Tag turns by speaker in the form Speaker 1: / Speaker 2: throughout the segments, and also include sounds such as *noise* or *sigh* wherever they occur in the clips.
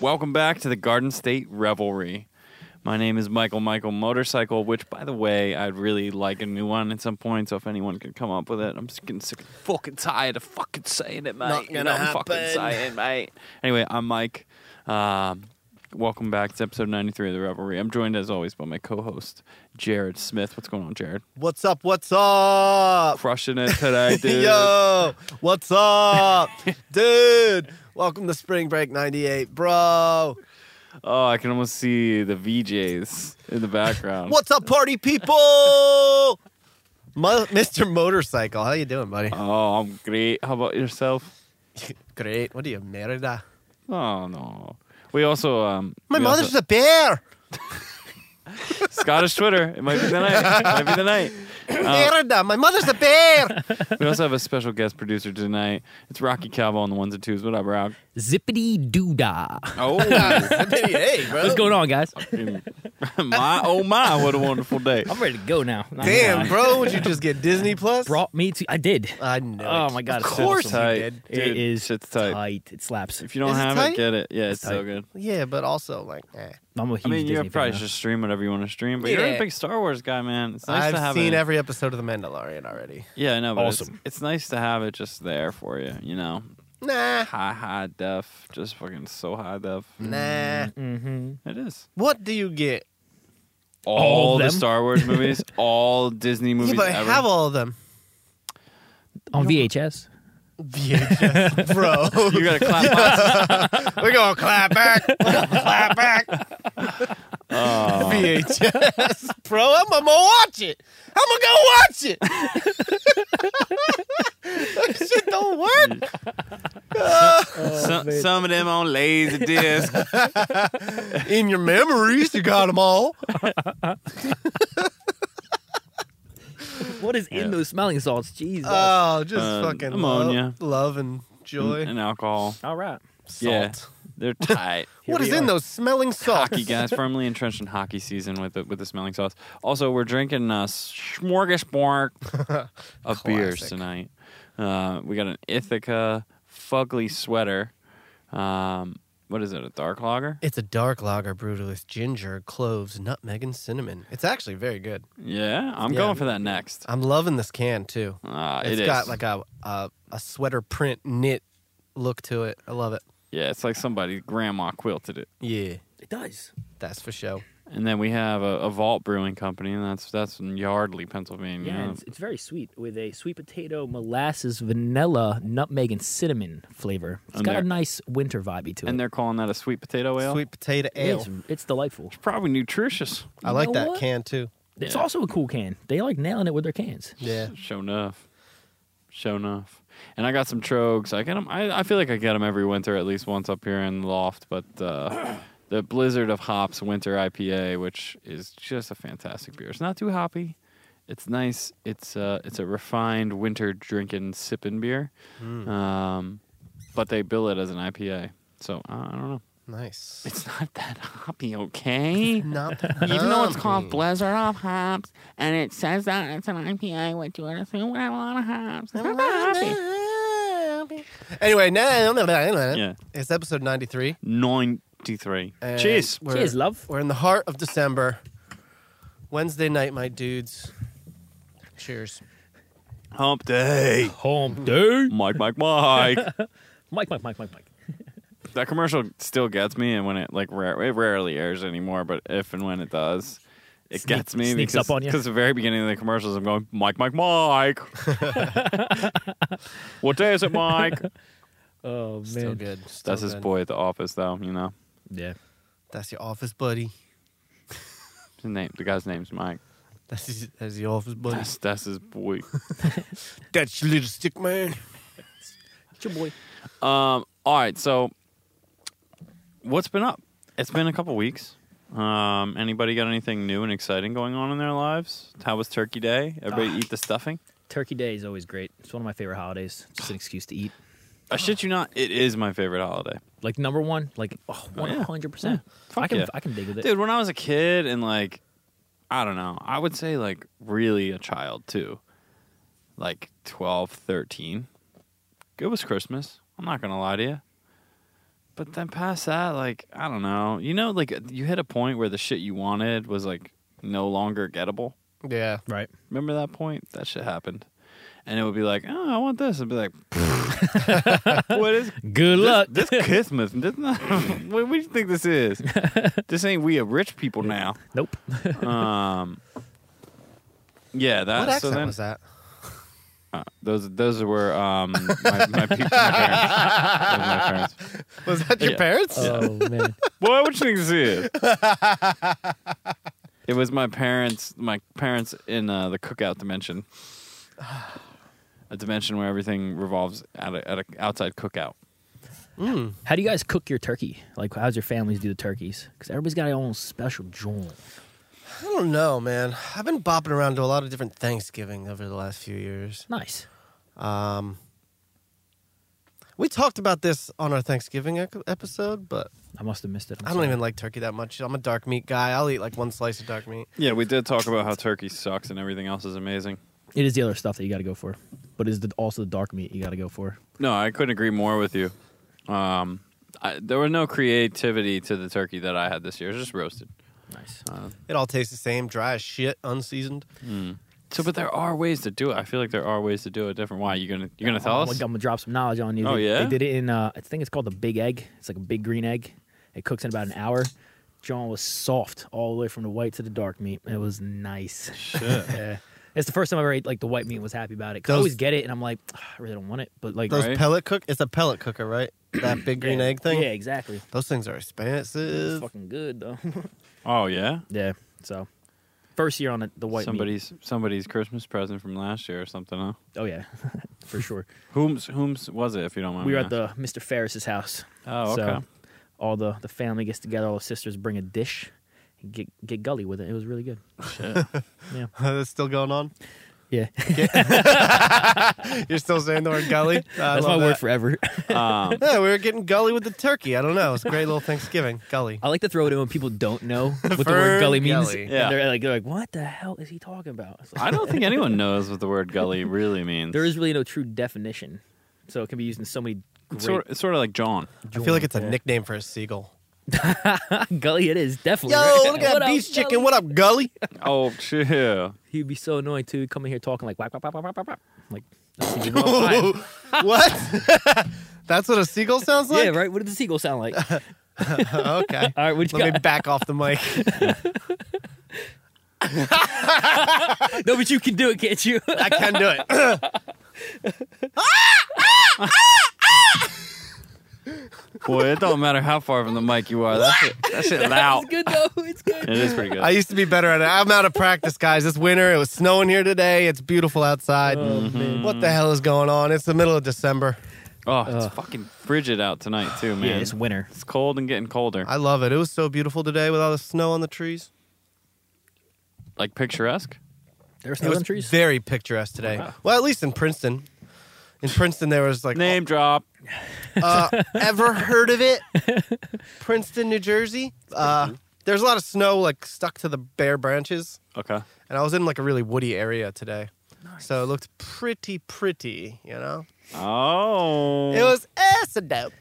Speaker 1: Welcome back to the Garden State Revelry. My name is Michael Michael Motorcycle, which, by the way, I'd really like a new one at some point. So if anyone could come up with it, I'm just getting sick, fucking tired of fucking saying it, mate.
Speaker 2: Not
Speaker 1: You know,
Speaker 2: gonna
Speaker 1: I'm fucking
Speaker 2: happen.
Speaker 1: saying, mate. Anyway, I'm Mike. Um, welcome back to episode 93 of the Revelry. I'm joined as always by my co-host Jared Smith. What's going on, Jared?
Speaker 2: What's up? What's up?
Speaker 1: Crushing it
Speaker 2: *laughs*
Speaker 1: today, dude.
Speaker 2: Yo, what's
Speaker 1: *laughs*
Speaker 2: up, dude? Welcome to Spring Break '98, bro.
Speaker 1: Oh, I can almost see the VJs in the background.
Speaker 2: What's up, party people? Mo- Mr. Motorcycle, how you doing, buddy?
Speaker 1: Oh, I'm great. How about yourself?
Speaker 2: Great. What are you, Merida?
Speaker 1: Oh no. We also um
Speaker 2: My
Speaker 1: we
Speaker 2: mother's
Speaker 1: also-
Speaker 2: a bear. *laughs*
Speaker 1: Scottish Twitter. It might be the night. It might be the night.
Speaker 2: Merida. My mother's a
Speaker 1: *laughs*
Speaker 2: bear.
Speaker 1: We also have a special guest producer tonight. It's Rocky Cowboy on the ones and twos. What up, Rob?
Speaker 3: Zippity doo dah.
Speaker 1: *laughs* Oh,
Speaker 2: hey, bro.
Speaker 3: What's going on, *laughs* guys?
Speaker 1: my oh my! What a wonderful day.
Speaker 3: I'm ready to go now. Not gonna
Speaker 2: Damn,
Speaker 3: lie.
Speaker 2: bro. Would you just get Disney Plus?
Speaker 3: Brought me to. I did.
Speaker 2: I know.
Speaker 3: Oh
Speaker 2: it.
Speaker 3: my god! it's
Speaker 1: Of course,
Speaker 3: awesome.
Speaker 1: tight.
Speaker 2: did.
Speaker 1: Dude,
Speaker 3: it is.
Speaker 1: Shit's tight.
Speaker 3: It slaps.
Speaker 1: If you don't
Speaker 2: Is it
Speaker 1: have
Speaker 2: tight?
Speaker 1: it, get it. Yeah, it's, so
Speaker 3: tight.
Speaker 1: good.
Speaker 2: Yeah, but also like, eh.
Speaker 3: I'm a huge
Speaker 1: I mean, you
Speaker 3: Disney
Speaker 1: probably
Speaker 3: fan.
Speaker 1: should stream whatever you want to stream, but you're a
Speaker 2: Yeah.
Speaker 1: big Star Wars guy, man. It's nice
Speaker 2: I've
Speaker 1: to have
Speaker 2: seen
Speaker 1: it.
Speaker 2: every episode of The Mandalorian already.
Speaker 1: yeah, I know. But it's-
Speaker 3: Awesome.
Speaker 1: It's, nice to have it just there for you. You know,
Speaker 2: Nah,
Speaker 1: high high def, just fucking so high def.
Speaker 2: nah.
Speaker 1: Mm.
Speaker 3: Mm-hmm.
Speaker 1: It is.
Speaker 2: What do you get?
Speaker 1: all,
Speaker 3: of
Speaker 1: the
Speaker 3: them?
Speaker 1: Star
Speaker 3: *laughs*
Speaker 1: Wars movies, all Disney movies
Speaker 2: yeah, but I
Speaker 1: ever.
Speaker 2: have all of
Speaker 1: *laughs*
Speaker 2: them.
Speaker 3: On VHS.
Speaker 2: VHS, *laughs* bro.
Speaker 1: you gotta clap. box.
Speaker 2: We're gonna clap back. We're gonna clap back.
Speaker 1: *laughs* Oh.
Speaker 2: *laughs* VHS, bro. I'm gonna watch it. I'm gonna go watch it. that shit don't work.
Speaker 1: *laughs* some, some of them on
Speaker 2: *laughs*
Speaker 1: lazy disc.
Speaker 2: In your memories, you got them
Speaker 1: *laughs*
Speaker 2: all.
Speaker 3: What is
Speaker 1: Yeah.
Speaker 3: in those smelling salts? Jesus.
Speaker 2: Oh, just
Speaker 1: Uh,
Speaker 2: fucking
Speaker 1: ammonia. Mm,
Speaker 2: Love, love and joy.
Speaker 1: and alcohol.
Speaker 3: All right.
Speaker 2: Salt.
Speaker 1: yeah.
Speaker 2: *laughs*
Speaker 1: They're tight.
Speaker 3: Here
Speaker 2: what
Speaker 3: we
Speaker 2: is in
Speaker 3: are.
Speaker 2: those smelling salts?
Speaker 1: hockey guys, firmly entrenched in hockey season with the, with the smelling sauce. Also, we're drinking a
Speaker 2: *laughs*
Speaker 1: smorgasbord of beers
Speaker 2: Classic.
Speaker 1: tonight. Uh, we got an Ithaca fugly sweater. Um, what is it? A dark lager?
Speaker 2: It's a dark lager brewed with ginger, cloves, nutmeg, and cinnamon. It's actually very good.
Speaker 1: Yeah, I'm
Speaker 2: Yeah.
Speaker 1: going for that next.
Speaker 2: I'm loving this can too.
Speaker 1: Uh,
Speaker 2: It's
Speaker 1: it is.
Speaker 2: got like a, a a sweater print knit look to it. I love it.
Speaker 1: yeah, it's like somebody grandma quilted it.
Speaker 2: Yeah,
Speaker 3: It does.
Speaker 2: that's for show.
Speaker 1: And then we have a, a Vault Brewing Company, and that's that's in Yardley, Pennsylvania.
Speaker 3: Yeah, it's, it's very sweet with a sweet potato, molasses, vanilla, nutmeg, and cinnamon flavor. It's
Speaker 1: And
Speaker 3: got
Speaker 1: they're-
Speaker 3: a nice winter vibe to it.
Speaker 1: and they're calling that a sweet potato ale.
Speaker 2: Sweet potato ale.
Speaker 3: it's, it's delightful.
Speaker 1: Probably nutritious.
Speaker 2: I like
Speaker 3: know
Speaker 2: that
Speaker 3: what?
Speaker 2: can too.
Speaker 3: It's
Speaker 1: Yeah.
Speaker 3: also a cool can. They like nailing it with their cans.
Speaker 2: Yeah.
Speaker 1: *laughs* Show enough. Show enough. And I got some trogs. I get 'em- I, I feel like I get them every winter, at least once up here in the loft. But uh, the Blizzard of Hops Winter IPA, which is just a fantastic beer. It's not too hoppy. It's nice. It's uh, it's a refined winter drinking sipping beer. Um, but they bill it as an IPA. So I I don't know.
Speaker 2: Nice.
Speaker 1: It's not that hoppy, okay?
Speaker 2: not
Speaker 1: *laughs* Even though it's called
Speaker 2: hoppy.
Speaker 1: Blizzard of Hops and it says that it's an IPA, which you would assume would have a lot of hops. It's not that hoppy.
Speaker 2: Anyway, no, no, no, no, no.
Speaker 1: Yeah.
Speaker 2: It's episode ninety three.
Speaker 1: 93.
Speaker 2: Uh,
Speaker 1: Cheers.
Speaker 2: We're,
Speaker 3: Cheers, love.
Speaker 2: We're in the heart of December. Wednesday night, my dudes. Cheers.
Speaker 1: Hump
Speaker 3: *laughs*
Speaker 1: day.
Speaker 3: Home, dude.
Speaker 1: Mike, Mike, Mike.
Speaker 3: Mike, Mike, Mike, Mike, Mike.
Speaker 1: that commercial still gets me, and when it like rare, it rarely airs anymore, but if and when it does, it
Speaker 3: Sneak-
Speaker 1: gets me
Speaker 3: sneaks
Speaker 1: because
Speaker 3: up on you.
Speaker 1: 'cause the very beginning of the commercials, I'm going Mike, Mike, Mike. what day is it, Mike?
Speaker 3: Oh man,
Speaker 2: Still good. Still
Speaker 1: That's his
Speaker 2: good.
Speaker 1: boy at the office, though. You know,
Speaker 3: yeah.
Speaker 2: That's your office buddy.
Speaker 1: his name. The guy's name's Mike.
Speaker 2: That's his, that's your office buddy.
Speaker 1: That's, that's his boy.
Speaker 2: That's your little stick man.
Speaker 3: It's your boy.
Speaker 1: Um, all right, so what's been up? It's been a couple weeks. Um, anybody got anything new and exciting going on in their lives? How was Turkey Day? Everybody eat the stuffing?
Speaker 3: Turkey Day is always great. It's one of my favorite holidays. Just an excuse to eat.
Speaker 1: I shit you not, it is my favorite holiday.
Speaker 3: Like number one, like
Speaker 1: Oh,
Speaker 3: one
Speaker 1: yeah.
Speaker 3: hundred percent.
Speaker 1: Fuck
Speaker 3: I can
Speaker 1: yeah.
Speaker 3: I can dig with it.
Speaker 1: Dude, when I was a kid and like I don't know, I would say like really a child too. Like 12, 13. It was Christmas. I'm not going to lie to you. But then past that, like I don't know. You know, like you hit a point where the shit you wanted was like no longer gettable.
Speaker 2: Yeah.
Speaker 3: Right.
Speaker 1: Remember that point? That shit happened. And it would be like, oh, I want this. I'd be like, *laughs* what is
Speaker 3: Good luck.
Speaker 1: this *laughs* Christmas? This not, *laughs* what, what do you think this is? this ain't we a rich people now.
Speaker 3: *laughs*
Speaker 1: *laughs*
Speaker 3: nope.
Speaker 1: Um, yeah, that.
Speaker 2: What accent
Speaker 1: so then,
Speaker 2: was that?
Speaker 1: Uh, those those were um my, my, pe- my parents. Those were my parents.
Speaker 2: Was that your
Speaker 1: Yeah.
Speaker 2: parents?
Speaker 3: Oh man.
Speaker 1: Boy, what you think this is? it was my parents. My parents in uh, the cookout dimension, a dimension where everything revolves at a, at a outside cookout.
Speaker 3: How do you guys cook your turkey? Like, how's your families do the turkeys? Because everybody's got their own special joint.
Speaker 2: I don't know, man. I've been bopping around to a lot of different Thanksgiving over the last few years.
Speaker 3: Nice.
Speaker 2: Um, we talked about this on our Thanksgiving ec- episode, but
Speaker 3: I must have missed it. I'm
Speaker 2: I don't
Speaker 3: sorry.
Speaker 2: even like turkey that much. I'm a dark meat guy. I'll eat like one slice of dark meat.
Speaker 1: Yeah, we did talk about how turkey sucks and everything else is amazing.
Speaker 3: It is the other stuff that you got to go for, but is the, also the dark meat you got to go for.
Speaker 1: No, I couldn't agree more with you. Um, I, there was no creativity to the turkey that I had this year. It was just roasted.
Speaker 3: Nice.
Speaker 2: It all tastes the same, dry as shit, unseasoned.
Speaker 1: So, but there are ways to do it. I feel like there are ways to do it different. Why you gonna you gonna tell
Speaker 3: I'm,
Speaker 1: us?
Speaker 3: gonna drop some knowledge on you.
Speaker 1: Oh,
Speaker 3: they,
Speaker 1: yeah?
Speaker 3: They did it in. Uh, I think it's called the Big Egg. It's like a big green egg. It cooks in about an hour. John was soft all the way from the white to the dark meat. It was nice. *laughs* yeah. It's the first time I ever ate like the white meat. and Was happy about it. 'Cause I
Speaker 2: Those-
Speaker 3: always get it, and I'm like, "Ah, I really don't want it, but like
Speaker 2: Those
Speaker 1: Right.
Speaker 2: pellet cook, it's a pellet cooker, right? That big green
Speaker 3: yeah.
Speaker 2: egg thing.
Speaker 3: Yeah, exactly.
Speaker 2: Those things are expensive. *laughs*
Speaker 3: fucking good though. *laughs*
Speaker 1: Oh yeah.
Speaker 3: yeah. So first year on it, the white meat.
Speaker 1: somebody's somebody's Christmas present from last year or something, huh?
Speaker 3: Oh yeah, *laughs* for sure.
Speaker 1: Whom's whom's was it? If you don't mind,
Speaker 3: we were
Speaker 1: me
Speaker 3: at the Mr. Ferris's house.
Speaker 1: asking? oh okay.
Speaker 3: So all the, the family gets together, all the sisters bring a dish, and get get gully with it. It was really good. Yeah.
Speaker 2: That's still going on.
Speaker 3: *laughs* Yeah.
Speaker 2: You're still saying the word
Speaker 3: *laughs*
Speaker 2: gully. I
Speaker 3: That's my
Speaker 2: love
Speaker 3: word
Speaker 2: that.
Speaker 3: forever.
Speaker 1: um,
Speaker 2: Yeah, we were getting gully with the turkey. I don't know. It's a great little Thanksgiving gully.
Speaker 3: *laughs* I like to throw it in when people don't know what the
Speaker 2: Fern
Speaker 3: word gully means.
Speaker 2: gully.
Speaker 1: Yeah.
Speaker 3: And they're like they're like, What the hell is he talking about? It's like, *laughs*
Speaker 1: I don't think anyone knows what the word gully really means.
Speaker 3: there is really no true definition. So it can be used in so many great
Speaker 1: it's sort, it's sort of like John.
Speaker 2: I feel like it's a
Speaker 3: Yeah.
Speaker 2: nickname for a
Speaker 3: *laughs*
Speaker 2: seagull.
Speaker 3: gully it is, definitely.
Speaker 2: Yo,
Speaker 3: *laughs* right?
Speaker 2: look at
Speaker 3: What
Speaker 2: that
Speaker 3: up,
Speaker 2: beef chicken.
Speaker 3: gully?
Speaker 2: What up, *laughs* gully?
Speaker 1: Oh yeah.
Speaker 3: He'd be so annoying too, coming here talking like whack, whack, whack, whack, whack, whack, whack. I'm Like that's even more fine.
Speaker 2: what? *laughs* That's *laughs* what a seagull sounds like? Oh,
Speaker 3: Yeah, right. What did the seagull sound like? All *laughs*
Speaker 2: Okay.
Speaker 3: right, what you
Speaker 2: Let
Speaker 3: got?
Speaker 2: me back off the mic. *laughs*
Speaker 3: *laughs* No, but you can do it, can't you? *laughs*
Speaker 2: I can do it.
Speaker 1: Boy, it don't matter how far from the mic you are. That shit, that shit loud.
Speaker 3: good though. It's good.
Speaker 1: It is pretty good.
Speaker 2: I used to be better at it. I'm out of practice, guys. It's winter. It was snowing here today. It's beautiful outside. Mm-hmm. What the hell is going on? It's the middle of December.
Speaker 1: oh, it's fucking frigid out tonight too, man.
Speaker 3: uh. Yeah, it's winter.
Speaker 1: It's cold and getting colder.
Speaker 2: I love it. It was so beautiful today with all the snow on the trees.
Speaker 1: Like picturesque.
Speaker 3: There's
Speaker 2: It
Speaker 3: no
Speaker 2: was
Speaker 3: trees.
Speaker 2: very picturesque today. Well, at least in Princeton. In Princeton, there was like
Speaker 1: Name drop.
Speaker 2: uh, ever heard of it? Princeton, New Jersey. Uh, there's a lot of snow like stuck to the bare branches,
Speaker 1: Okay.
Speaker 2: and I was in like a really woody area today, so it looked pretty pretty. You know,
Speaker 1: Oh.
Speaker 2: it was eh, so dope.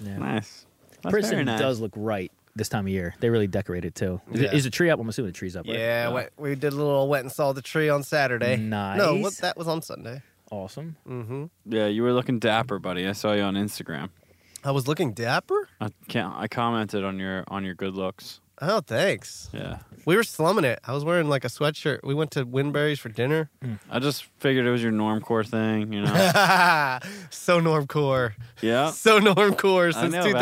Speaker 3: yeah.
Speaker 1: nice. That's very
Speaker 3: Princeton
Speaker 1: nice.
Speaker 3: does look right this time of year. They really decorate it too. Is,
Speaker 2: Yeah.
Speaker 3: it, is the tree up? I'm assuming the tree's up. Right?
Speaker 2: Yeah, went, we did a little went and saw the tree on Saturday. No,
Speaker 3: Nice.
Speaker 2: what, that was on Sunday.
Speaker 3: Awesome.
Speaker 2: Mm-hmm.
Speaker 1: Yeah, you were looking dapper, buddy. I saw you on Instagram.
Speaker 2: I was looking dapper.
Speaker 1: I can't. I commented on your on your good looks.
Speaker 2: Oh, thanks.
Speaker 1: Yeah,
Speaker 2: We were slumming it. I was wearing like a sweatshirt. We went to Winberry's for dinner. *laughs*
Speaker 1: I just figured it was your normcore thing, you *laughs* know.
Speaker 2: so normcore.
Speaker 3: Uh,
Speaker 1: yeah,
Speaker 2: So normcore
Speaker 1: I
Speaker 2: since
Speaker 1: know about it.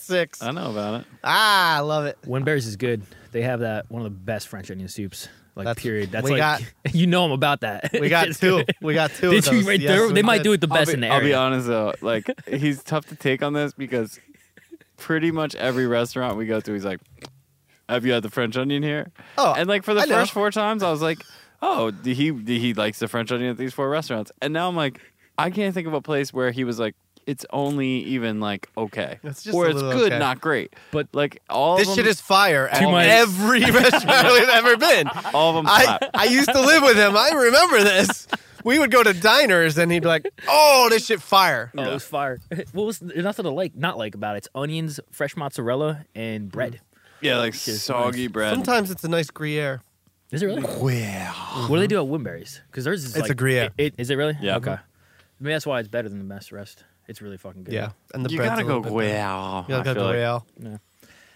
Speaker 2: 2006.
Speaker 1: I know about it.
Speaker 2: Ah, I love it.
Speaker 3: Winberry's is good. They have that one of the best French onion soups. Like
Speaker 2: That's-
Speaker 3: period. That's
Speaker 2: we
Speaker 3: like
Speaker 2: got-
Speaker 3: *laughs* you know I'm about that.
Speaker 2: We
Speaker 3: *laughs*
Speaker 2: got
Speaker 3: It's
Speaker 2: two.
Speaker 3: good.
Speaker 2: We got two.
Speaker 3: They,
Speaker 2: of those.
Speaker 3: right
Speaker 2: Yes,
Speaker 3: there,
Speaker 2: we
Speaker 3: they might
Speaker 2: did.
Speaker 3: do it the
Speaker 1: I'll
Speaker 3: best
Speaker 1: be,
Speaker 3: in the
Speaker 1: I'll be
Speaker 3: area.
Speaker 1: honest though, like *laughs* he's tough to take on this because pretty much every restaurant we go to, he's like, "Have you had the French onion here?"
Speaker 2: Oh,
Speaker 1: and like for the
Speaker 2: I know.
Speaker 1: first four times, I was like, "Oh, d- he d- he likes the French onion at these four restaurants," and now I'm like, I can't think of a place where he was like. It's only even like okay,
Speaker 2: It's just
Speaker 1: or
Speaker 2: a
Speaker 1: it's
Speaker 2: little
Speaker 1: good,
Speaker 2: okay.
Speaker 1: not great.
Speaker 3: But-
Speaker 1: like all
Speaker 2: This
Speaker 1: of
Speaker 2: shit
Speaker 1: them-
Speaker 2: is fire at
Speaker 3: Too much.
Speaker 2: every *laughs* restaurant we've ever been.
Speaker 1: *laughs* all of them.
Speaker 2: *laughs* I, I used to live with him. I remember this. we would go to diners and he'd be like, "Oh, this shit fire."
Speaker 3: Oh, it was fire. *laughs* what was there's nothing to like not like about it? It's onions, fresh mozzarella, and bread.
Speaker 2: Mm.
Speaker 1: Yeah, like
Speaker 3: Just
Speaker 1: soggy bread.
Speaker 2: Sometimes it's a nice Gruyere.
Speaker 3: Is it really?
Speaker 2: Well,
Speaker 3: What do they do at Woodbury's? Because theirs is
Speaker 2: It's
Speaker 3: like,
Speaker 2: a Gruyere.
Speaker 3: It, it, is it really?
Speaker 1: Yeah.
Speaker 3: Okay. Maybe that's why it's better than the best rest. It's really fucking good.
Speaker 2: yeah, and the
Speaker 1: you
Speaker 2: bread's
Speaker 1: gotta
Speaker 2: a
Speaker 1: go
Speaker 2: little bit better.
Speaker 1: Guayao.
Speaker 2: You gotta go
Speaker 1: I, feel like,
Speaker 2: Gruyere.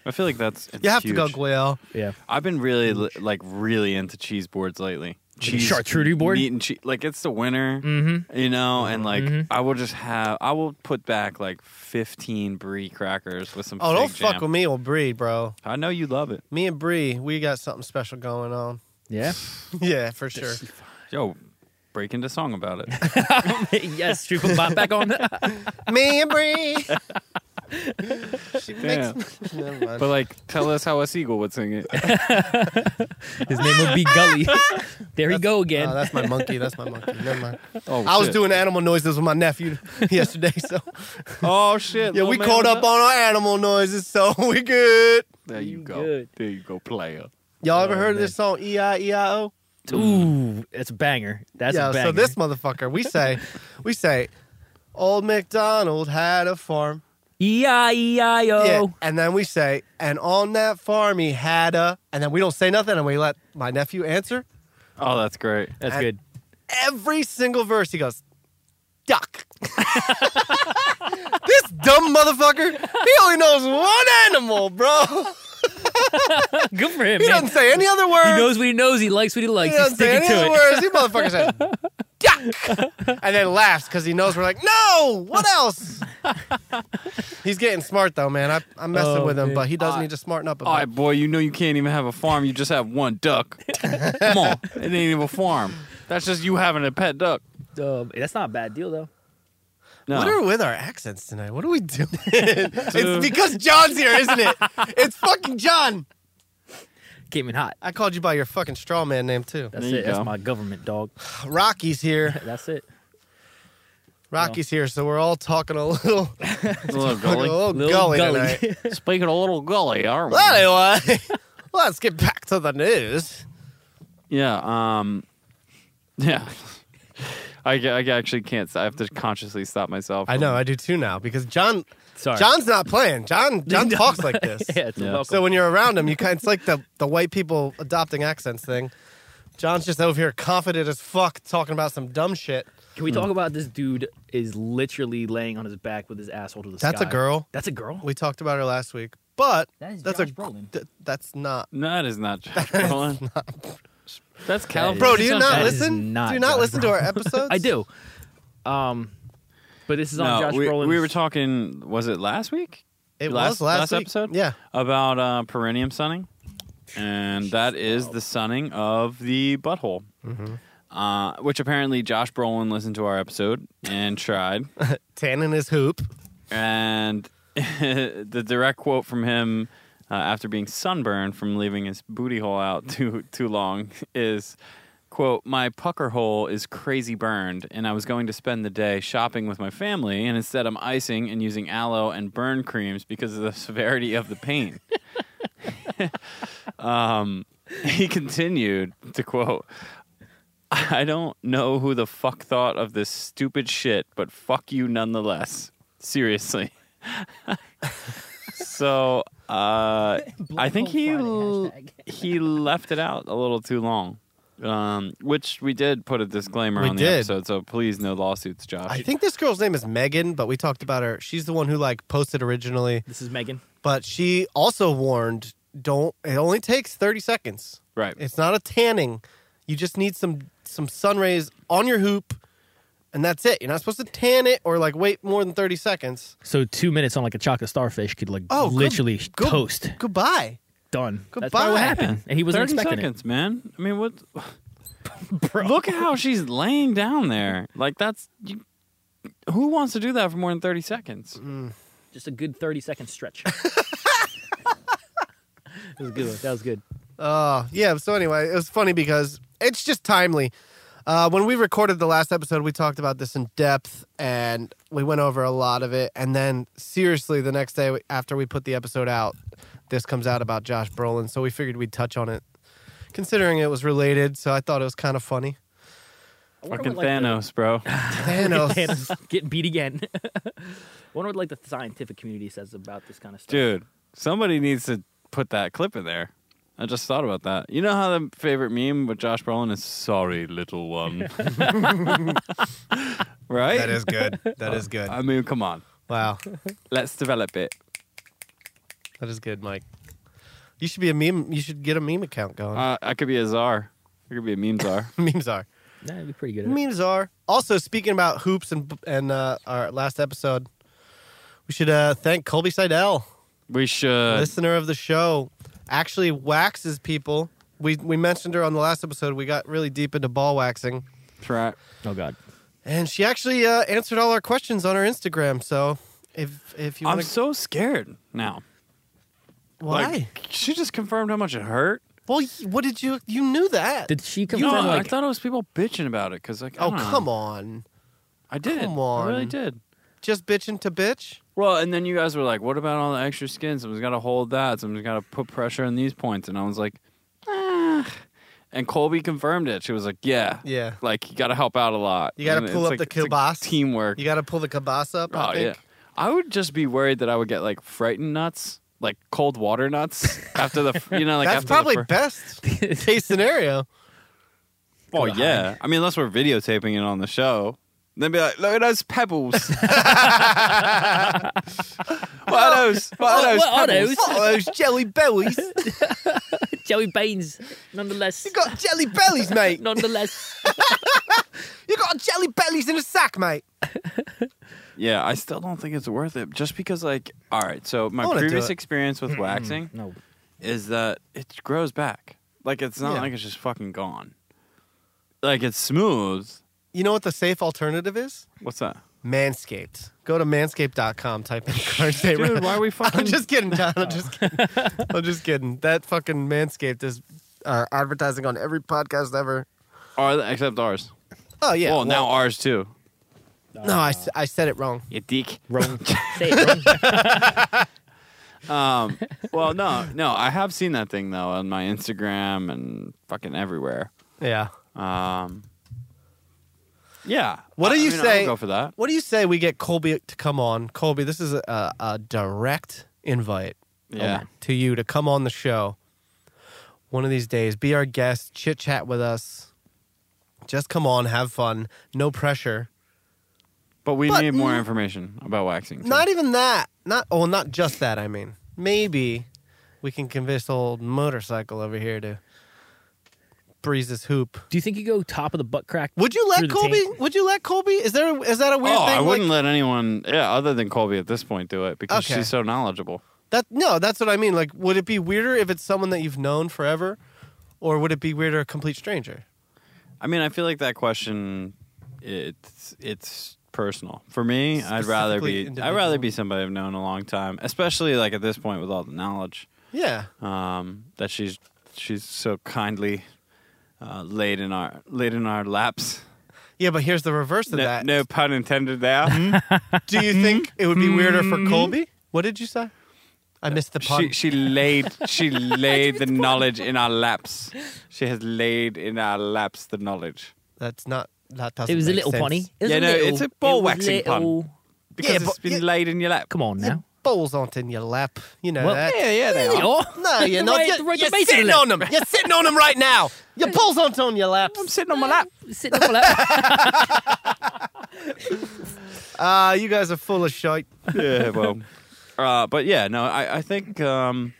Speaker 1: I feel like that's it's
Speaker 2: You have to
Speaker 1: huge.
Speaker 2: go Gruyere.
Speaker 3: Yeah.
Speaker 1: I've been really li- like really into cheese boards lately. Cheese
Speaker 3: charcuterie board?
Speaker 1: meat and cheese. Like it's the winter,
Speaker 2: Mm.
Speaker 3: Mhm.
Speaker 1: you know, and like
Speaker 3: Mhm.
Speaker 1: I will just have. I will put back like fifteen brie crackers with some.
Speaker 2: Oh, don't
Speaker 1: fig
Speaker 2: fuck
Speaker 1: jam.
Speaker 2: with me or Bree, bro.
Speaker 1: I know you love it.
Speaker 2: Me and Bree, we got something special going on. *laughs*
Speaker 3: Yeah.
Speaker 2: yeah, for sure.
Speaker 1: Yo, break into song about it.
Speaker 3: *laughs* yes, shoot the bot back on.
Speaker 1: *laughs*
Speaker 2: me and Bree. she
Speaker 1: Damn.
Speaker 2: makes. *laughs* Never mind.
Speaker 1: *laughs* But like, tell us how a seagull would sing it.
Speaker 3: *laughs* His name would be Gully. *laughs* There you go again.
Speaker 2: Oh, that's
Speaker 1: *laughs*
Speaker 2: my monkey. That's my monkey. Never mind.
Speaker 1: *laughs* Oh,
Speaker 2: I was
Speaker 1: shit.
Speaker 2: doing animal noises with my nephew *laughs* yesterday, so
Speaker 1: *laughs* Oh shit!
Speaker 2: yeah,
Speaker 1: little
Speaker 2: we
Speaker 1: man
Speaker 2: caught
Speaker 1: was
Speaker 2: up on our animal noises, so *laughs* we good.
Speaker 1: There you
Speaker 3: You
Speaker 1: go.
Speaker 3: good.
Speaker 1: There you go, player.
Speaker 2: Y'all ever
Speaker 3: Oh,
Speaker 2: heard of this song E I E I O?
Speaker 3: Ooh, that's a banger. That's
Speaker 2: yeah,
Speaker 3: a banger.
Speaker 2: so this motherfucker, we say, we say, Old MacDonald had a farm.
Speaker 3: E E-I-E-I-O.
Speaker 2: Yeah, and then we say, and on that farm he had a, and then we don't say nothing, and we let my nephew answer.
Speaker 1: Oh, that's great.
Speaker 3: That's
Speaker 2: I- *laughs*
Speaker 3: good.
Speaker 2: Every single verse, he goes, duck. *laughs* this dumb motherfucker, he only knows one animal, bro.
Speaker 3: good for him,
Speaker 2: He
Speaker 3: man.
Speaker 2: doesn't say any other words.
Speaker 3: He knows what he knows. He likes what he
Speaker 2: He
Speaker 3: likes. He's
Speaker 2: doesn't say
Speaker 3: sticking
Speaker 2: any other
Speaker 3: to it.
Speaker 2: words. You motherfucker said, "Yuck!" and then laughs because he knows we're like, "No, what else?" He's getting smart though, man. I, I'm messing
Speaker 3: Oh,
Speaker 2: with him,
Speaker 3: man.
Speaker 2: but he does
Speaker 1: I-
Speaker 2: need to smarten up a bit.
Speaker 1: Uh, All right, boy, you know you can't even have a farm. You just have one duck. *laughs* Come on. It ain't even a farm. That's just you having a pet duck.
Speaker 3: Um, that's not a bad deal, though.
Speaker 1: No.
Speaker 2: What are with our accents tonight? What are we doing? *laughs* it's because John's here, isn't it? It's fucking John.
Speaker 3: Came in hot.
Speaker 2: I called you by your fucking straw man name too.
Speaker 3: That's
Speaker 1: There you
Speaker 3: it. That's
Speaker 1: go.
Speaker 3: my government dog.
Speaker 2: Rocky's
Speaker 3: *laughs*
Speaker 2: here.
Speaker 3: That's it.
Speaker 2: Rocky's here, so we're all talking a little,
Speaker 1: little
Speaker 2: a *laughs* *laughs*
Speaker 1: gully.
Speaker 2: little
Speaker 3: Little
Speaker 2: gully,
Speaker 3: gully.
Speaker 1: *laughs*
Speaker 2: tonight.
Speaker 1: Speaking of little gully, aren't we?
Speaker 2: Well, anyway, *laughs* let's get back to the news.
Speaker 1: Yeah. Um. *laughs* Yeah. I, ca- I actually can't. I have to consciously stop myself.
Speaker 2: I
Speaker 1: from-
Speaker 2: know, I do too now because John
Speaker 3: *laughs* Sorry. *laughs*
Speaker 2: John's not playing. John John
Speaker 3: No.
Speaker 2: talks
Speaker 3: *laughs*
Speaker 2: like this.
Speaker 3: yeah, it's a
Speaker 1: Yeah.
Speaker 3: welcome.
Speaker 2: So when you're around him, you kind it's like the, the white people adopting accents thing. John's just over here confident as fuck talking about some dumb shit.
Speaker 3: Can we talk about this dude is literally laying on his back with his asshole to the sky?
Speaker 2: That's a girl.
Speaker 3: That's a girl?
Speaker 2: We talked about her last week. But
Speaker 3: That is
Speaker 2: that's
Speaker 3: Josh
Speaker 2: a
Speaker 3: Brolin.
Speaker 2: th- that's not
Speaker 1: No, that
Speaker 2: *laughs*
Speaker 1: is not Josh Brolin. That's Cal.
Speaker 2: Bro, do you not
Speaker 3: That is
Speaker 2: listen?
Speaker 3: not
Speaker 2: do you not
Speaker 3: Josh
Speaker 2: listen
Speaker 3: *laughs*
Speaker 2: to our episodes?
Speaker 3: I do. Um, but this is on
Speaker 1: No,
Speaker 3: Josh
Speaker 1: we,
Speaker 3: Brolin's.
Speaker 1: we were talking. Was it last week?
Speaker 2: It
Speaker 1: Last-
Speaker 2: was last,
Speaker 1: last
Speaker 2: week.
Speaker 1: episode?
Speaker 2: Yeah.
Speaker 1: about uh, perineum sunning, and that is the sunning of the butthole.
Speaker 2: Mm-hmm.
Speaker 1: Uh, which apparently Josh Brolin listened to our episode and tried,
Speaker 2: Tanning his hoop.
Speaker 1: and *laughs* the direct quote from him uh, after being sunburned from leaving his booty hole out *laughs* too too long is. Quote, my pucker hole is crazy burned, and I was going to spend the day shopping with my family, and instead I'm icing and using aloe and burn creams because of the *laughs* severity of the pain. *laughs* he continued to quote i don't know who the fuck thought of this stupid shit but fuck you nonetheless seriously *laughs* so uh, i think he
Speaker 3: Blindfold
Speaker 1: l- he left it out a little too long um, which we did put a disclaimer
Speaker 2: We
Speaker 1: on the
Speaker 2: did.
Speaker 1: episode so please no lawsuits josh
Speaker 2: I think this girl's name is Megan, but we talked about her. She's the one who like posted originally.
Speaker 3: This is Megan.
Speaker 2: but she also warned don't it only takes 30 seconds
Speaker 1: right
Speaker 2: it's not a tanning you just need some some sun rays on your hoop and that's it you're not supposed to tan it or like wait more than 30 seconds
Speaker 3: So two minutes on like a chocolate starfish could like
Speaker 2: Oh, good-
Speaker 3: literally
Speaker 2: good-
Speaker 3: toast.
Speaker 2: goodbye
Speaker 3: Done. That's
Speaker 2: Goodbye.
Speaker 3: probably what happened. And he wasn't
Speaker 1: 30
Speaker 3: expecting
Speaker 1: seconds man i mean
Speaker 3: *laughs*
Speaker 1: what
Speaker 3: it. Bro.
Speaker 1: Look at how she's laying down there. Like that's you, who wants to do that for more than thirty seconds?
Speaker 2: Mm,
Speaker 3: Just a good 30
Speaker 1: *laughs*
Speaker 3: second stretch. that was a good. one. That was good.
Speaker 2: uh yeah so anyway it was funny because it's just timely uh, when we recorded the last episode, we talked about this in depth and we went over a lot of it. And then, seriously, the next day after we put the episode out, this comes out about Josh Brolin. So we figured we'd touch on it, considering it was related. So I thought it was kind of funny.
Speaker 3: I wonder
Speaker 1: Fucking
Speaker 3: what, like, the-
Speaker 1: Thanos,
Speaker 3: *sighs*
Speaker 1: bro. *laughs*
Speaker 2: Thanos.
Speaker 3: Thanos getting beat again. *laughs* I wonder what like the scientific community says about this kind of stuff.
Speaker 1: Dude, somebody needs to put that clip in there. I just thought about that. You know how the favorite meme with Josh Brolin is "Sorry, little
Speaker 3: *laughs*
Speaker 1: one," *laughs* right?
Speaker 2: that is good. That is good.
Speaker 1: I mean, come on,
Speaker 2: Wow.
Speaker 1: let's develop it.
Speaker 2: That is good, Mike. You should be a meme. You should get a meme account going. *laughs*
Speaker 1: Uh, I could be a czar. I could be a meme czar.
Speaker 2: memes are.
Speaker 3: Nah, that'd be pretty good. at it.
Speaker 2: Memes are. Also, speaking about hoops and and uh, our last episode, we should uh, thank Colby Seidel,
Speaker 1: we should.
Speaker 2: listener of the show. Actually, waxes people. We we mentioned her on the last episode. We got really deep into ball waxing,
Speaker 1: try.
Speaker 3: Oh God.
Speaker 2: and she actually uh, answered all our questions on her Instagram. So if if you
Speaker 1: I'm
Speaker 2: want to,
Speaker 1: so scared now.
Speaker 2: why?
Speaker 1: Like, she just confirmed how much it hurt.
Speaker 2: well, y- what did you you knew that?
Speaker 3: Did she
Speaker 1: You know,
Speaker 3: confirm?
Speaker 1: I
Speaker 3: like,
Speaker 1: thought it was people bitching about it because, like, I
Speaker 2: oh
Speaker 1: don't know.
Speaker 2: come on,
Speaker 1: I did.
Speaker 2: Come
Speaker 1: I really
Speaker 2: on.
Speaker 1: did.
Speaker 2: just bitching to bitch.
Speaker 1: Well, and then you guys were like, "What about all the extra skin? Someone's got to hold that. Someone's got to put pressure on these points." And I was like, ah. And Colby confirmed it. She was like, "Yeah,
Speaker 2: Yeah.
Speaker 1: like you got to help out a lot.
Speaker 2: You gotta
Speaker 1: And
Speaker 2: pull
Speaker 1: it's
Speaker 2: up
Speaker 1: like-
Speaker 2: the
Speaker 1: it's like
Speaker 2: kielbasa.
Speaker 1: teamwork.
Speaker 2: You got to pull the kibas up. I
Speaker 1: oh
Speaker 2: think.
Speaker 1: yeah. I would just be worried that I would get like frightened nuts, like cold water nuts after the, f- you know, like
Speaker 2: That's
Speaker 1: after
Speaker 2: probably
Speaker 1: The fir- *laughs*
Speaker 2: best case scenario.
Speaker 1: well, yeah. I mean, unless we're videotaping it on the show, then be like, "Look at those pebbles. what are those? What are those?
Speaker 3: What are
Speaker 1: pebbles?
Speaker 3: those?
Speaker 2: Oh, those jelly bellies. You
Speaker 3: Joey Baines, nonetheless.
Speaker 2: got jelly
Speaker 1: *laughs*
Speaker 2: bellies, mate.
Speaker 3: Nonetheless,
Speaker 2: You got jelly bellies in a sack, mate.
Speaker 1: Yeah, I still don't think it's worth it. Just because, like, all right, so
Speaker 2: I
Speaker 1: my
Speaker 2: wanna do
Speaker 1: previous
Speaker 2: it.
Speaker 1: experience with waxing
Speaker 3: no.
Speaker 1: is that it grows back. Like, it's not
Speaker 2: Yeah.
Speaker 1: like it's just fucking gone. Like, it's smooth.
Speaker 2: You know what the safe alternative is?
Speaker 1: What's that?
Speaker 2: Manscaped. Go to manscaped.com, type in current state.
Speaker 1: Dude, why are we
Speaker 2: *laughs* I'm
Speaker 1: fucking.
Speaker 2: just kidding, John. I'm just kidding.
Speaker 1: *laughs*
Speaker 2: I'm just kidding. That fucking Manscaped is uh, advertising on every podcast ever.
Speaker 1: Are they- except ours.
Speaker 2: Oh, yeah.
Speaker 1: well, now ours too.
Speaker 2: No, I, s- I said it wrong.
Speaker 1: You *laughs* dick.
Speaker 3: Wrong. Say it wrong.
Speaker 1: Um, well, no, no, I have seen that thing, though, on my Instagram and fucking everywhere.
Speaker 2: Yeah.
Speaker 1: Um, yeah.
Speaker 2: What
Speaker 1: I-
Speaker 2: do
Speaker 1: I
Speaker 2: you
Speaker 1: mean, I
Speaker 2: say-
Speaker 1: would go for that.
Speaker 2: What do you say we get Colby to come on? Colby, this is a, a, a direct invite. um,
Speaker 1: Yeah.
Speaker 2: to you to come on the show one of these days. Be our guest, chit chat with us. Just come on, have fun. No pressure.
Speaker 1: But we
Speaker 2: But-
Speaker 1: need more information about waxing. too.
Speaker 2: Not even that. Not oh, not just that. I mean, maybe we can convince old motorcycle over here to breeze his hoop.
Speaker 3: Do you think you go top of the butt crack?
Speaker 2: Would you
Speaker 3: Through
Speaker 2: let
Speaker 3: the
Speaker 2: Colby?
Speaker 3: taint.
Speaker 2: Would you let Colby? Is there? Is that a weird
Speaker 1: oh,
Speaker 2: thing?
Speaker 1: I
Speaker 2: Like,
Speaker 1: wouldn't let anyone, yeah, other than Colby at this point, do it because
Speaker 2: Okay.
Speaker 1: she's so knowledgeable.
Speaker 2: that no. That's what I mean. Like, would it be weirder if it's someone that you've known forever, or would it be weirder a complete stranger?
Speaker 1: I mean, I feel like that question, it's it's personal for me. I'd rather
Speaker 2: Specifically
Speaker 1: be I'd rather be somebody I've known a long time, especially like at this point with all the knowledge
Speaker 2: Yeah.
Speaker 1: um, that she's she's so kindly uh, laid in our laid in our laps.
Speaker 2: Yeah, but here's the reverse of
Speaker 1: No,
Speaker 2: that.
Speaker 1: no pun intended there.
Speaker 2: Do you think it would be weirder for Colby? What did you say? I missed the pun.
Speaker 1: *laughs* Uh, she she laid she laid the knowledge in our laps. She has laid in our laps the knowledge.
Speaker 2: That's not. That doesn't.
Speaker 3: It was a
Speaker 2: make
Speaker 3: little
Speaker 2: sense.
Speaker 3: punny. It was
Speaker 1: Yeah,
Speaker 3: a
Speaker 1: no,
Speaker 3: little,
Speaker 1: it's a ball
Speaker 3: it was
Speaker 1: waxing pun.
Speaker 3: little-
Speaker 1: Because
Speaker 2: Yeah,
Speaker 1: it's
Speaker 2: but-
Speaker 1: been
Speaker 2: yeah.
Speaker 1: laid in your lap.
Speaker 3: Come on *laughs* now.
Speaker 2: Balls aren't in your lap. You know
Speaker 3: Well,
Speaker 2: that.
Speaker 1: Yeah, yeah, they
Speaker 3: There
Speaker 1: are.
Speaker 3: you are.
Speaker 2: No, you're not.
Speaker 3: *laughs* Right-
Speaker 2: you're
Speaker 3: right
Speaker 2: you're
Speaker 3: the base of the
Speaker 2: sitting
Speaker 3: lip.
Speaker 2: on them. You're sitting on them right now.
Speaker 3: *laughs*
Speaker 2: Your balls aren't on your lap.
Speaker 1: I'm sitting on my lap.
Speaker 3: Sitting on my lap.
Speaker 2: Uh, you guys are full of shite.
Speaker 1: *laughs* yeah, well, uh, but yeah, no, I, I think, um,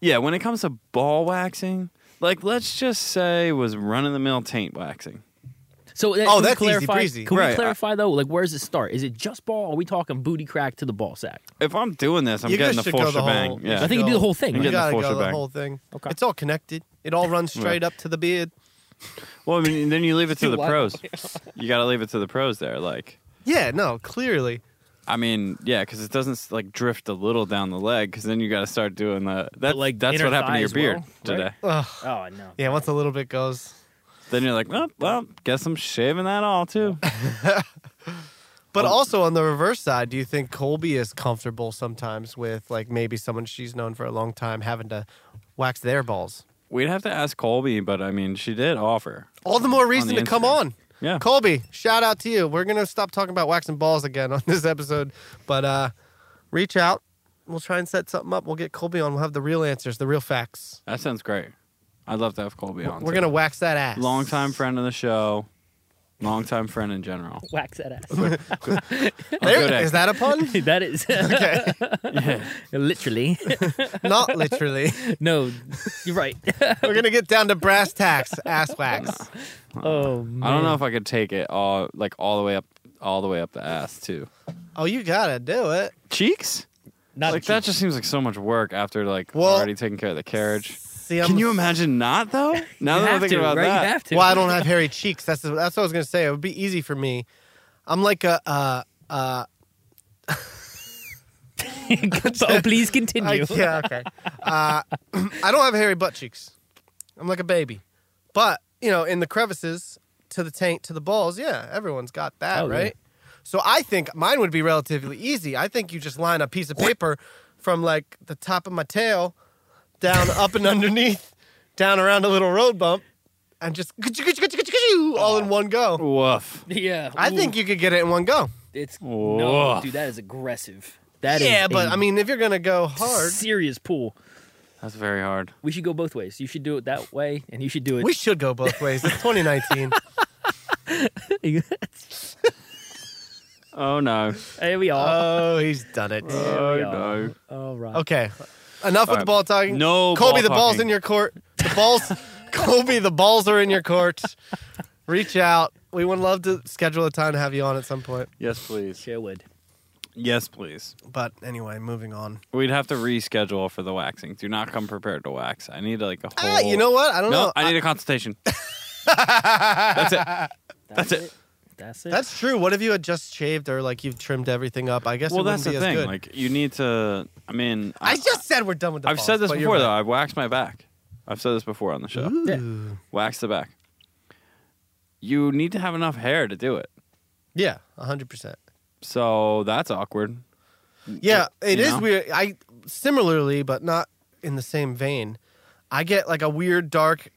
Speaker 1: yeah, when it comes to ball waxing, like let's just say was run of the mill taint waxing.
Speaker 3: So uh,
Speaker 2: Oh,
Speaker 3: can we
Speaker 2: that's easy
Speaker 3: clarify,
Speaker 2: breezy.
Speaker 3: Can
Speaker 1: Right.
Speaker 3: we clarify though? Like, where does it start? Is it just ball? Or are we talking booty crack to the ball sack?
Speaker 1: If I'm doing this, I'm
Speaker 2: You guys
Speaker 1: getting the
Speaker 2: should
Speaker 1: full
Speaker 2: go the
Speaker 1: shebang.
Speaker 2: whole-
Speaker 1: yeah,
Speaker 3: I think you do the whole thing.
Speaker 1: You
Speaker 2: You
Speaker 3: Right?
Speaker 1: get-
Speaker 2: gotta
Speaker 1: the full
Speaker 2: go the
Speaker 1: shebang.
Speaker 2: whole thing.
Speaker 3: Okay.
Speaker 2: It's all connected. It all runs straight up to the beard.
Speaker 1: well, I mean, then you leave
Speaker 3: *laughs*
Speaker 1: it to the
Speaker 3: Wow.
Speaker 1: pros. You got to leave it to the pros there. Like,
Speaker 2: Yeah. No. Clearly.
Speaker 1: I mean, yeah, because it doesn't like drift a little down the leg. Because then you got to start doing the that.
Speaker 3: like,
Speaker 1: that's
Speaker 3: inner
Speaker 1: what happened to
Speaker 3: thigh
Speaker 1: your
Speaker 3: as well,
Speaker 1: beard
Speaker 3: right?
Speaker 1: today.
Speaker 2: Ugh.
Speaker 3: Oh no.
Speaker 2: Yeah. Once a little bit goes.
Speaker 1: Then you're like, well, well, guess I'm shaving that all
Speaker 3: *laughs*
Speaker 1: too.
Speaker 2: But also on the reverse side, do you think Colby is comfortable sometimes with like maybe someone she's known for a long time having to wax their balls?
Speaker 1: We'd have to ask Colby, but I mean, she did offer.
Speaker 2: All the more reason
Speaker 1: the
Speaker 2: to come
Speaker 1: Instagram.
Speaker 2: on.
Speaker 1: Yeah.
Speaker 2: Colby, shout out to you. We're gonna stop talking about waxing balls again on this episode, but uh, reach out. We'll try and set something up. We'll get Colby on. We'll have the real answers, the real facts.
Speaker 1: That sounds great. I'd love to have Colby on.
Speaker 2: We're
Speaker 1: too.
Speaker 2: gonna wax that ass. *laughs*
Speaker 1: longtime friend of the show, longtime friend in general.
Speaker 3: Wax that ass. *laughs*
Speaker 1: good
Speaker 2: There,
Speaker 1: at-
Speaker 2: is that a
Speaker 1: *laughs*
Speaker 2: pun?
Speaker 3: that is
Speaker 2: *laughs* okay,
Speaker 3: *laughs* literally.
Speaker 2: not
Speaker 1: *laughs*
Speaker 2: literally.
Speaker 3: no, you're *laughs* right.
Speaker 2: We're gonna get down to brass tacks, ass wax.
Speaker 3: Oh, man.
Speaker 1: I don't know if I could take it all like all the way up, all the way up the ass too.
Speaker 2: Oh, you gotta do it.
Speaker 1: Cheeks?
Speaker 3: Not
Speaker 1: like that just seems like so much work after like
Speaker 2: Well-
Speaker 1: already taking care of the carriage.
Speaker 2: See, I'm,
Speaker 1: Can you imagine not though?
Speaker 2: *laughs*
Speaker 1: Now that I'm
Speaker 3: You have
Speaker 1: thinking
Speaker 3: to,
Speaker 1: about
Speaker 3: right?
Speaker 1: that,
Speaker 3: You have to.
Speaker 2: Well, I don't have hairy cheeks. That's the, that's what I was gonna say. It would be easy for me. I'm like a. Uh, uh,
Speaker 3: *laughs* oh, please
Speaker 2: *laughs*
Speaker 3: continue.
Speaker 2: I, yeah, okay. Uh, *clears throat* I don't have hairy butt cheeks. I'm like a baby, but you know, in the crevices to the taint to the balls, yeah, everyone's got that,
Speaker 3: Oh, yeah.
Speaker 2: right? So I think mine would be relatively easy. I think you just line a piece of paper from like the top of my tail
Speaker 3: *laughs*
Speaker 2: down, up and underneath, down around a little road bump, and just all in one go.
Speaker 1: woof.
Speaker 3: *laughs* Yeah.
Speaker 2: I think you could get it in one go.
Speaker 3: it's
Speaker 1: Woof.
Speaker 3: dude. That is aggressive. That is
Speaker 2: yeah, but
Speaker 3: a
Speaker 2: I mean, if you're gonna go hard,
Speaker 3: serious pool.
Speaker 1: That's very hard.
Speaker 3: We should go both ways. You should do it that way, and you should do it.
Speaker 2: we should go both ways.
Speaker 3: *laughs*
Speaker 2: It's 2019.
Speaker 1: Oh no.
Speaker 3: There we are.
Speaker 2: oh, he's done it.
Speaker 1: Oh
Speaker 3: we are.
Speaker 1: no.
Speaker 3: All right.
Speaker 2: Okay. Enough with
Speaker 1: right.
Speaker 2: the ball talking.
Speaker 1: No
Speaker 2: Colby,
Speaker 1: ball
Speaker 2: the ball's
Speaker 1: talking.
Speaker 2: in your court. The
Speaker 1: *laughs*
Speaker 2: balls, Colby, the balls are in your court. Reach out. We would love to schedule a time to have you on at some point.
Speaker 1: Yes, please.
Speaker 3: Sherwood.
Speaker 1: Yes, please.
Speaker 2: But anyway, moving on.
Speaker 1: We'd have to reschedule for the waxing. Do not come prepared to wax. I need like a whole.
Speaker 2: Ah, you know what? I don't
Speaker 1: no,
Speaker 2: know.
Speaker 1: I need
Speaker 2: *laughs*
Speaker 1: a consultation. That's it.
Speaker 3: That's,
Speaker 1: That's it.
Speaker 3: That's it.
Speaker 2: that's true. What if you had just shaved or like you've trimmed everything up? I guess
Speaker 1: well,
Speaker 2: it wouldn't
Speaker 1: that's the
Speaker 2: be
Speaker 1: thing.
Speaker 2: as good.
Speaker 1: Like, you need to. I mean,
Speaker 2: I just said we're done with the
Speaker 1: I've
Speaker 2: balls,
Speaker 1: said this
Speaker 2: but you're Mm-hmm.
Speaker 1: before, though.
Speaker 2: right.
Speaker 1: I've waxed my back. I've said this before on the show.
Speaker 3: Yeah.
Speaker 2: Ooh.
Speaker 1: Wax the back. You need to have enough hair to do it.
Speaker 2: Yeah, 100%.
Speaker 1: So that's awkward.
Speaker 2: Yeah, it
Speaker 1: you
Speaker 2: is
Speaker 1: know?
Speaker 2: weird. I similarly, but not in the same vein. I get like a weird dark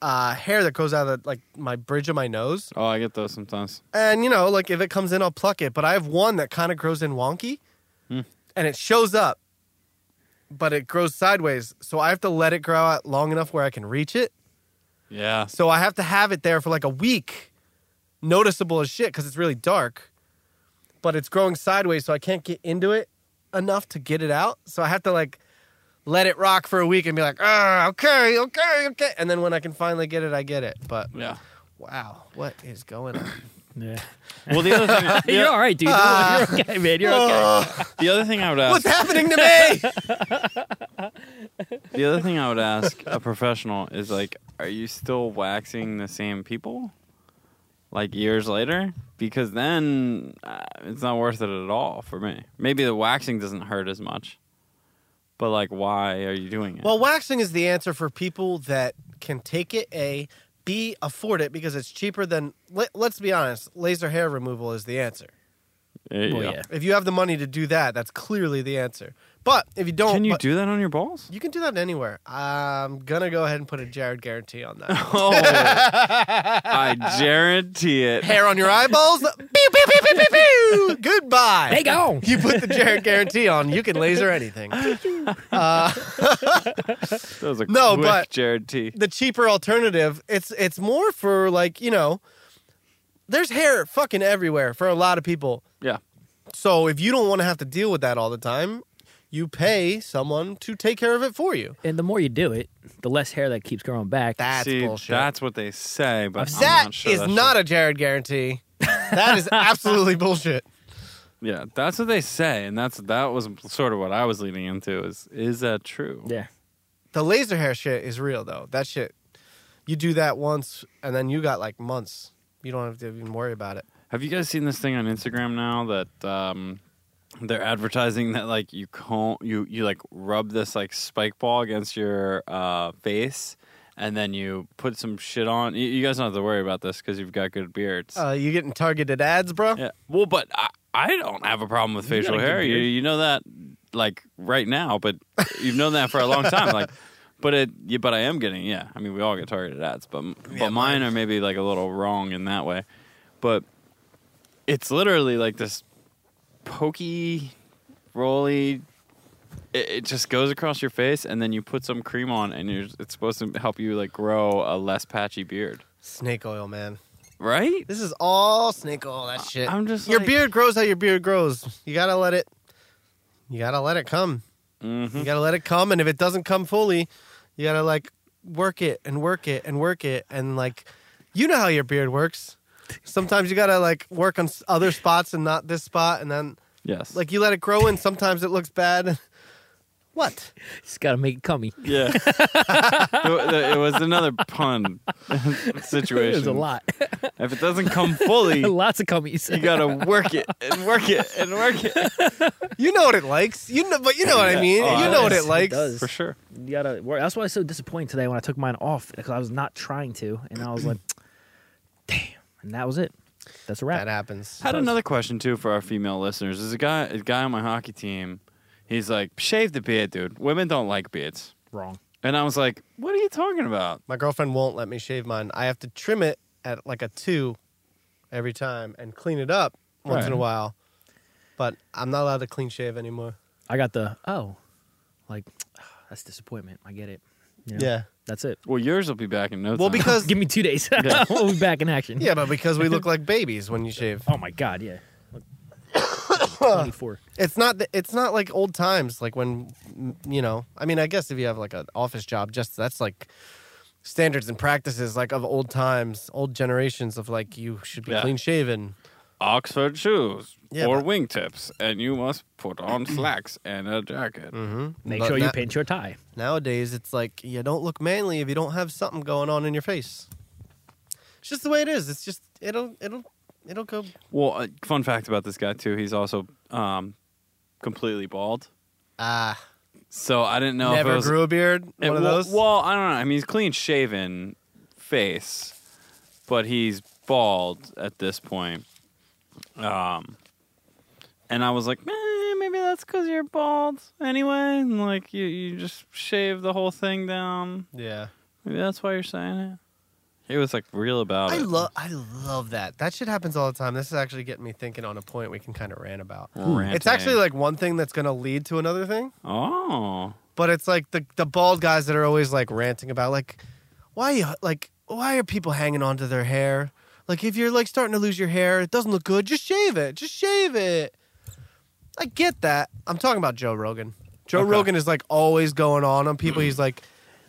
Speaker 2: uh, hair that goes out of like my bridge of my nose,
Speaker 1: Oh, I get those sometimes.
Speaker 2: and you know, like if it comes in, I'll pluck it. But I have one that kind of grows in wonky,
Speaker 1: Hmm.
Speaker 2: and it shows up, but it grows sideways. So I have to let it grow out long enough where I can reach it.
Speaker 1: Yeah.
Speaker 2: So I have to have it there for like a week, noticeable as shit because it's really dark, but it's growing sideways, so I can't get into it enough to get it out. So I have to like let it rock for a week and be like, ah, okay, okay, okay. And then when I can finally get it, I get it. But
Speaker 1: Yeah.
Speaker 2: wow, what is going on?
Speaker 3: Yeah.
Speaker 1: Well, the
Speaker 2: *laughs*
Speaker 1: other thing, the,
Speaker 3: You're all right, dude. you're okay, man. You're okay.
Speaker 1: the other thing I would
Speaker 2: What's
Speaker 1: ask,
Speaker 2: happening to me?
Speaker 1: the other thing I would ask a professional is like, are you still waxing the same people, like years later? Because then uh, it's not worth it at all for me. Maybe the waxing doesn't hurt as much, but like, why are you doing it?
Speaker 2: well, waxing is the answer for people that can take it, A, B, afford it because it's cheaper than, let, let's be honest, laser hair removal is the answer.
Speaker 1: Eh,
Speaker 3: Well, yeah.
Speaker 2: If you have the money to do that, that's clearly the answer. But if you don't,
Speaker 1: Can you
Speaker 2: but-
Speaker 1: do that on your balls?
Speaker 2: You can do that anywhere. I'm gonna go ahead and put a Jared guarantee on that.
Speaker 1: *laughs* Oh, I guarantee
Speaker 2: *laughs*
Speaker 1: it.
Speaker 2: Hair on your
Speaker 1: *laughs*
Speaker 2: eyeballs. pew, pew, pew, pew, pew, pew. Goodbye.
Speaker 3: They gone.
Speaker 2: You put the Jared guarantee on. You can laser anything.
Speaker 1: That was a
Speaker 2: No,
Speaker 1: quick
Speaker 2: but-
Speaker 1: Jared T.
Speaker 2: The cheaper alternative. It's it's more for like you know. There's hair fucking everywhere for a lot of people.
Speaker 1: Yeah.
Speaker 2: So if you don't want to have to deal with that all the time, you pay someone to take care of it for you.
Speaker 3: And the more you do it, the less hair that keeps growing back.
Speaker 2: That's
Speaker 1: See,
Speaker 2: bullshit.
Speaker 1: that's what they say, but I'm
Speaker 2: That
Speaker 1: not sure
Speaker 2: is
Speaker 1: that's
Speaker 2: not a Jared guarantee. That
Speaker 1: *laughs*
Speaker 2: is absolutely bullshit.
Speaker 1: true. Yeah, that's what they say, and that's that was sort of what I was leaning into. Is is that true?
Speaker 3: yeah.
Speaker 2: The laser hair shit is real though. That shit, you do that once and then you got like months. You don't have to even worry about it.
Speaker 1: Have you guys seen this thing on Instagram now that um, they're advertising that like you comb you you like rub this like spike ball against your uh, face, and then you put some shit on. You, you guys don't have to worry about this because you've got good beards.
Speaker 2: Uh, you getting targeted ads, bro?
Speaker 1: Yeah. Well, but I, I don't have a problem with
Speaker 3: You got
Speaker 1: facial
Speaker 3: a good
Speaker 1: hair. You
Speaker 3: beard.
Speaker 1: you know that like right now, but you've known that for a long time. Like But it, yeah, but I am getting, yeah. I mean, we all get targeted ads, but
Speaker 2: Yeah,
Speaker 1: but mine are maybe like a little wrong in that way. But it's literally like this pokey, roly. It, it just goes across your face, and then you put some cream on, and you're, it's supposed to help you like grow a less patchy beard,
Speaker 2: Snake oil, man.
Speaker 1: right?
Speaker 2: This is all snake oil. That shit.
Speaker 1: I'm just
Speaker 2: your
Speaker 1: like-
Speaker 2: beard grows how your beard grows. You gotta let it. You gotta let it come.
Speaker 1: Mm-hmm.
Speaker 2: You gotta let it come, and if it doesn't come fully, you gotta like work it and work it and work it, and like you know how your beard works. Sometimes you gotta like work on s- other spots and not this spot, and then
Speaker 1: Yes,
Speaker 2: like you let it grow, and sometimes it looks bad. What?
Speaker 3: Just gotta make it cummy. *laughs*
Speaker 2: *laughs*
Speaker 1: yeah. it, it was another pun situation.
Speaker 3: There's a lot, *laughs*
Speaker 1: If it doesn't
Speaker 2: *laughs*
Speaker 1: come fully,
Speaker 3: lots of cummies.
Speaker 1: you gotta work it and work it and work
Speaker 2: *laughs*
Speaker 1: it
Speaker 2: You know what it likes. You know, but you know what I mean.
Speaker 1: Oh,
Speaker 2: you
Speaker 1: it
Speaker 2: know what
Speaker 3: does.
Speaker 2: it
Speaker 3: It
Speaker 2: likes.
Speaker 3: does.
Speaker 1: for sure.
Speaker 3: *laughs* You gotta work. That's why I was so disappointed today when I took mine off because I was not trying to, and I was like, *clears throat* "Damn!" And that was it. That's a
Speaker 2: That
Speaker 3: wrap.
Speaker 2: happens.
Speaker 1: Had another question too for our female listeners. There's a guy, a guy on my hockey team. He's like, shave the beard, dude. Women don't like beards.
Speaker 3: Wrong.
Speaker 1: And I was like, what are you talking about?
Speaker 2: My girlfriend won't let me shave mine. I have to trim it at like a two every time and clean it up once in a
Speaker 1: Right.
Speaker 2: while. But I'm not allowed to clean shave anymore.
Speaker 3: I got the oh, like *sighs* that's disappointment. I get it. You know,
Speaker 2: Yeah.
Speaker 3: that's it.
Speaker 1: Well, yours will be back in no time.
Speaker 2: Well, *laughs* because
Speaker 3: Give me two days. *laughs* we'll be back in action.
Speaker 2: yeah, but because *laughs* we look like babies when you *laughs* shave.
Speaker 3: Oh my god. Yeah.
Speaker 2: Uh,
Speaker 3: Twenty four.
Speaker 2: It's not th- it's not like old times like when mm, you know. I mean, I guess if you have like an office job, just that's like standards and practices like of old times, old generations of like you should be
Speaker 1: Yeah.
Speaker 2: clean shaven.
Speaker 1: Oxford shoes
Speaker 2: Yeah,
Speaker 1: or
Speaker 2: but-
Speaker 1: wingtips, and you must put on slacks and a jacket.
Speaker 3: Make
Speaker 2: But
Speaker 3: sure you
Speaker 2: na-
Speaker 3: pinch your tie.
Speaker 2: Nowadays, it's like you don't look manly if you don't have something going on in your face. It's just the way it is. It's just it'll it'll it'll go.
Speaker 1: Well, uh, fun fact about this guy too. He's also um, completely bald.
Speaker 2: Ah,
Speaker 1: So I didn't know if
Speaker 2: never
Speaker 1: it was
Speaker 2: grew a beard.
Speaker 1: It-
Speaker 2: one of
Speaker 1: well,
Speaker 2: those.
Speaker 1: Well, I don't know. I mean, he's clean shaven face, but he's bald at this point. Um, and I was like, eh, maybe that's because you're bald anyway, and like you you just shave the whole thing down.
Speaker 2: yeah,
Speaker 1: Maybe that's why you're saying it. He was like real about
Speaker 2: I
Speaker 1: it.
Speaker 2: love I love that. That shit happens all the time. This is actually getting me thinking on a point we can kind of rant about.
Speaker 1: Ranting.
Speaker 2: It's actually like one thing that's going to lead to another thing,
Speaker 1: oh,
Speaker 2: but it's like the the bald guys that are always like ranting about like why you like why are people hanging on to their hair? Like if you're like starting to lose your hair, it doesn't look good. Just shave it. Just shave it. I get that. I'm talking about Joe Rogan. Joe
Speaker 1: Okay.
Speaker 2: Rogan is like always going on on people. He's like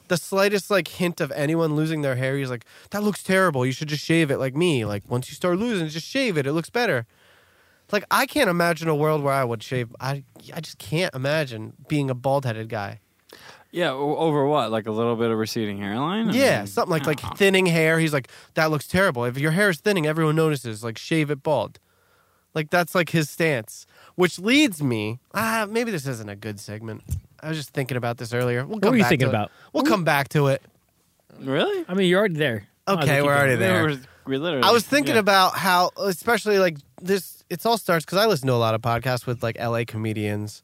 Speaker 2: the slightest like hint of anyone losing their hair, he's like, "That looks terrible. You should just shave it." Like me, like once you start losing, it, just shave it. It looks better. Like I can't imagine a world where I would shave. I I just can't imagine being a bald-headed guy.
Speaker 1: yeah. o- Over what? Like a little bit of receding hairline? I
Speaker 2: Yeah,
Speaker 1: mean,
Speaker 3: Hmm.
Speaker 2: something like
Speaker 1: no.
Speaker 2: like thinning hair. He's like, that looks terrible. If your hair is thinning, everyone notices. Like shave it bald. Like that's like his stance, which leads me. Ah, maybe this isn't a good segment. I was just thinking about this earlier. We'll come
Speaker 3: were you
Speaker 2: back
Speaker 3: thinking
Speaker 2: to it.
Speaker 3: about?
Speaker 2: We'll come back to it.
Speaker 1: *gasps* really.
Speaker 3: I mean, you're already there. Might as
Speaker 2: Okay,
Speaker 3: well keep
Speaker 2: we're
Speaker 3: going.
Speaker 2: already there.
Speaker 1: We were- we literally.
Speaker 2: I was thinking
Speaker 1: yeah.
Speaker 2: about how, especially like this, it's all starts because I listen to a lot of podcasts with like LA comedians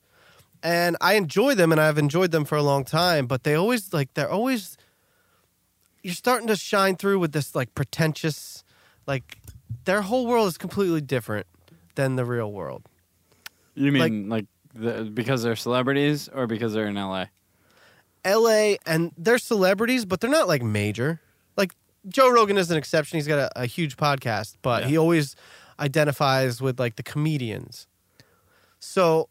Speaker 2: and I enjoy them and I've enjoyed them for a long time, but they always like, they're always, you're starting to shine through with this like pretentious, like their whole world is completely different than the real world.
Speaker 1: You mean like, the, because they're celebrities or because they're in LA?
Speaker 2: LA and they're celebrities, but they're not like major. Like Joe Rogan is an exception. He's got a, a huge podcast, but
Speaker 1: Yeah.
Speaker 2: he always identifies with like the comedians. So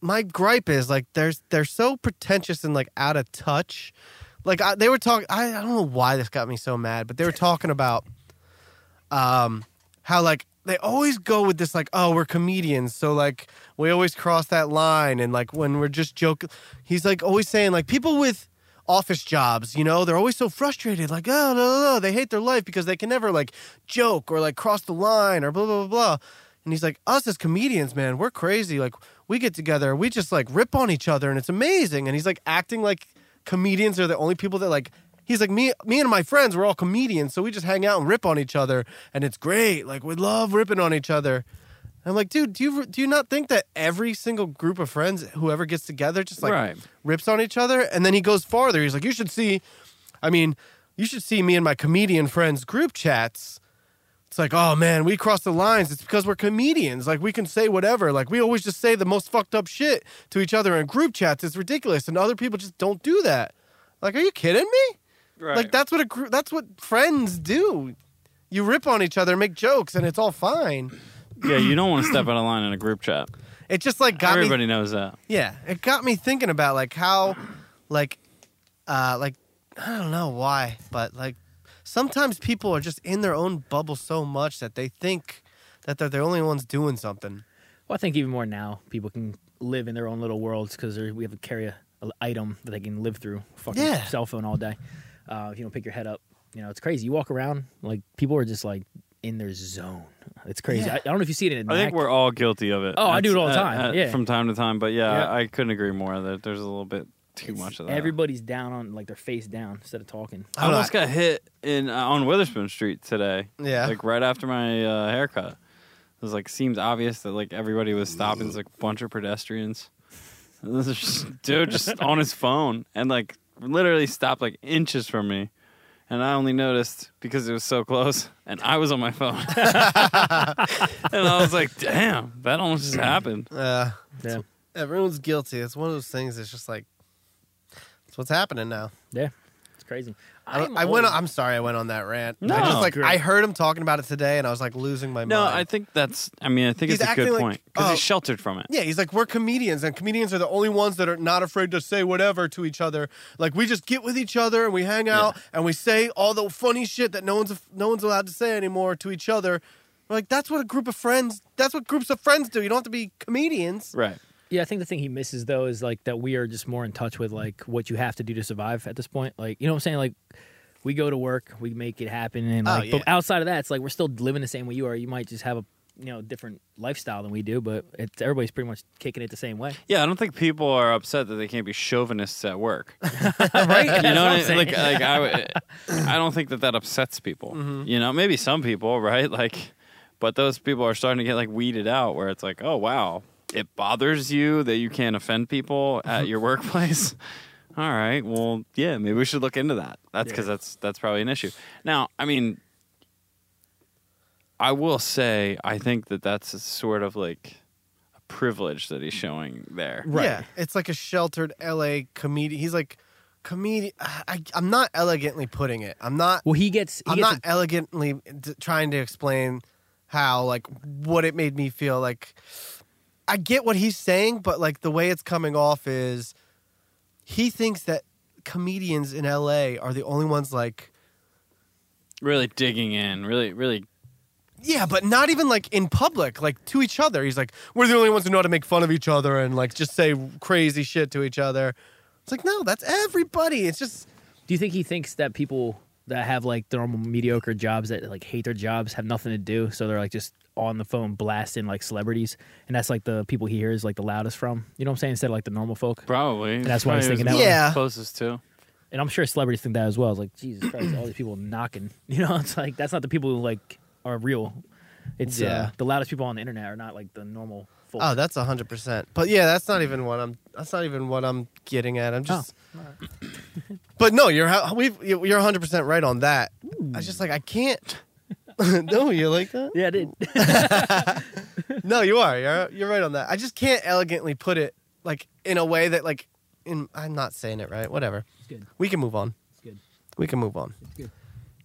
Speaker 2: my gripe is like there's they're so pretentious and like out of touch. Like I, they were talking I, I don't know why this got me so mad, but they were talking about um how like they always go with this like oh we're comedians so like we always cross that line and like when we're just joking he's like always saying like people with office jobs you know they're always so frustrated like oh no, no, no. they hate their life because they can never like joke or like cross the line or blah blah blah blah and he's like us as comedians man we're crazy like we get together we just like rip on each other and it's amazing and he's like acting like comedians are the only people that like he's like me me and my friends we're all comedians so we just hang out and rip on each other and it's great like we love ripping on each other I'm like, dude, do you do you not think that every single group of friends, whoever gets together, just like
Speaker 1: Right.
Speaker 2: rips on each other? And then he goes farther. He's like, you should see, I mean, you should see me and my comedian friends group chats. It's like, oh man, we cross the lines. It's because we're comedians. Like we can say whatever. Like we always just say the most fucked up shit to each other in group chats. It's ridiculous, and other people just don't do that. Like, are you kidding me?
Speaker 1: Right.
Speaker 2: Like that's what a group. That's what friends do. You rip on each other, make jokes, and it's all fine.
Speaker 1: Yeah, you don't want to step out of line in a group chat.
Speaker 2: It just like got me.
Speaker 1: Everybody knows that.
Speaker 2: Yeah, it got me thinking about like how, like, uh, like I don't know why, but like sometimes people are just in their own bubble so much that they think that they're the only ones doing something.
Speaker 3: Well, I think even more now, people can live in their own little worlds because we have to carry a, a item that they can live through. Fucking
Speaker 2: Yeah.
Speaker 3: cell phone all day. Uh, if you don't pick your head up, you know it's crazy. You walk around like people are just like in their zone. It's crazy.
Speaker 2: Yeah.
Speaker 3: I, I don't know if you see it in.
Speaker 1: I think
Speaker 3: Mac.
Speaker 1: we're all guilty of it.
Speaker 3: Oh, I do it all the
Speaker 1: That's-
Speaker 3: time, yeah.
Speaker 1: from time to time. But yeah,
Speaker 3: Yeah.
Speaker 1: I couldn't agree more that there's a little bit too
Speaker 3: It's-
Speaker 1: much of that.
Speaker 3: Everybody's down on like their face down instead of talking.
Speaker 1: I almost got hit in uh, on Witherspoon Street today.
Speaker 2: Yeah.
Speaker 1: like right after my uh, haircut. It was like seems obvious that like everybody was stopping. It's like a bunch of pedestrians. *laughs* And this is just, dude *laughs* just on his phone and like literally stopped like inches from me, and I only noticed because it was so close, and I was on my phone, *laughs* and I was like, damn, that almost just happened.
Speaker 2: Uh,
Speaker 3: Yeah,
Speaker 2: everyone's guilty. It's one of those things. that's just like it's what's happening now.
Speaker 3: yeah, it's crazy.
Speaker 2: I,
Speaker 3: I'm
Speaker 2: I went.
Speaker 3: old.
Speaker 2: I'm sorry. I went on that rant.
Speaker 1: No.
Speaker 2: I just like
Speaker 3: Great.
Speaker 2: I heard him talking about it today, and I was like losing my
Speaker 1: No,
Speaker 2: mind.
Speaker 1: I think that's. I mean, I think
Speaker 2: He's
Speaker 1: it's a
Speaker 2: acting
Speaker 1: good
Speaker 2: like-
Speaker 1: point because
Speaker 2: oh.
Speaker 1: he's sheltered from it.
Speaker 2: Yeah, he's like, we're comedians, and comedians are the only ones that are not afraid to say whatever to each other. Like, we just get with each other and we hang out and we say all the funny shit that no one's no one's allowed to say anymore to each other. We're like, that's what a group of friends. That's what groups of friends do. You don't have to be comedians.
Speaker 1: Right.
Speaker 3: Yeah, I think the thing he misses though is like that we are just more in touch with like what you have to do to survive at this point. Like you know what I'm saying? Like we go to work, we make it happen, and
Speaker 2: Oh,
Speaker 3: like
Speaker 2: yeah.
Speaker 3: but outside of that, it's like we're still living the same way you are. You might just have a you know different lifestyle than we do, but it's everybody's pretty much kicking it the
Speaker 2: *laughs*
Speaker 3: same way. *laughs*
Speaker 1: Yeah, I don't think people are upset that they can't be chauvinists at work.
Speaker 3: right?
Speaker 1: You know, what I, like,
Speaker 2: uh,
Speaker 1: like I, would- I don't think that that upsets people. You know, maybe some people, right? Like, but those people are starting to get like weeded out, where it's like, oh wow, it bothers you that you can't offend people at your workplace. All right, well, yeah, maybe we should look into that. That's because that's that's probably an issue. Now, I mean, I will say, I think that that's a sort of like a privilege that he's showing there.
Speaker 3: Right.
Speaker 2: Yeah, it's like a sheltered LA comedian. He's like, comedian. I, I'm not elegantly putting it. I'm not.
Speaker 3: Well, he gets. He
Speaker 2: I'm
Speaker 3: gets
Speaker 2: not elegantly d- trying to explain how, like, what it made me feel. Like, I get what he's saying, but like the way it's coming off is, he thinks that comedians in LA are the only ones like,
Speaker 1: Really digging in, really, really
Speaker 2: yeah, but not even like in public, like to each other. He's like, we're the only ones who know how to make fun of each other and like just say crazy shit to each other. It's like, no, that's everybody. It's just
Speaker 3: Do you think he thinks that people that have like their normal mediocre jobs that like hate their jobs have nothing to do, so they're like just on the phone blasting like celebrities, and that's like the people he hears like the loudest from. You know what I'm saying? Instead of like the normal folk,
Speaker 1: Probably.
Speaker 3: That's what I was
Speaker 1: Probably
Speaker 3: thinking
Speaker 1: was
Speaker 3: that
Speaker 2: one. Yeah.
Speaker 1: Closest to.
Speaker 3: and I'm sure celebrities think that as well. It's like Jesus Christ, all these people knocking. *laughs* You know, it's like that's not the people who like are real. It's
Speaker 2: Yeah.
Speaker 3: uh, the loudest people on the internet are not like the normal folk.
Speaker 2: Oh, that's hundred percent. But yeah, that's not even what I'm. That's not even what I'm getting at. I'm just. *coughs* but no, you're ha- we've you're hundred percent right on that. I was just like I can't. *laughs* no, you like that?
Speaker 3: yeah, I did.
Speaker 2: No, you are. You're you're right on that. I just can't elegantly put it like in a way that like in. I'm not saying it right. Whatever.
Speaker 3: good.
Speaker 2: We can move on.
Speaker 3: It's good.
Speaker 2: We can move on.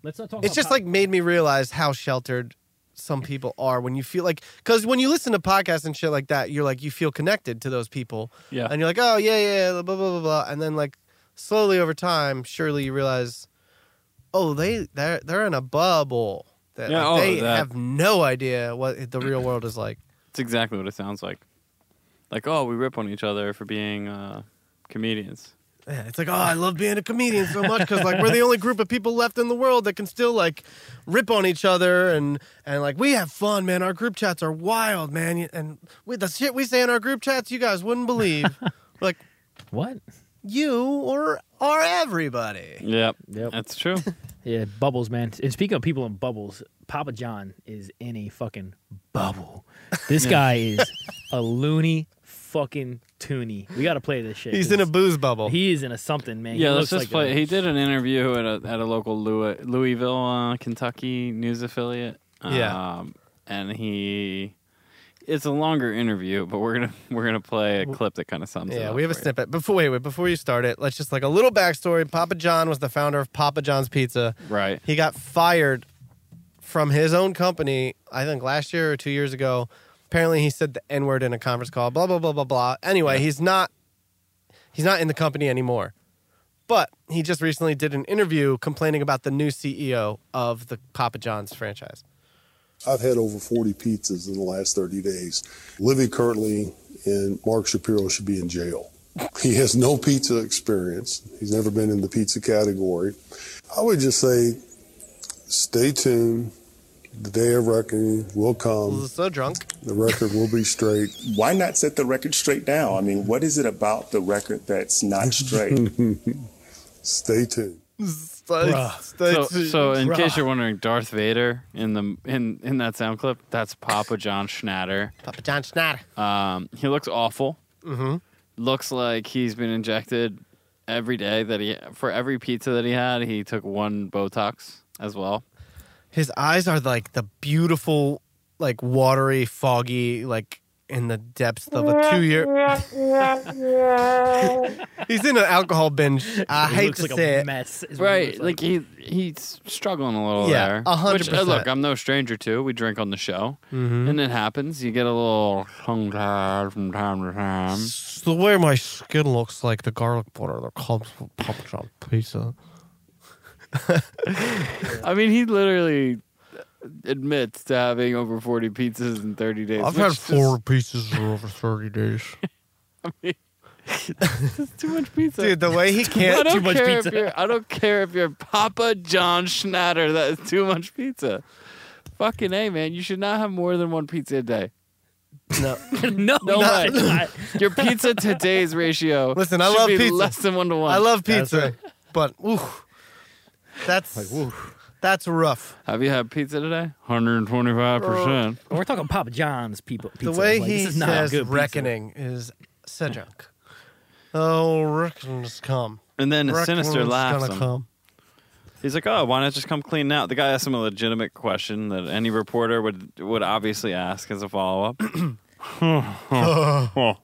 Speaker 3: Let's not talk.
Speaker 2: It's just like made me realize how sheltered some people are when you feel like because when you listen to podcasts and shit like that, you're like you feel connected to those people.
Speaker 1: Yeah.
Speaker 2: *laughs* and you're like, oh yeah, yeah, blah blah blah blah, blah. and then like slowly over time, surely you realize, oh, they they're they're in a bubble that
Speaker 1: Yeah,
Speaker 2: like,
Speaker 1: oh,
Speaker 2: they
Speaker 1: that.
Speaker 2: have no idea what the real world is like.
Speaker 1: It's exactly what it sounds like. Like, oh, we rip on each other for being uh, comedians.
Speaker 2: Yeah, it's like, oh, I love being a comedian so much because like we're the only group of people left in the world that can still like rip on each other and and like we have fun, man. Our group chats are wild, man, and we, the shit we say in our group chats, you guys wouldn't
Speaker 1: *laughs*
Speaker 2: believe. like
Speaker 3: what?
Speaker 2: you or or everybody.
Speaker 1: Yep.
Speaker 3: Yep.
Speaker 1: That's true.
Speaker 3: *laughs* Yeah, bubbles, man. And speaking of people in bubbles, Papa John is in a fucking bubble. This guy
Speaker 1: *laughs*
Speaker 3: is a loony fucking toony. We got to play this shit.
Speaker 2: He's in a
Speaker 3: 'cause
Speaker 2: booze bubble.
Speaker 3: He is in a something, man. He
Speaker 1: yeah,
Speaker 3: looks
Speaker 1: let's just
Speaker 3: like
Speaker 1: play.
Speaker 3: a-
Speaker 1: he did an interview at a at a local Louis, Louisville, uh, Kentucky news affiliate.
Speaker 2: Yeah.
Speaker 1: um, and he. It's a longer interview, but we're gonna *laughs* we're gonna play a clip that kind of sums it up.
Speaker 2: yeah, we have a
Speaker 1: for you.
Speaker 2: snippet. Before wait, wait, before you start it, let's just like a little backstory. Papa John was the founder of Papa John's Pizza.
Speaker 1: Right.
Speaker 2: He got fired from his own company, I think last year or two years ago. Apparently, he said the N word in a conference call. Blah blah blah blah blah. Anyway, he's not he's not in the company anymore. But he just recently did an interview complaining about the new CEO of the Papa John's franchise.
Speaker 4: I've had over 40 pizzas in the last 30 days. Living currently in Mark Shapiro should be in jail. *laughs* He has no pizza experience. He's never been in the pizza category. I would just say stay tuned. The day of reckoning will come.
Speaker 2: So drunk.
Speaker 4: The record will be straight.
Speaker 5: why not set the record straight now? I mean, what is it about the record that's not straight?
Speaker 4: Stay tuned.
Speaker 2: Bruh.
Speaker 1: So, so in
Speaker 3: Bruh.
Speaker 1: case you're wondering, Darth Vader in the in in that sound clip, that's Papa John Schnatter.
Speaker 2: Papa John Schnatter.
Speaker 1: Um, he looks awful. Mm-hmm. Looks like he's been injected every day that he for every pizza that he had, he took one Botox as well.
Speaker 2: His eyes are like the beautiful, like watery, foggy, like in the depths of a two year. *laughs* He's in an alcohol binge. I
Speaker 3: He
Speaker 2: hate
Speaker 3: looks
Speaker 2: to
Speaker 3: like
Speaker 2: say
Speaker 3: a
Speaker 2: it.
Speaker 3: mess. is what he
Speaker 1: Right,
Speaker 3: looks
Speaker 1: like he he's struggling a little
Speaker 2: Yeah,
Speaker 1: there.
Speaker 2: a hundred
Speaker 1: Which, uh, Look,
Speaker 2: percent. Mm-hmm.
Speaker 1: I'm no stranger to. We drink on the show, and it happens. You get a little tongue tied from time to time.
Speaker 2: It's the way my skin looks like the garlic butter that comes from Papa John pizza.
Speaker 1: I mean, he literally admits to having over 40 pizzas in 30 days.
Speaker 2: I've
Speaker 1: which
Speaker 2: had
Speaker 1: is *laughs*
Speaker 2: four pieces for over thirty
Speaker 3: *laughs*
Speaker 2: days.
Speaker 1: too much pizza.
Speaker 2: Dude, the way he
Speaker 1: I
Speaker 2: can't.
Speaker 1: don't
Speaker 3: too much
Speaker 1: care
Speaker 3: pizza.
Speaker 1: If you're, I don't care if you're Papa John Schnatter. That is too much pizza. Fucking A, man. You should not have more than one pizza a day.
Speaker 2: No.
Speaker 3: like. *laughs* no,
Speaker 1: *laughs* No
Speaker 3: he's
Speaker 1: way.
Speaker 3: not.
Speaker 2: *laughs*
Speaker 1: Your pizza to today's ratio.
Speaker 2: Listen, I
Speaker 1: should
Speaker 2: love
Speaker 1: be
Speaker 2: pizza.
Speaker 1: Less than one to one.
Speaker 2: I love
Speaker 3: That's
Speaker 2: pizza, but ooh, that's that's rough.
Speaker 1: Have you had pizza today? 125 percent.
Speaker 3: We're talking Papa John's people. Pizza.
Speaker 2: The way
Speaker 3: like,
Speaker 2: he
Speaker 3: this is not
Speaker 2: says
Speaker 3: good pizza.
Speaker 2: reckoning is so drunk. Oh, reckoning's come.
Speaker 1: And then a
Speaker 2: Reckoning's
Speaker 1: sinister laughs.
Speaker 2: gonna
Speaker 1: him.
Speaker 2: come.
Speaker 1: He's like, oh, why not just come clean out? The guy asked him a legitimate question that any reporter would would obviously ask as a follow up.
Speaker 3: And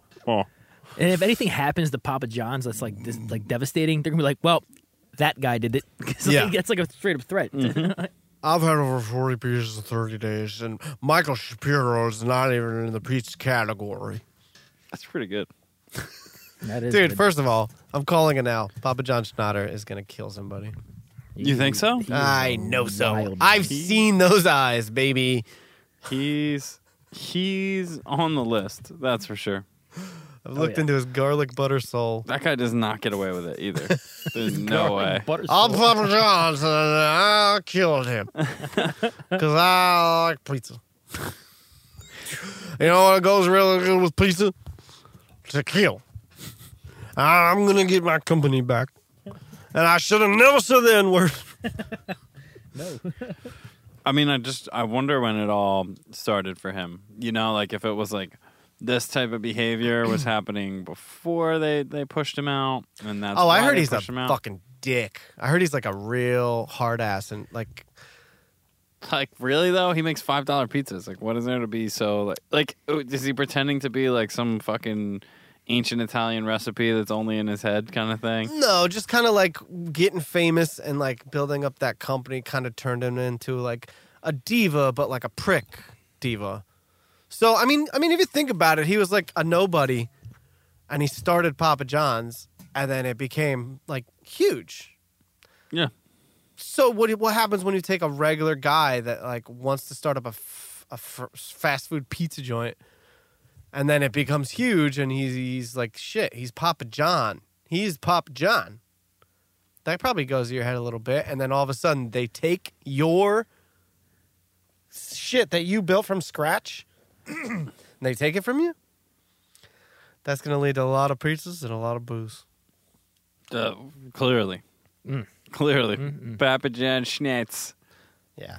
Speaker 3: if anything happens to Papa John's, that's like this, like devastating. They're gonna be like, well, that guy did it. *laughs* 'Cause, like,
Speaker 2: Yeah.
Speaker 3: that's like a straight up threat.
Speaker 1: Mm-hmm.
Speaker 2: I've had over 40 pizzas in 30 days, and Michael Shapiro is not even in the pizza category.
Speaker 1: *clears throat* That's pretty good.
Speaker 3: that is
Speaker 2: Dude,
Speaker 3: good.
Speaker 2: first of all, I'm calling it now. Papa John Schnatter is going to kill somebody.
Speaker 1: You think so?
Speaker 3: He is
Speaker 2: I
Speaker 3: a
Speaker 2: know so.
Speaker 3: wild
Speaker 2: I've
Speaker 3: man.
Speaker 2: seen those eyes, baby.
Speaker 1: He's he's on the list. That's for sure.
Speaker 2: I've looked
Speaker 3: Oh, yeah.
Speaker 2: into his garlic butter soul.
Speaker 1: That guy does not get away with it
Speaker 2: *laughs*
Speaker 1: either. There's no way.
Speaker 3: Butter-
Speaker 2: I'm Papa John's, and I killed
Speaker 1: *laughs*
Speaker 2: him. Because I like pizza. You know what goes really good with pizza? To kill. I'm going to get my company back. And I should have never said the N word.
Speaker 1: I mean, I just I wonder when it all started for him. You know, like if it was like this type of behavior was happening before they they pushed him out, and that's
Speaker 2: Oh, I
Speaker 1: why
Speaker 2: heard
Speaker 1: they
Speaker 2: he's a
Speaker 1: pushed him out.
Speaker 2: fucking dick. I heard he's like a real hard ass and like
Speaker 1: *laughs* Like really though, he makes five dollar pizzas. Like what is there to be so like like oh, is he pretending to be like some fucking ancient Italian recipe that's only in his head kind of thing?
Speaker 2: no, just kind of like getting famous and like building up that company kind of turned him into like a diva, but like a prick diva. So I mean, I mean, if you think about it, he was like a nobody, and he started Papa John's, and then it became like huge.
Speaker 1: Yeah,
Speaker 2: So what what happens when you take a regular guy that like wants to start up a, f- a f- fast food pizza joint, and then it becomes huge, and he's he's like shit. He's Papa John. He's Papa John. That probably goes to your head a little bit, and then all of a sudden they take your shit that you built from scratch, *clears throat* and they take it from you. That's gonna lead to a lot of pizzas and a lot of booze.
Speaker 1: uh,
Speaker 3: Mm.
Speaker 1: clearly, clearly, Papa John Schnitz. *laughs*
Speaker 2: Yeah.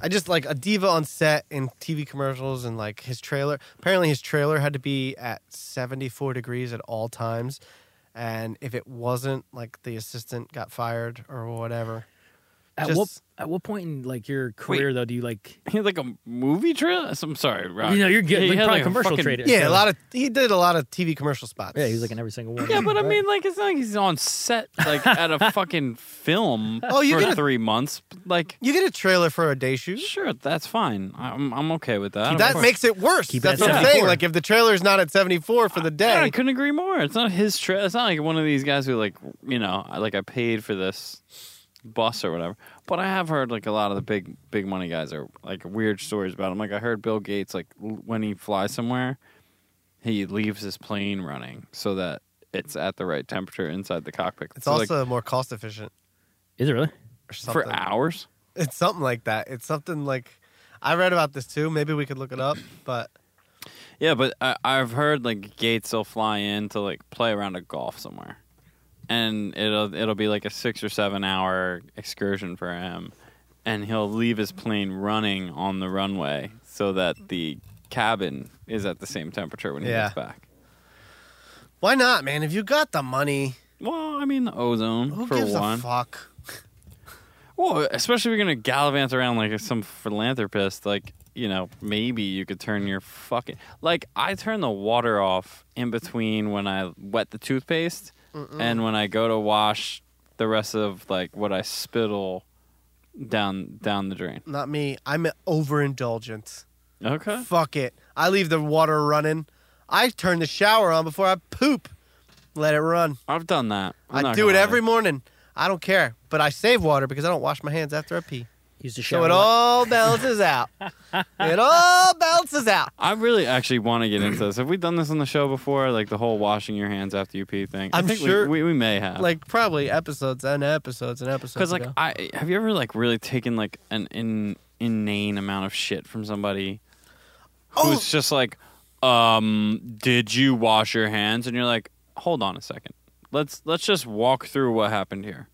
Speaker 2: I just like a diva on set in TV commercials and like his trailer. Apparently, his trailer had to be at 74 degrees at all times. And if it wasn't, like the assistant got fired or whatever.
Speaker 3: *laughs* At
Speaker 2: Just-
Speaker 3: what at what point in like your career though do you like?
Speaker 1: He had like a movie trailer. I'm sorry, Rob.
Speaker 3: You know, you're
Speaker 1: He
Speaker 3: getting like,
Speaker 1: had,
Speaker 3: probably
Speaker 1: like, a
Speaker 3: commercial
Speaker 1: fucking-
Speaker 3: trader.
Speaker 2: Yeah, a lot of he did a lot of TV commercial spots.
Speaker 3: *laughs* Yeah, he's like in every single one.
Speaker 1: Yeah, but I mean, like, it's not like he's on set, like,
Speaker 3: *laughs*
Speaker 1: at a fucking film
Speaker 2: Oh, you
Speaker 1: for
Speaker 2: get a-
Speaker 1: three months. Like,
Speaker 2: you get a trailer for a day shoot.
Speaker 1: sure, that's fine. I'm, I'm okay with that.
Speaker 2: That
Speaker 1: Of course.
Speaker 2: makes it worse.
Speaker 3: Keep it
Speaker 2: That's
Speaker 3: at
Speaker 2: what I'm
Speaker 3: 74.
Speaker 2: saying. Like if the trailer's not at 74 for the
Speaker 1: Yeah,
Speaker 2: day,
Speaker 1: I couldn't agree more. It's not his trip. It's not like one of these guys who, like, you know, I- like I paid for this bus or whatever. But I have heard like a lot of the big, big money guys are like weird stories about him. Like I heard Bill Gates, like l- when he flies somewhere, he leaves his plane running so that it's at the right temperature inside the cockpit.
Speaker 2: it's
Speaker 1: So, like,
Speaker 2: also more cost efficient
Speaker 3: is it really?
Speaker 2: or something.
Speaker 1: for hours.
Speaker 2: It's something like that. It's something like I read about this too. Maybe we could look it up, but
Speaker 1: Yeah, but I, I've heard like Gates will fly in to like play around a golf somewhere, and it'll it'll be like a six or seven hour excursion for him, and he'll leave his plane running on the runway so that the cabin is at the same temperature when he
Speaker 2: Yeah.
Speaker 1: gets back.
Speaker 2: why not, man? If you got the money,
Speaker 1: Well, I mean the ozone
Speaker 2: who
Speaker 1: for
Speaker 2: gives
Speaker 1: one.
Speaker 2: a fuck?
Speaker 1: Well, especially if you're gonna gallivant around like some philanthropist, like you know, maybe you could turn your fucking like I turn the water off in between when I wet the toothpaste and when I go to wash the rest of like what I spittle down down the drain.
Speaker 2: Not me. I'm overindulgent.
Speaker 1: Okay.
Speaker 2: Fuck it. I leave the water running. I turn the shower on before I poop. Let it run.
Speaker 1: I've done that. I'm
Speaker 2: I
Speaker 1: not
Speaker 2: do it
Speaker 1: gonna lie.
Speaker 2: every morning. I don't care, but I save water because I don't wash my hands after I pee.
Speaker 3: Use
Speaker 2: So
Speaker 3: the shower.
Speaker 2: it
Speaker 3: light.
Speaker 2: all balances
Speaker 1: *laughs*
Speaker 2: out. It all balances out.
Speaker 1: I really actually want to get into this. Have we done this on the show before? Like the whole washing your hands after you pee thing. I
Speaker 2: I'm
Speaker 1: think we-
Speaker 2: sure-
Speaker 1: we, we may have.
Speaker 2: Like probably episodes and episodes and episodes.
Speaker 1: Because like
Speaker 2: ago.
Speaker 1: I have you ever like really taken like an in, inane amount of shit from somebody
Speaker 2: Oh.
Speaker 1: who's just like, um, did you wash your hands? And you're like, hold on a second, let's let's just walk through what happened here.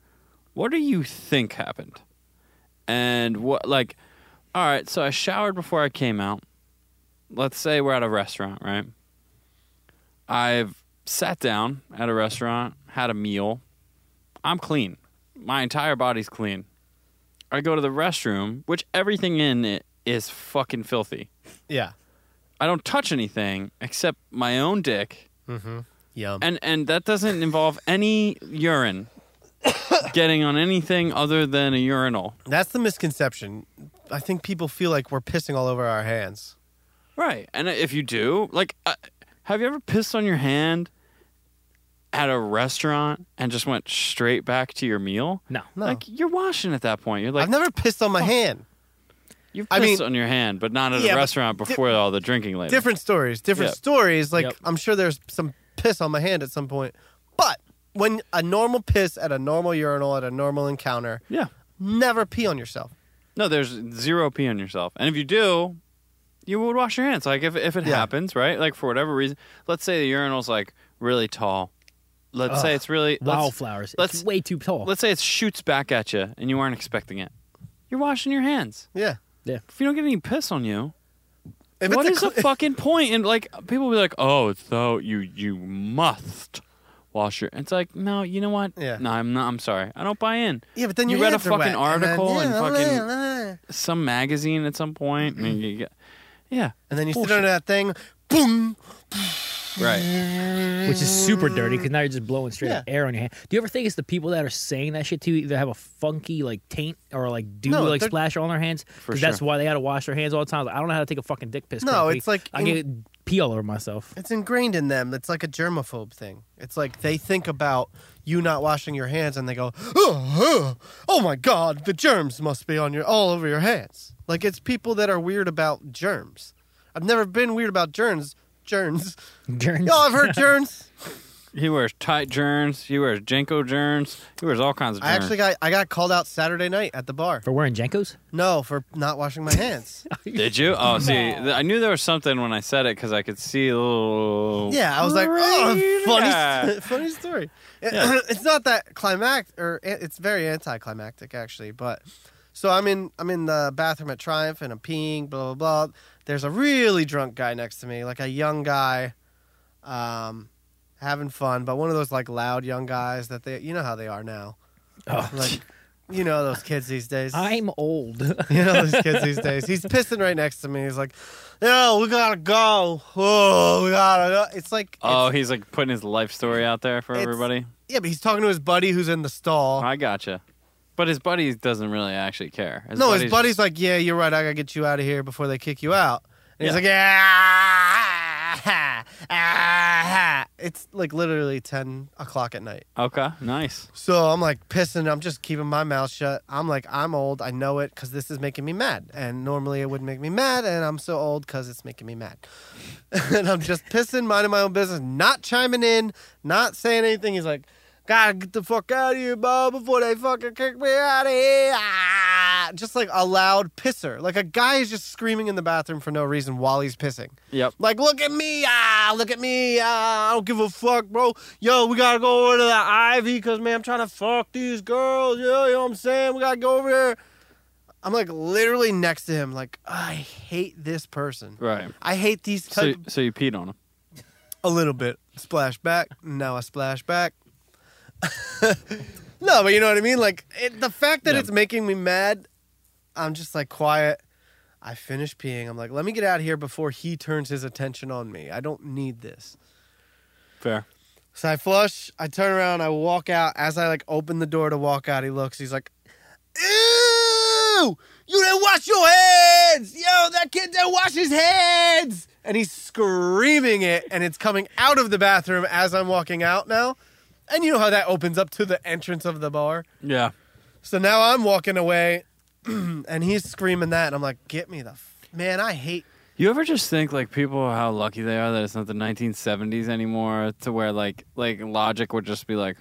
Speaker 1: What do you think happened? And what like, all right, so I showered before I came out. Let's say we're at a restaurant, right? I've sat down at a restaurant, had a meal. I'm clean. My entire body's clean. I go to the restroom, which everything in it is fucking filthy.
Speaker 2: yeah,
Speaker 1: I don't touch anything except my own dick,
Speaker 2: yum.
Speaker 1: and and that doesn't involve any urine getting on anything other than a urinal.
Speaker 2: That's the misconception. I think people feel like we're pissing all over our hands.
Speaker 1: Right. And if you do, like, uh, have you ever pissed on your hand at a restaurant and just went straight back to your meal?
Speaker 3: No.
Speaker 2: No.
Speaker 1: Like, you're washing at that point. You're like, Oh.
Speaker 2: I've never pissed on my hand.
Speaker 1: you've pissed
Speaker 2: I mean-
Speaker 1: on your hand, but not at
Speaker 2: Yeah,
Speaker 1: a
Speaker 2: but
Speaker 1: restaurant
Speaker 2: di-
Speaker 1: before all the drinking later.
Speaker 2: Different stories, different
Speaker 1: Yeah.
Speaker 2: stories. Like
Speaker 3: Yep.
Speaker 2: I'm sure there's some piss on my hand at some point, but when a normal piss at a normal urinal at a normal encounter,
Speaker 1: Yeah.
Speaker 2: never pee on yourself.
Speaker 1: No, there's zero pee on yourself. And if you do, you would wash your hands. Like, if, if it
Speaker 2: Yeah.
Speaker 1: happens, right? Like, for whatever reason, let's say the urinal's like really tall. Let's say it's really. let's-
Speaker 3: Wildflowers.
Speaker 1: let's-
Speaker 3: it's way too tall.
Speaker 1: let's say it shoots back at you and you weren't expecting it. You're washing your hands.
Speaker 2: Yeah.
Speaker 1: If you don't get any piss on you,
Speaker 2: If
Speaker 1: what is
Speaker 2: it's a,
Speaker 1: the
Speaker 2: cl- *laughs*
Speaker 1: fucking point? And like people be like, "Oh, so you you must wash your." It's like, no, you know what?
Speaker 2: Yeah.
Speaker 1: No, I'm not. I'm sorry. I don't buy in.
Speaker 2: yeah, but then
Speaker 1: you
Speaker 2: your
Speaker 1: read a
Speaker 2: hands are
Speaker 1: fucking
Speaker 2: wet, and then-
Speaker 1: article and
Speaker 2: yeah,
Speaker 1: fucking-
Speaker 2: blah, blah.
Speaker 1: Some magazine at some point, and you get, yeah,
Speaker 2: And then you sit
Speaker 1: Bullshit.
Speaker 2: under that thing, boom.
Speaker 1: right.
Speaker 3: which is super dirty because now you're just blowing straight
Speaker 2: Yeah.
Speaker 3: up air on your hand. Do you ever think it's the people that are saying that shit to you that have a funky like taint or like dew
Speaker 2: No,
Speaker 3: like
Speaker 2: they're-
Speaker 3: splash on their hands? Because that's
Speaker 1: sure.
Speaker 3: why they got to wash their hands all the time. Like, I don't know how to take a fucking dick piss.
Speaker 2: No,
Speaker 3: correctly.
Speaker 2: it's like
Speaker 3: I
Speaker 2: in-
Speaker 3: get pee all over myself. *laughs*
Speaker 2: It's ingrained in them. It's like a germaphobe thing. It's like they think about you not washing your hands and they go, oh, oh, oh my God, the germs must be on your all over your hands. Like it's people that are weird about germs. I've never been weird about germs. Germs. *laughs*
Speaker 3: Germs.
Speaker 2: Y'all have heard germs?
Speaker 1: He wears tight jerns. He wears Jenko jerns. He wears all kinds of. Germs.
Speaker 2: I actually got I got called out Saturday night at the bar.
Speaker 3: For wearing Jenkos?
Speaker 2: No, for not washing my hands.
Speaker 1: Did you?
Speaker 2: *laughs*
Speaker 1: Oh, see, th- I knew there was something when I said it because I could see a little.
Speaker 2: Yeah, I was like, oh,
Speaker 1: Yeah.
Speaker 2: *laughs* funny, funny *clears throat* story. It- it's not that climactic, or a- it's very anticlimactic actually. But So I'm in I'm in the bathroom at Triumph and I'm peeing, blah blah blah. There's a really drunk guy next to me, like a young guy, um, having fun, but one of those like loud young guys that they you know how they are now.
Speaker 3: Oh,
Speaker 2: Like you know those kids these days.
Speaker 3: I'm old.
Speaker 2: *laughs* You know these kids these days. He's pissing right next to me. He's like, "No, we gotta go. Oh, we gotta go." It's like,
Speaker 1: Oh,
Speaker 2: it's-
Speaker 1: he's like putting his life story out there for
Speaker 2: It's-
Speaker 1: everybody.
Speaker 2: yeah, but he's talking to his buddy who's in the stall.
Speaker 1: I gotcha. But his buddy doesn't really actually care.
Speaker 2: no, his buddy's
Speaker 1: just-
Speaker 2: like, "Yeah, you're right. I gotta get you out of here before they kick you out." And he's
Speaker 1: Yeah.
Speaker 2: like, "Ah, ah, ah." *laughs* It's like literally ten o'clock at night.
Speaker 1: okay, nice.
Speaker 2: So I'm like pissing. I'm just keeping my mouth shut. I'm like, I'm old. I know it because this is making me mad. And normally it wouldn't make me mad. And I'm so old because it's making me mad. *laughs* and I'm just pissing, minding my own business, not chiming in, not saying anything. He's like, Gotta get the fuck out of here, Bob, before they fucking kick me out of here. Ah! Just like a loud pisser. Like a guy is just screaming in the bathroom for no reason while he's pissing.
Speaker 1: Yep.
Speaker 2: Like, look at me, ah, look at me, ah, I don't give a fuck, bro. Yo, we gotta go over to the Ivy because, man, I'm trying to fuck these girls, yo, you know what I'm saying? We gotta go over there. I'm like literally next to him, like, I hate this person.
Speaker 1: Right.
Speaker 2: I hate these
Speaker 1: So,
Speaker 2: type
Speaker 1: so you peed on him.
Speaker 2: a little bit. Splash back. Now I splash back. *laughs* no, but you know what I mean? Like, it, the fact that
Speaker 1: Yeah.
Speaker 2: it's making me mad, I'm just like quiet. I finish peeing. I'm like, let me get out of here before he turns his attention on me. I don't need this.
Speaker 1: Fair.
Speaker 2: So I flush, I turn around, I walk out. As I like open the door to walk out, he looks, he's like, Ew! You didn't wash your hands! Yo, that kid didn't wash his hands! And he's screaming it, and it's coming out of the bathroom as I'm walking out now. And you know how that opens up to the entrance of the bar.
Speaker 1: Yeah.
Speaker 2: So now I'm walking away, *clears throat* and he's screaming that, and I'm like, get me the f- man, I hate
Speaker 1: You ever just think like people how lucky they are that it's not the 1970s anymore to where like like logic would just be like,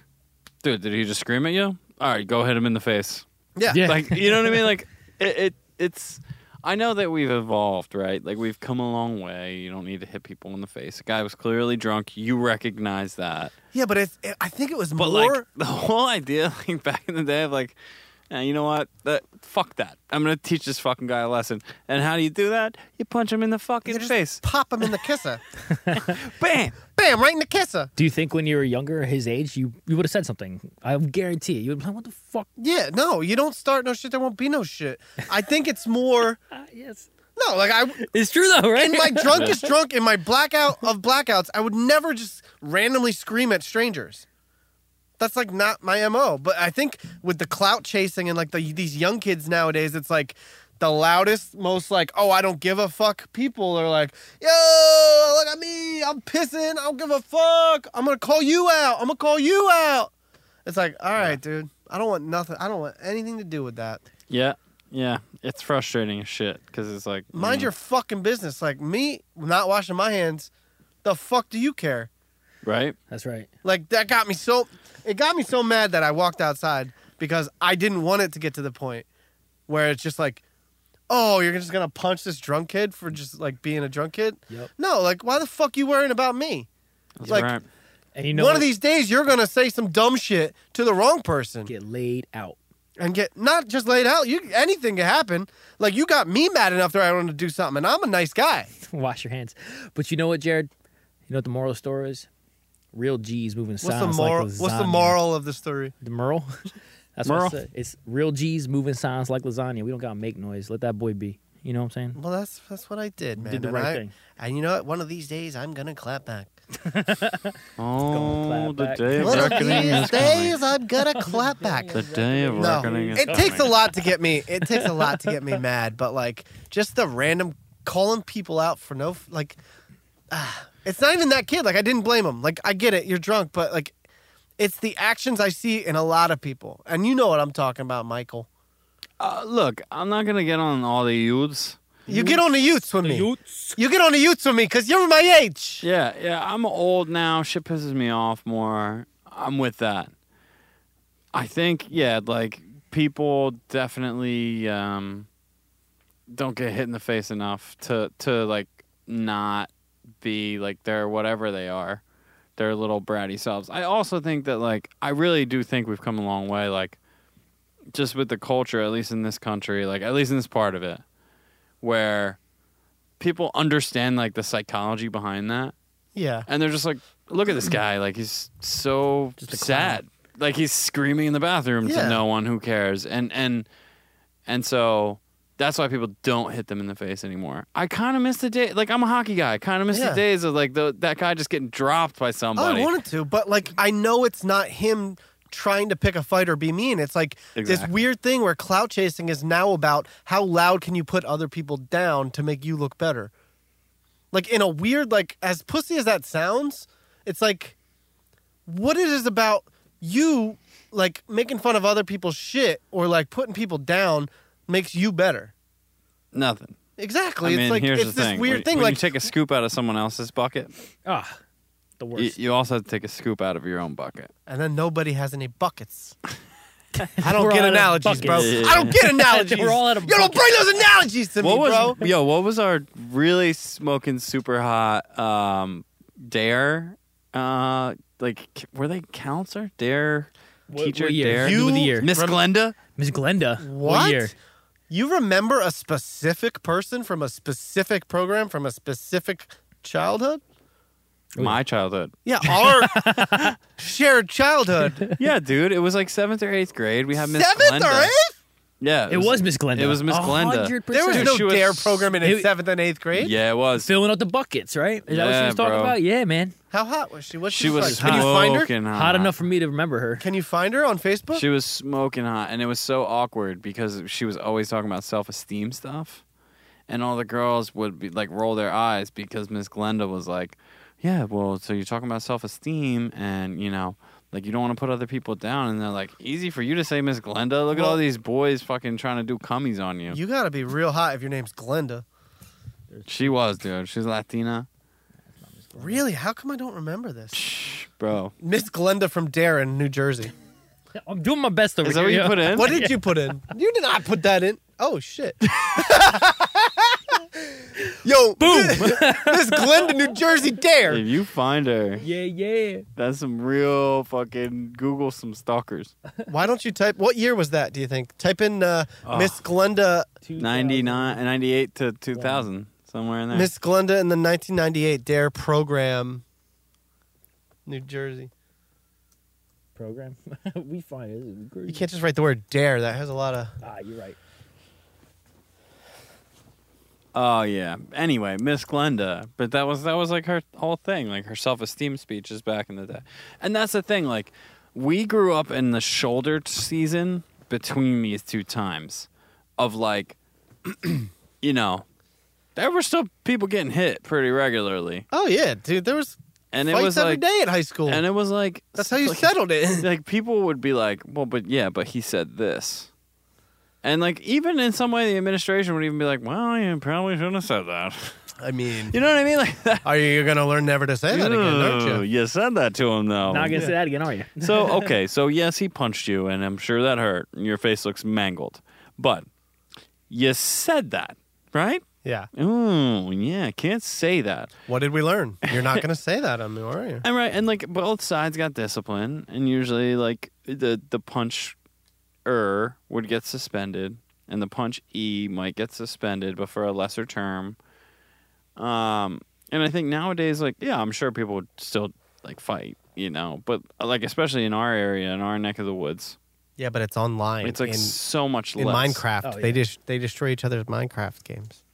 Speaker 1: dude, did he just scream at you? All right, go hit him in the face.
Speaker 2: Yeah.
Speaker 3: Yeah.
Speaker 1: Like you know what I mean? Like it, it it's. I know that we've evolved, right? Like we've come a long way. You don't need to hit people in the face. The guy was clearly drunk. You recognize that.
Speaker 2: Yeah, but it's it, I think it was
Speaker 1: But
Speaker 2: more
Speaker 1: like *laughs* the whole idea, like back in the day, of like, "Eh, you know what? That fuck that. I'm gonna teach this fucking guy a lesson. And how do you do that? You punch him in the fucking
Speaker 2: you just
Speaker 1: face.
Speaker 2: pop him in the kisser.
Speaker 1: Bam.
Speaker 2: *laughs* Bam, right in the kisser.
Speaker 3: Do you think when you were younger, his age, you, you would have said something? I guarantee you. You would have been like, what the fuck?
Speaker 2: Yeah, no, you don't start no shit. There won't be no shit. I think it's more.
Speaker 3: Ah, yes.
Speaker 2: No, like I
Speaker 3: It's true, though, right?
Speaker 2: in my drunkest drunk in my blackout of blackouts, I would never just randomly scream at strangers. That's like not my mo. But I think with the clout chasing and like the, these young kids nowadays, it's like the loudest, most like oh I don't give a fuck people are like yo look at me I'm pissing I don't give a fuck I'm gonna call you out I'm gonna call you out. It's like all right, dude. I don't want nothing. I don't want anything to do with that.
Speaker 1: Yeah, yeah. It's frustrating as shit because it's like
Speaker 2: Mind
Speaker 1: mm,
Speaker 2: your fucking business. Like me not washing my hands, the fuck do you care?
Speaker 1: right.
Speaker 3: That's right.
Speaker 2: Like that got me so it got me so mad that I walked outside because I didn't want it to get to the point where it's just like, oh, you're just gonna punch this drunk kid for just like being a drunk kid.
Speaker 3: Yep.
Speaker 2: No, like why the fuck you worrying about me?
Speaker 1: That's
Speaker 2: Like-
Speaker 1: right.
Speaker 3: And you know
Speaker 2: One
Speaker 3: what?
Speaker 2: of these days you're gonna say some dumb shit to the wrong person
Speaker 3: get laid out. *laughs*
Speaker 2: and get not just laid out. You anything can happen. Like you got me mad enough that I wanted to do something, and I'm a nice guy.
Speaker 3: Wash your hands. But you know what, Jared? You know what the moral of the story is? Real G's moving in
Speaker 2: What's
Speaker 3: silence.
Speaker 2: the moral?
Speaker 3: Like
Speaker 2: what's the
Speaker 3: lasagna.
Speaker 2: moral of the story?
Speaker 3: The moral? *laughs* That's
Speaker 1: Merle.
Speaker 3: what I said. It's real G's moving silence like lasagna. We don't gotta make noise. Let that boy be. You know what I'm saying?
Speaker 2: Well, that's that's what I did, man.
Speaker 3: did the
Speaker 2: and
Speaker 3: right
Speaker 2: I-
Speaker 3: thing.
Speaker 2: And you know what? One of these days, I'm gonna clap back.
Speaker 1: Oh,
Speaker 3: clap
Speaker 1: the
Speaker 3: back.
Speaker 1: day of
Speaker 2: One of
Speaker 1: reckoning
Speaker 2: these
Speaker 1: is coming.
Speaker 2: days, I'm gonna
Speaker 1: *laughs*
Speaker 2: clap back.
Speaker 1: The day *laughs* of
Speaker 2: No,
Speaker 1: reckoning is
Speaker 2: it takes a
Speaker 1: coming.
Speaker 2: lot to get me. It takes a lot to get me mad, but like just the random calling people out for no f- like, *sighs* ah, it's not even that kid. Like I didn't blame him. Like I get it, you're drunk, but like, it's the actions I see in a lot of people, and you know what I'm talking about, Michael.
Speaker 1: Uh, look, I'm not gonna get on all the youths.
Speaker 2: You get on the youths with me. You get on the youths with me because you're my age.
Speaker 1: Yeah, yeah. I'm old now. Shit pisses me off more. I'm with that. I think, yeah, like people definitely um, don't get hit in the face enough to to like not be like they're whatever they are, their little bratty selves. I also think that like I really do think we've come a long way. Like just with the culture, at least in this country, like at least in this part of it, where people understand like the psychology behind that,
Speaker 2: Yeah.
Speaker 1: and they're just like, look
Speaker 2: *clears throat*
Speaker 1: at this guy, like he's so
Speaker 3: Just a
Speaker 1: sad, like he's screaming in the bathroom
Speaker 2: Yeah.
Speaker 1: to no one who cares, and and and so that's why people don't hit them in the face anymore. I kind of miss the day, like I'm a hockey guy, kind of miss
Speaker 2: Yeah.
Speaker 1: the days of like the, that guy just getting dropped by somebody.
Speaker 2: Oh, I wanted to, but like I know it's not him trying to pick a fight or be mean. It's like this
Speaker 1: Exactly.
Speaker 2: weird thing where clout chasing is now about how loud can you put other people down to make you look better. Like in a weird like as pussy as that sounds, it's like what it is about you like making fun of other people's shit or like putting people down makes you better.
Speaker 1: Nothing.
Speaker 2: Exactly.
Speaker 1: I mean,
Speaker 2: it's like
Speaker 1: here's
Speaker 2: it's
Speaker 1: the
Speaker 2: this
Speaker 1: thing.
Speaker 2: weird
Speaker 1: when,
Speaker 2: thing
Speaker 1: when
Speaker 2: like
Speaker 1: you take a scoop out of someone else's bucket,
Speaker 3: Ah, the worst.
Speaker 1: you, you also have to take a scoop out of your own bucket.
Speaker 2: and then nobody has any
Speaker 3: *laughs*
Speaker 2: buckets. I don't
Speaker 3: We're
Speaker 2: get
Speaker 3: all out of
Speaker 2: analogies, bro.
Speaker 3: buckets.
Speaker 2: I don't get analogies.
Speaker 3: *laughs* We're all out of
Speaker 2: You don't bring those analogies to
Speaker 1: What
Speaker 2: me,
Speaker 1: was
Speaker 2: bro.
Speaker 1: yo? What was our really smoking super hot um, dare? Uh, like c- were they counselor dare
Speaker 3: What-
Speaker 1: teacher
Speaker 3: what year?
Speaker 1: dare
Speaker 3: You- Dude of the year.
Speaker 1: Miss Glenda?
Speaker 3: Miss Glenda.
Speaker 2: What?
Speaker 3: What year?
Speaker 2: You remember a specific person from a specific program from a specific childhood?
Speaker 1: My childhood.
Speaker 2: Yeah, *laughs* our
Speaker 3: *laughs*
Speaker 2: shared childhood.
Speaker 1: Yeah, dude, it was like seventh or eighth grade. We had Miss
Speaker 2: Seventh
Speaker 1: Glenda.
Speaker 2: or eighth?
Speaker 1: Yeah,
Speaker 3: It was Miss Glenda.
Speaker 1: It was Miss
Speaker 3: A
Speaker 1: Glenda.
Speaker 3: hundred
Speaker 2: There was
Speaker 1: Dude,
Speaker 3: percent.
Speaker 2: no
Speaker 1: she was-
Speaker 2: dare programming in
Speaker 3: It-
Speaker 2: seventh and eighth grade.
Speaker 1: Yeah, it was.
Speaker 3: filling out the buckets, right? Is that what she
Speaker 1: Yeah,
Speaker 3: was talking
Speaker 1: bro.
Speaker 3: about? Yeah, man.
Speaker 2: How hot was she? What
Speaker 1: She was
Speaker 2: like? Can you find her?
Speaker 1: smoking hot.
Speaker 3: Hot enough for me to remember her. *laughs*
Speaker 2: Can you find her on Facebook?
Speaker 1: She was smoking hot, and it was so awkward because she was always talking about self esteem stuff, and all the girls would be like roll their eyes because Miss Glenda was like, "Yeah, well, so you're talking about self esteem, and you know." Like you don't want to put other people down, and they're like, "Easy for you to say, Miss Glenda. Look at
Speaker 2: Well-
Speaker 1: all these boys fucking trying to do cummies on you."
Speaker 2: you gotta be real hot if your name's Glenda.
Speaker 1: She was, dude. She's Latina,
Speaker 2: Really? How come I don't remember this?
Speaker 1: bro.
Speaker 2: Miss Glenda from Dare in New Jersey.
Speaker 3: I'm doing my best over
Speaker 1: Is that
Speaker 3: here.
Speaker 1: what you
Speaker 3: yeah.
Speaker 1: put in?
Speaker 2: What did you put
Speaker 1: *laughs*
Speaker 2: in? You did not put that in. Oh shit. Yo, *laughs* boom! this Glenda, New Jersey dare.
Speaker 1: If you find her,
Speaker 3: *laughs* Yeah, yeah.
Speaker 1: that's some real fucking Google some stalkers.
Speaker 2: Why don't you type? What year was that? Do you think? Type in uh,
Speaker 1: Ah.
Speaker 2: Miss Glenda,
Speaker 1: 99, 98 to 2000, somewhere in there.
Speaker 2: Miss Glenda in the 1998 dare program, New Jersey.
Speaker 3: program. *laughs* we find it.
Speaker 2: You can't just write the word dare. That has a lot of.
Speaker 3: Ah, you're right.
Speaker 1: Oh yeah. Anyway, Miss Glenda, but that was that was like her whole thing, like her self-esteem speeches back in the day. And that's the thing, like we grew up in the shoulder t- season between these two times of like *clears throat* you know, there were still people getting hit pretty regularly.
Speaker 2: Oh yeah, dude. There was
Speaker 1: And
Speaker 2: fights
Speaker 1: it was
Speaker 2: every
Speaker 1: like
Speaker 2: day at high school.
Speaker 1: and it was like
Speaker 2: That's how you
Speaker 1: like,
Speaker 2: settled
Speaker 1: *laughs*
Speaker 2: it.
Speaker 1: like people would be like, "Well, but yeah, but he said this," and like even in some way, the administration would even be like, "Well, you probably shouldn't have said that." *laughs*
Speaker 2: I mean,
Speaker 1: You know what I mean? Like *laughs* that.
Speaker 2: are you gonna learn never to say that again? Aren't you?
Speaker 1: Ooh, you said that to him though.
Speaker 3: Not gonna say that again, are you? *laughs*
Speaker 1: so okay, so yes, he punched you, and I'm sure that hurt, and your face looks mangled. But you said that, right?
Speaker 2: Yeah.
Speaker 1: Oh yeah, can't say that.
Speaker 2: What did we learn? You're not gonna say that on me, are you?
Speaker 1: And right, and like both sides got discipline, and usually like the the punch er would get suspended, and the punch e might get suspended, but for a lesser term. Um, and I think nowadays, like yeah, I'm sure people would still like fight, you know, but uh, like especially in our area, in our neck of the woods,
Speaker 2: *laughs* Yeah, but it's online.
Speaker 1: it's like
Speaker 2: in,
Speaker 1: so much
Speaker 2: in
Speaker 1: less.
Speaker 2: Minecraft.
Speaker 3: Oh,
Speaker 2: They
Speaker 3: yeah.
Speaker 2: just they destroy each other's Minecraft games.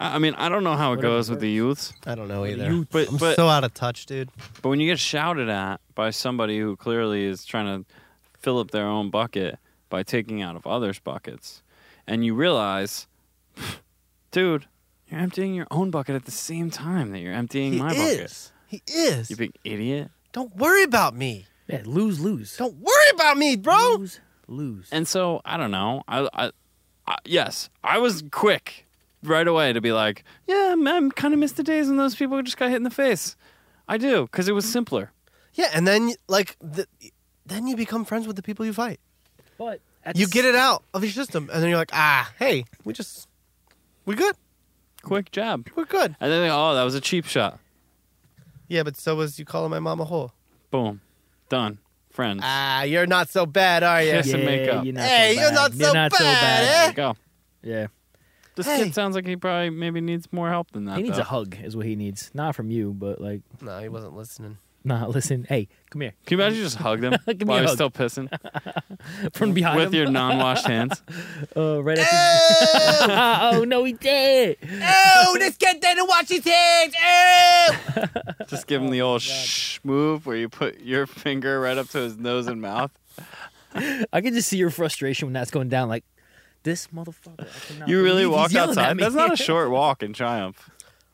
Speaker 1: I, I mean, I don't know how it
Speaker 3: Whatever
Speaker 1: goes with the youths,
Speaker 2: I don't know either.
Speaker 3: you-
Speaker 1: but
Speaker 2: I'm
Speaker 1: but
Speaker 2: so out of touch, dude.
Speaker 1: But when you get shouted at by somebody who clearly is trying to fill up their own bucket by taking out of others' buckets, and you realize, *sighs* dude, you're emptying your own bucket at the same time that you're emptying
Speaker 2: He
Speaker 1: my
Speaker 2: is. He is.
Speaker 1: bucket. You big idiot.
Speaker 2: don't worry about me.
Speaker 3: Yeah, lose, lose.
Speaker 2: Don't worry about me, bro.
Speaker 3: lose, lose.
Speaker 1: And so I don't know. I, I, I yes, I was quick right away to be like, yeah, man, kind of missed the days when those people just got hit in the face. I do because it was simpler.
Speaker 2: Yeah, and then like the, then you become friends with the people you fight.
Speaker 3: But at
Speaker 2: You
Speaker 3: the
Speaker 2: get it out of your system, and then you're like, ah, hey, we just we good.
Speaker 1: Quick jab.
Speaker 2: We're good.
Speaker 1: And then they, oh, that was a cheap shot.
Speaker 2: Yeah, but so was you calling my mom a whore.
Speaker 1: Boom. Done. Friends.
Speaker 2: Ah, you're not so bad, are you?
Speaker 1: Yes. Some makeup.
Speaker 3: you're not
Speaker 2: Hey,
Speaker 3: so
Speaker 2: you're
Speaker 3: bad.
Speaker 2: not so
Speaker 3: you're not so
Speaker 1: there
Speaker 2: bad,
Speaker 1: you go.
Speaker 3: bad. Yeah,
Speaker 1: This
Speaker 2: Hey.
Speaker 1: kid sounds like he probably maybe needs more help than that.
Speaker 3: he needs
Speaker 1: though.
Speaker 3: a hug, is what he needs. Not from you, but like, *laughs*
Speaker 2: No, he wasn't *laughs* listening.
Speaker 3: nah. Listen, hey, come here *laughs*
Speaker 1: Can you imagine you just hug them
Speaker 3: Give me
Speaker 1: while
Speaker 3: a
Speaker 1: he's
Speaker 3: hug.
Speaker 1: still
Speaker 3: *laughs*
Speaker 1: pissing
Speaker 3: from behind
Speaker 1: with
Speaker 3: him.
Speaker 1: your non-washed
Speaker 3: *laughs*
Speaker 1: hands?
Speaker 3: uh,
Speaker 1: *laughs*
Speaker 3: right after. *laughs* oh no, he did.
Speaker 2: *laughs* Oh, this kid didn't wash his hands. Oh,
Speaker 1: Just give him
Speaker 3: Oh,
Speaker 1: the old shh move where you put your finger right up to his nose and mouth.
Speaker 3: I can just see your frustration when that's going down. Like this motherfucker. I cannot
Speaker 1: You really
Speaker 3: believe *laughs* he's
Speaker 1: walked
Speaker 3: yelling at
Speaker 1: outside.
Speaker 3: me.
Speaker 1: That's
Speaker 3: *laughs*
Speaker 1: not a short walk in Triumph.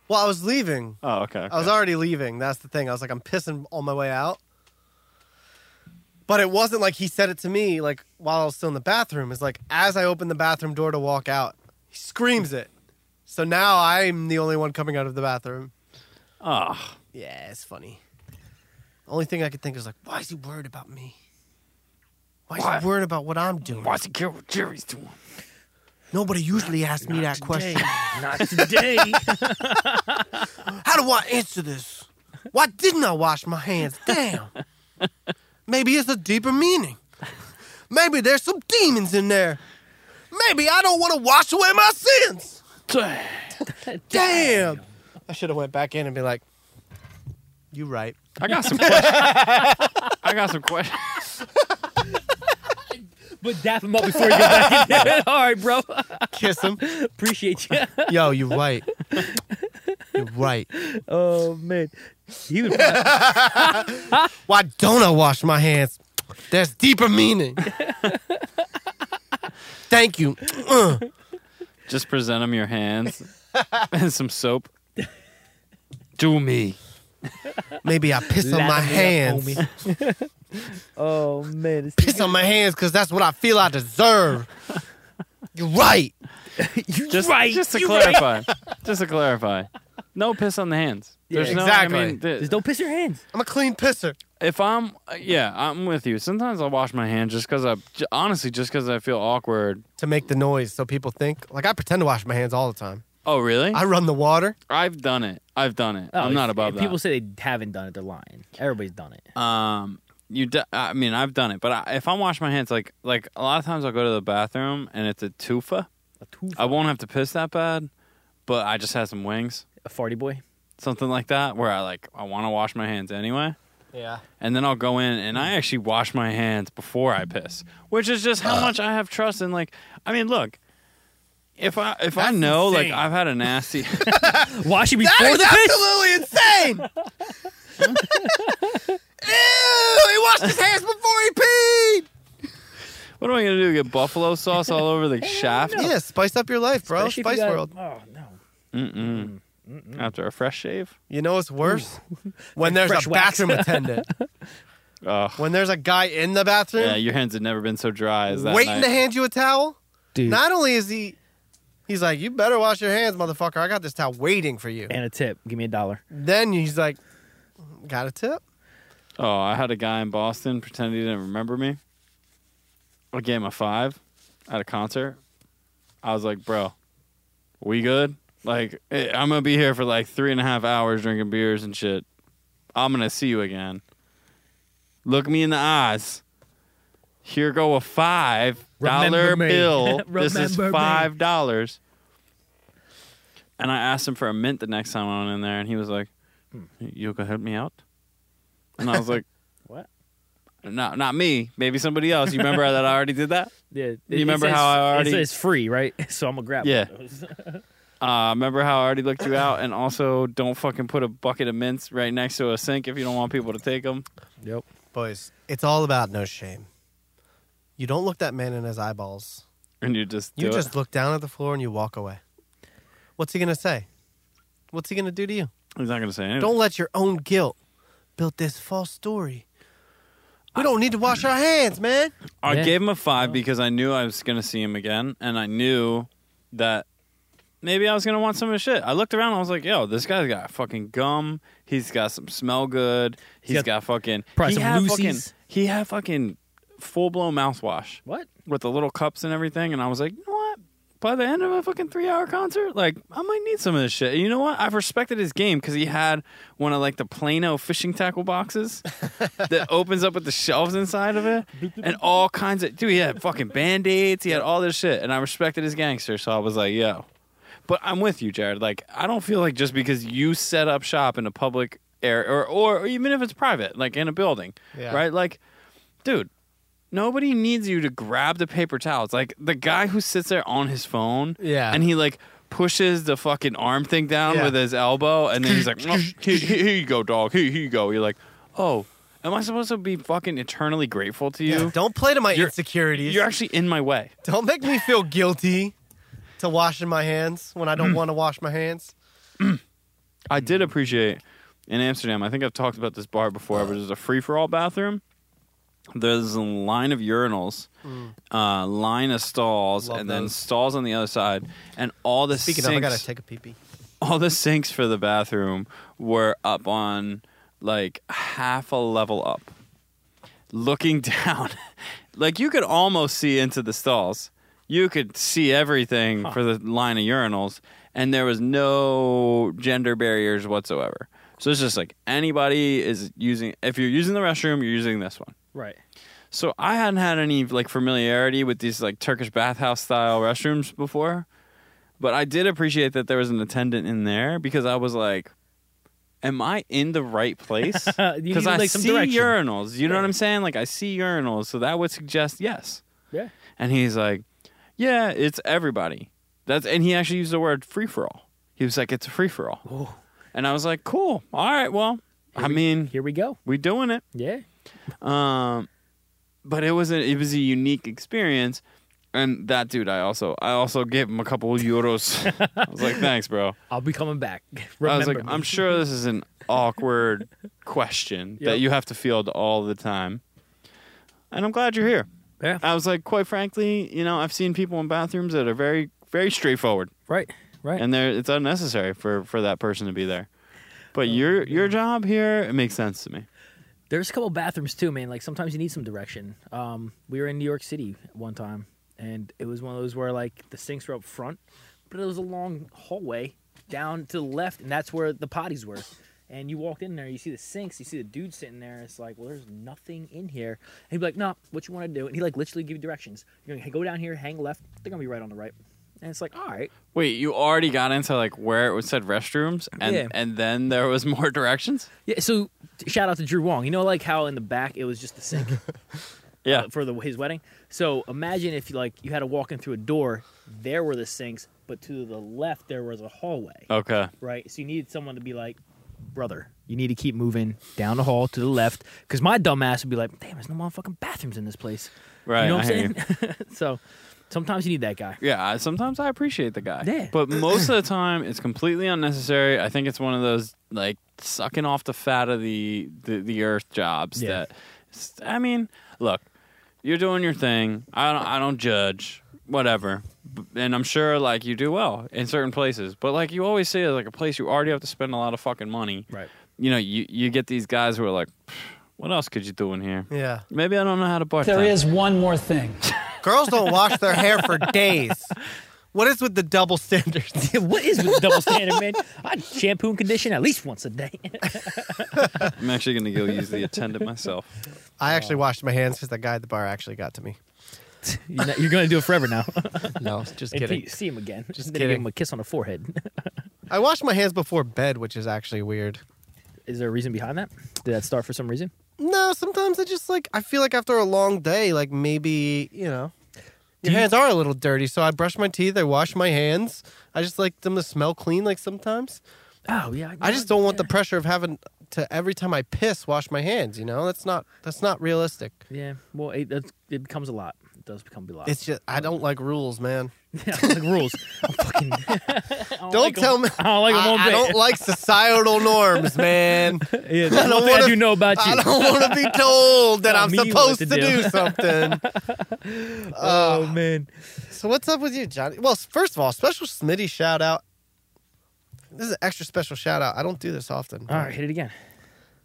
Speaker 2: well, I was leaving.
Speaker 1: Oh, okay.
Speaker 2: I was
Speaker 1: okay.
Speaker 2: already leaving. That's the thing. I was like, I'm pissing on my way out. But it wasn't like he said it to me, like while I was still in the bathroom. It's like as I open the bathroom door to walk out, he screams it. So now I'm the only one coming out of the bathroom.
Speaker 1: Ah,
Speaker 2: Yeah, it's funny. Only thing I could think is like, why is he worried about me? Why is
Speaker 1: Why-
Speaker 2: he worried about what I'm doing?
Speaker 1: why does he care what Jerry's doing?
Speaker 2: Nobody usually asks me that
Speaker 1: *laughs*
Speaker 2: question.
Speaker 3: Not today.
Speaker 2: How do I answer this? Why didn't I wash my hands? Damn. Maybe it's a deeper meaning. Maybe there's some demons in there. Maybe I don't want to wash away my
Speaker 3: *laughs*
Speaker 2: sins. Damn. I should have went back in and be like, "You right."
Speaker 1: I got
Speaker 3: *laughs*
Speaker 1: some questions. I got some questions.
Speaker 3: but dap him up before you go back in there. *laughs* All right, bro.
Speaker 2: Kiss him. *laughs*
Speaker 3: Appreciate
Speaker 1: *laughs*
Speaker 3: you.
Speaker 2: Yo, you right. You right.
Speaker 3: oh man, he *laughs* would. Probably,
Speaker 2: Why don't I wash my hands? There's deeper
Speaker 3: *laughs*
Speaker 2: meaning. Thank you. Uh.
Speaker 1: *laughs* Just present him your
Speaker 3: *laughs*
Speaker 1: hands and some soap. Do me.
Speaker 2: Maybe I piss on my
Speaker 3: Lather me up,
Speaker 2: hands.
Speaker 3: homie. oh man, it's
Speaker 2: piss on my hands because that's what I feel I deserve. *laughs* You're right.
Speaker 3: you
Speaker 1: Just,
Speaker 3: right.
Speaker 1: just to
Speaker 3: you right.
Speaker 1: clarify. *laughs* Just to clarify. No piss on the hands.
Speaker 3: Yeah,
Speaker 1: There's no. I
Speaker 2: exactly.
Speaker 1: mean, the-
Speaker 3: Just don't piss your hands.
Speaker 2: I'm a clean pisser.
Speaker 1: if I'm yeah, I'm with you. Sometimes I wash my hands just because I j- honestly just because I feel awkward.
Speaker 2: To make the noise so people think. Like, I pretend to wash my hands all the time.
Speaker 1: Oh really?
Speaker 2: I run the water.
Speaker 1: I, have done it. I've done it. I'm not above that.
Speaker 3: Oh, People say they haven't done it. They're lying. Everybody's done it.
Speaker 1: um you d I i mean i've done it but I, if i wash my hands like like a lot of times i'll go to the bathroom and it's a tufa
Speaker 3: A tooth.
Speaker 1: i won't have to piss that bad but i just had some wings
Speaker 3: a farty boy.
Speaker 1: something like that where i like i want to wash my hands anyway
Speaker 2: Yeah.
Speaker 1: and then i'll go in and i actually wash my hands before i piss which is just how much i have trust in like i mean look if i if i
Speaker 2: That's
Speaker 1: know
Speaker 2: insane.
Speaker 1: like i've had
Speaker 2: *laughs*
Speaker 1: a nasty
Speaker 3: Wash it
Speaker 2: That
Speaker 3: before
Speaker 2: is
Speaker 3: the piss.
Speaker 2: absolutely insane.
Speaker 3: *laughs*
Speaker 2: Ew, he washed his hands before he peed.
Speaker 1: what am i gonna do get buffalo sauce all
Speaker 2: *laughs*
Speaker 1: over the shaft
Speaker 2: Yeah, spice up your life, bro.
Speaker 3: Especially if you
Speaker 2: Spice
Speaker 3: got-
Speaker 2: World.
Speaker 3: Oh no.
Speaker 1: Mm-mm. after a fresh shave
Speaker 2: You know what's worse?
Speaker 3: *laughs*
Speaker 2: When there's
Speaker 3: Fresh
Speaker 2: a
Speaker 3: wax.
Speaker 2: bathroom
Speaker 3: *laughs*
Speaker 2: attendant.
Speaker 1: Ugh.
Speaker 2: When there's a guy in the bathroom
Speaker 1: Yeah, your hands had never been so dry as that.
Speaker 2: waiting
Speaker 1: night.
Speaker 2: to hand you a towel.
Speaker 3: Dude.
Speaker 2: Not only is he, he's like, you better wash your hands, motherfucker. I got this towel waiting for you.
Speaker 3: and a tip. Give me a dollar.
Speaker 2: then he's like, got a tip?
Speaker 1: Oh, I had a guy in Boston pretend he didn't remember me. I gave him a five at a concert. I was like, bro, we good? Like, eh, I'm going to be here for like three and a half hours drinking beers and shit. I'm going to see you again. Look me in the eyes. Here go a five dollar
Speaker 3: Remember me.
Speaker 1: bill. *laughs* this is
Speaker 3: Remember me.
Speaker 1: five dollars. And I asked him for a mint the next time I went in there, and he was like, "You gonna help me out?" And I was like,
Speaker 3: What?
Speaker 1: "No, not me. Maybe somebody else. You remember that I already did that?
Speaker 3: Yeah. You
Speaker 1: remember how I already-
Speaker 3: It's, free, right? *laughs* So I'm gonna grab.
Speaker 1: Yeah.
Speaker 3: One of those.
Speaker 1: *laughs* Uh, remember how I already looked you out? And also, don't fucking put a bucket of mints right next to a sink if you don't want people to take them.
Speaker 3: Yep.
Speaker 2: Boys, it's all about no shame. You don't look that man in his eyeballs.
Speaker 1: And you just do
Speaker 2: You
Speaker 1: it.
Speaker 2: just look down at the floor and you walk away. What's he going to say? What's he going to do to you?
Speaker 1: He's not gonna say anything.
Speaker 2: Don't let your own guilt build this false story. We don't need to wash our hands, man.
Speaker 1: I
Speaker 3: Yeah. Oh.
Speaker 1: gave him a five because I knew I was gonna see him again, and I knew that maybe I was gonna want some of his shit. I looked around, and I was like, "Yo, this guy's got fucking gum. He's got some smell good. He's
Speaker 3: got
Speaker 1: got, fucking. he
Speaker 3: probably some
Speaker 1: had
Speaker 3: Lucy's.
Speaker 1: fucking. He had fucking full blown mouthwash
Speaker 3: What?
Speaker 1: with the little cups and everything. And I was like, you know what? by the end of a fucking three hour concert, like I might need some of this shit. You know what? I've respected his game because he had one of like the Plano fishing tackle boxes that opens up with the shelves inside of it and all kinds of dude. He had fucking band aids. He had all this shit, and I respected his gangster. So I was like, yo. But I'm with you, Jared. Like I don't feel like just because you set up shop in a public area or or, or even if it's private, like in a building,
Speaker 2: Yeah.
Speaker 1: right? Like, dude. Nobody needs you to grab the paper towels. Like the guy who sits there on his phone,
Speaker 2: Yeah.
Speaker 1: and he like pushes the fucking arm thing down
Speaker 2: Yeah.
Speaker 1: with his elbow, and then
Speaker 2: *laughs*
Speaker 1: he's like, "Mwah, here, here- here you go, dog. Here, here you go." You're like, "Oh, am I supposed to be fucking eternally grateful to you?
Speaker 2: Don't play to my
Speaker 1: You're-
Speaker 2: insecurities.
Speaker 1: You're actually in my way."
Speaker 2: don't make me feel guilty to washing my hands when I don't want to wash my hands.
Speaker 1: I did appreciate in Amsterdam. I think I've talked about this bar before, but there's a free for all bathroom. There's a line of urinals, uh, line of stalls,
Speaker 2: Mm. Love
Speaker 1: and then
Speaker 2: those.
Speaker 1: stalls on the other side, and all the
Speaker 2: Speaking
Speaker 1: sinks,
Speaker 2: of, I gotta take a pee pee.
Speaker 1: all the sinks for the bathroom were up on like half a level up, looking *laughs* down. like you could almost see into the stalls. You could see everything for the line of urinals, and there was no gender barriers whatsoever. So it's just like anybody is using. If you're using the restroom, you're using this one.
Speaker 3: Right.
Speaker 1: So I hadn't had any like familiarity with these like Turkish bathhouse style restrooms before, but I did appreciate that there was an attendant in there because I was like, "Am I in the right place?"
Speaker 3: *laughs* You need,
Speaker 1: Because I
Speaker 3: like, some
Speaker 1: see
Speaker 3: direction.
Speaker 1: urinals. You know what I'm saying? Like I see urinals, so that would suggest yes.
Speaker 3: Yeah.
Speaker 1: And he's like, "Yeah, it's everybody." That's and he actually used the word free for all. He was like, "It's a free for
Speaker 3: Oh,
Speaker 1: all," and I was like, "Cool, all right, well, I mean,
Speaker 3: Here we go.
Speaker 1: we doing it."
Speaker 3: Yeah.
Speaker 1: Um, but it was a it was a unique experience, and that dude, I also I also gave him a couple of euros. *laughs* I was like, thanks, bro.
Speaker 3: I'll be coming back. *laughs*
Speaker 1: I was like,
Speaker 3: Remember me.
Speaker 1: I'm sure this is an awkward question that
Speaker 3: Yep.
Speaker 1: you have to field all the time, and I'm glad you're here.
Speaker 3: Yeah.
Speaker 1: I was like, quite frankly, you know, I've seen people in bathrooms that are very very straightforward,
Speaker 3: Right. Right.
Speaker 1: and they're it's unnecessary for for that person to be there. But
Speaker 3: Oh,
Speaker 1: your your job here, it makes sense to me.
Speaker 3: There's a couple bathrooms too, man. Like sometimes you need some direction. Um, we were in New York City one time, and it was one of those where like the sinks were up front, but it was a long hallway down to the left, and that's where the potties were. And you walked in there, you see the sinks, you see the dude sitting there. and It's like, well, there's nothing in here. And he'd be like, no, what you want to do? And he like literally give you directions. You're gonna go down here, hang left. They're gonna be right on the right. And it's like, all right,
Speaker 1: Wait, you already got into like where it was said restrooms, and
Speaker 3: Yeah.
Speaker 1: and then there was more *laughs* directions.
Speaker 3: yeah. So t- shout out to Drew Wong. You know, like how in the back it was just the *laughs* sink.
Speaker 1: Yeah,
Speaker 3: uh, for the his wedding. So imagine if you like you had to walk in through a door, there were the sinks, but to the left there was a hallway.
Speaker 1: okay.
Speaker 3: Right? So you needed someone to be like, brother, you need to keep moving down the hall to the left. Because my dumbass would be like, damn, there's no motherfucking bathrooms in this place.
Speaker 1: Right,
Speaker 3: You know what
Speaker 1: I
Speaker 3: I'm
Speaker 1: hear
Speaker 3: saying? *laughs* so sometimes you need that guy. *laughs*
Speaker 1: Yeah, I- sometimes I appreciate the guy,
Speaker 3: Yeah.
Speaker 1: but most of the time it's completely unnecessary. I think it's one of those like sucking off the fat of the the, the earth jobs
Speaker 3: Yeah.
Speaker 1: that. I mean, look, you're doing your thing. I don't I don't judge. Whatever, B- and I'm sure like you do well in certain places, but like you always say, like a place you already have to spend a lot of fucking money.
Speaker 3: Right.
Speaker 1: You know, you you get these guys who are like, what else could you do in here?
Speaker 2: Yeah.
Speaker 1: Maybe I don't know how to bartend.
Speaker 6: There is one more thing.
Speaker 2: Girls don't wash their hair *laughs* for days. What is with the double *laughs* standards?
Speaker 3: what is with the double standard, man? I shampoo and condition at least once a day. *laughs*
Speaker 1: I'm actually going to go use the attendant myself.
Speaker 2: I actually washed my hands because the guy at the bar actually got to me.
Speaker 3: you're, not- you're gonna do it forever *laughs* now.
Speaker 2: No, just
Speaker 3: Until
Speaker 2: kidding.
Speaker 3: you see him again.
Speaker 2: Just
Speaker 3: *laughs* Then you give
Speaker 2: kidding.
Speaker 3: him a kiss on the forehead. *laughs*
Speaker 2: I wash my hands before bed, which is actually weird.
Speaker 3: is there a reason behind that? Did that start for some reason?
Speaker 2: No, sometimes I just like I feel like after a long day, like maybe you know, your
Speaker 3: you-
Speaker 2: hands are a little dirty. So I brush my teeth, I wash my hands. I just like them to smell clean. Like sometimes
Speaker 3: Oh yeah,
Speaker 2: I just don't want the pressure of having to every time I piss wash my hands. You know, that's not that's not realistic.
Speaker 3: Yeah, well, it, that's- it becomes a lot. It does become a lot.
Speaker 2: It's just I don't like rules, man.
Speaker 3: *laughs* yeah, I don't like rules. I'm fucking. *laughs* I don't,
Speaker 2: Don't
Speaker 3: like 'em.
Speaker 2: tell me
Speaker 3: *laughs* I don't like them
Speaker 2: I,
Speaker 3: one
Speaker 2: I
Speaker 3: bit.
Speaker 2: don't like societal norms, man.
Speaker 3: *laughs* yeah, that's
Speaker 2: don't
Speaker 3: one thing I
Speaker 2: wanna-
Speaker 3: do know about you.
Speaker 2: I don't want to be told that
Speaker 3: Tell
Speaker 2: I'm
Speaker 3: me what
Speaker 2: supposed to
Speaker 3: to
Speaker 2: do
Speaker 3: do. *laughs*
Speaker 2: something. *laughs*
Speaker 3: oh man,
Speaker 2: So what's up with you, Johnny? Well, first of all, special Smitty shout out. This is an extra special shout out. I don't do this often.
Speaker 3: all right, hit it again.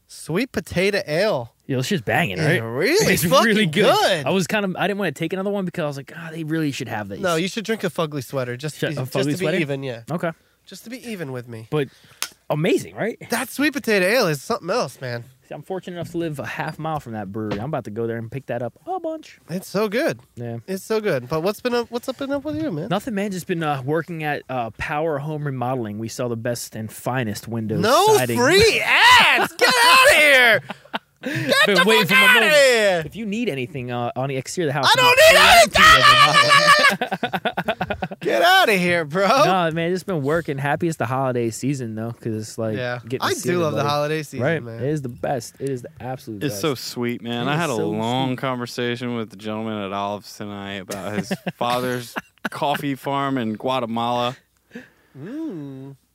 Speaker 2: Sweet potato ale.
Speaker 3: Yo, it's just banging, right?
Speaker 2: Yeah, really
Speaker 3: *laughs* it's
Speaker 2: fucking
Speaker 3: really good.
Speaker 2: good.
Speaker 3: I was kind of, I didn't want to take another one because I was like, ah, they really should have these.
Speaker 2: No, you should drink a fugly sweater just to be,
Speaker 3: Shut- a
Speaker 2: just
Speaker 3: fugly
Speaker 2: to be
Speaker 3: sweater?
Speaker 2: even. Yeah,
Speaker 3: okay,
Speaker 2: just to be even with me.
Speaker 3: but amazing, right?
Speaker 2: That sweet potato ale is something else, man.
Speaker 3: See, I'm fortunate enough to live a half mile from that brewery. I'm about to go there and pick that up a bunch.
Speaker 2: It's so good.
Speaker 3: Yeah.
Speaker 2: It's so good. But what's been up? What's up and up with you, man?
Speaker 3: Nothing, man. Just been uh, working at uh, Power Home Remodeling. We saw the best and finest windows.
Speaker 2: No
Speaker 3: siding.
Speaker 2: free ads. Get out of here.
Speaker 3: *laughs* Been waiting for my
Speaker 2: Out of
Speaker 3: moment.
Speaker 2: here.
Speaker 3: If you need anything uh, on the exterior of the house,
Speaker 2: I don't need anything. *laughs* Get out of here, bro.
Speaker 3: No, man, it's been working. Happy it's the holiday season though, because it's like
Speaker 2: yeah,
Speaker 3: getting to
Speaker 2: I
Speaker 3: see
Speaker 2: do love the
Speaker 3: everybody.
Speaker 2: holiday season,
Speaker 3: right,
Speaker 2: man.
Speaker 3: it is the best. It is the absolute.
Speaker 1: It's
Speaker 3: best.
Speaker 1: so sweet, man.
Speaker 3: It
Speaker 1: I
Speaker 3: is
Speaker 1: had a
Speaker 3: so
Speaker 1: long conversation with the gentleman at Olives tonight about his father's coffee farm in Guatemala.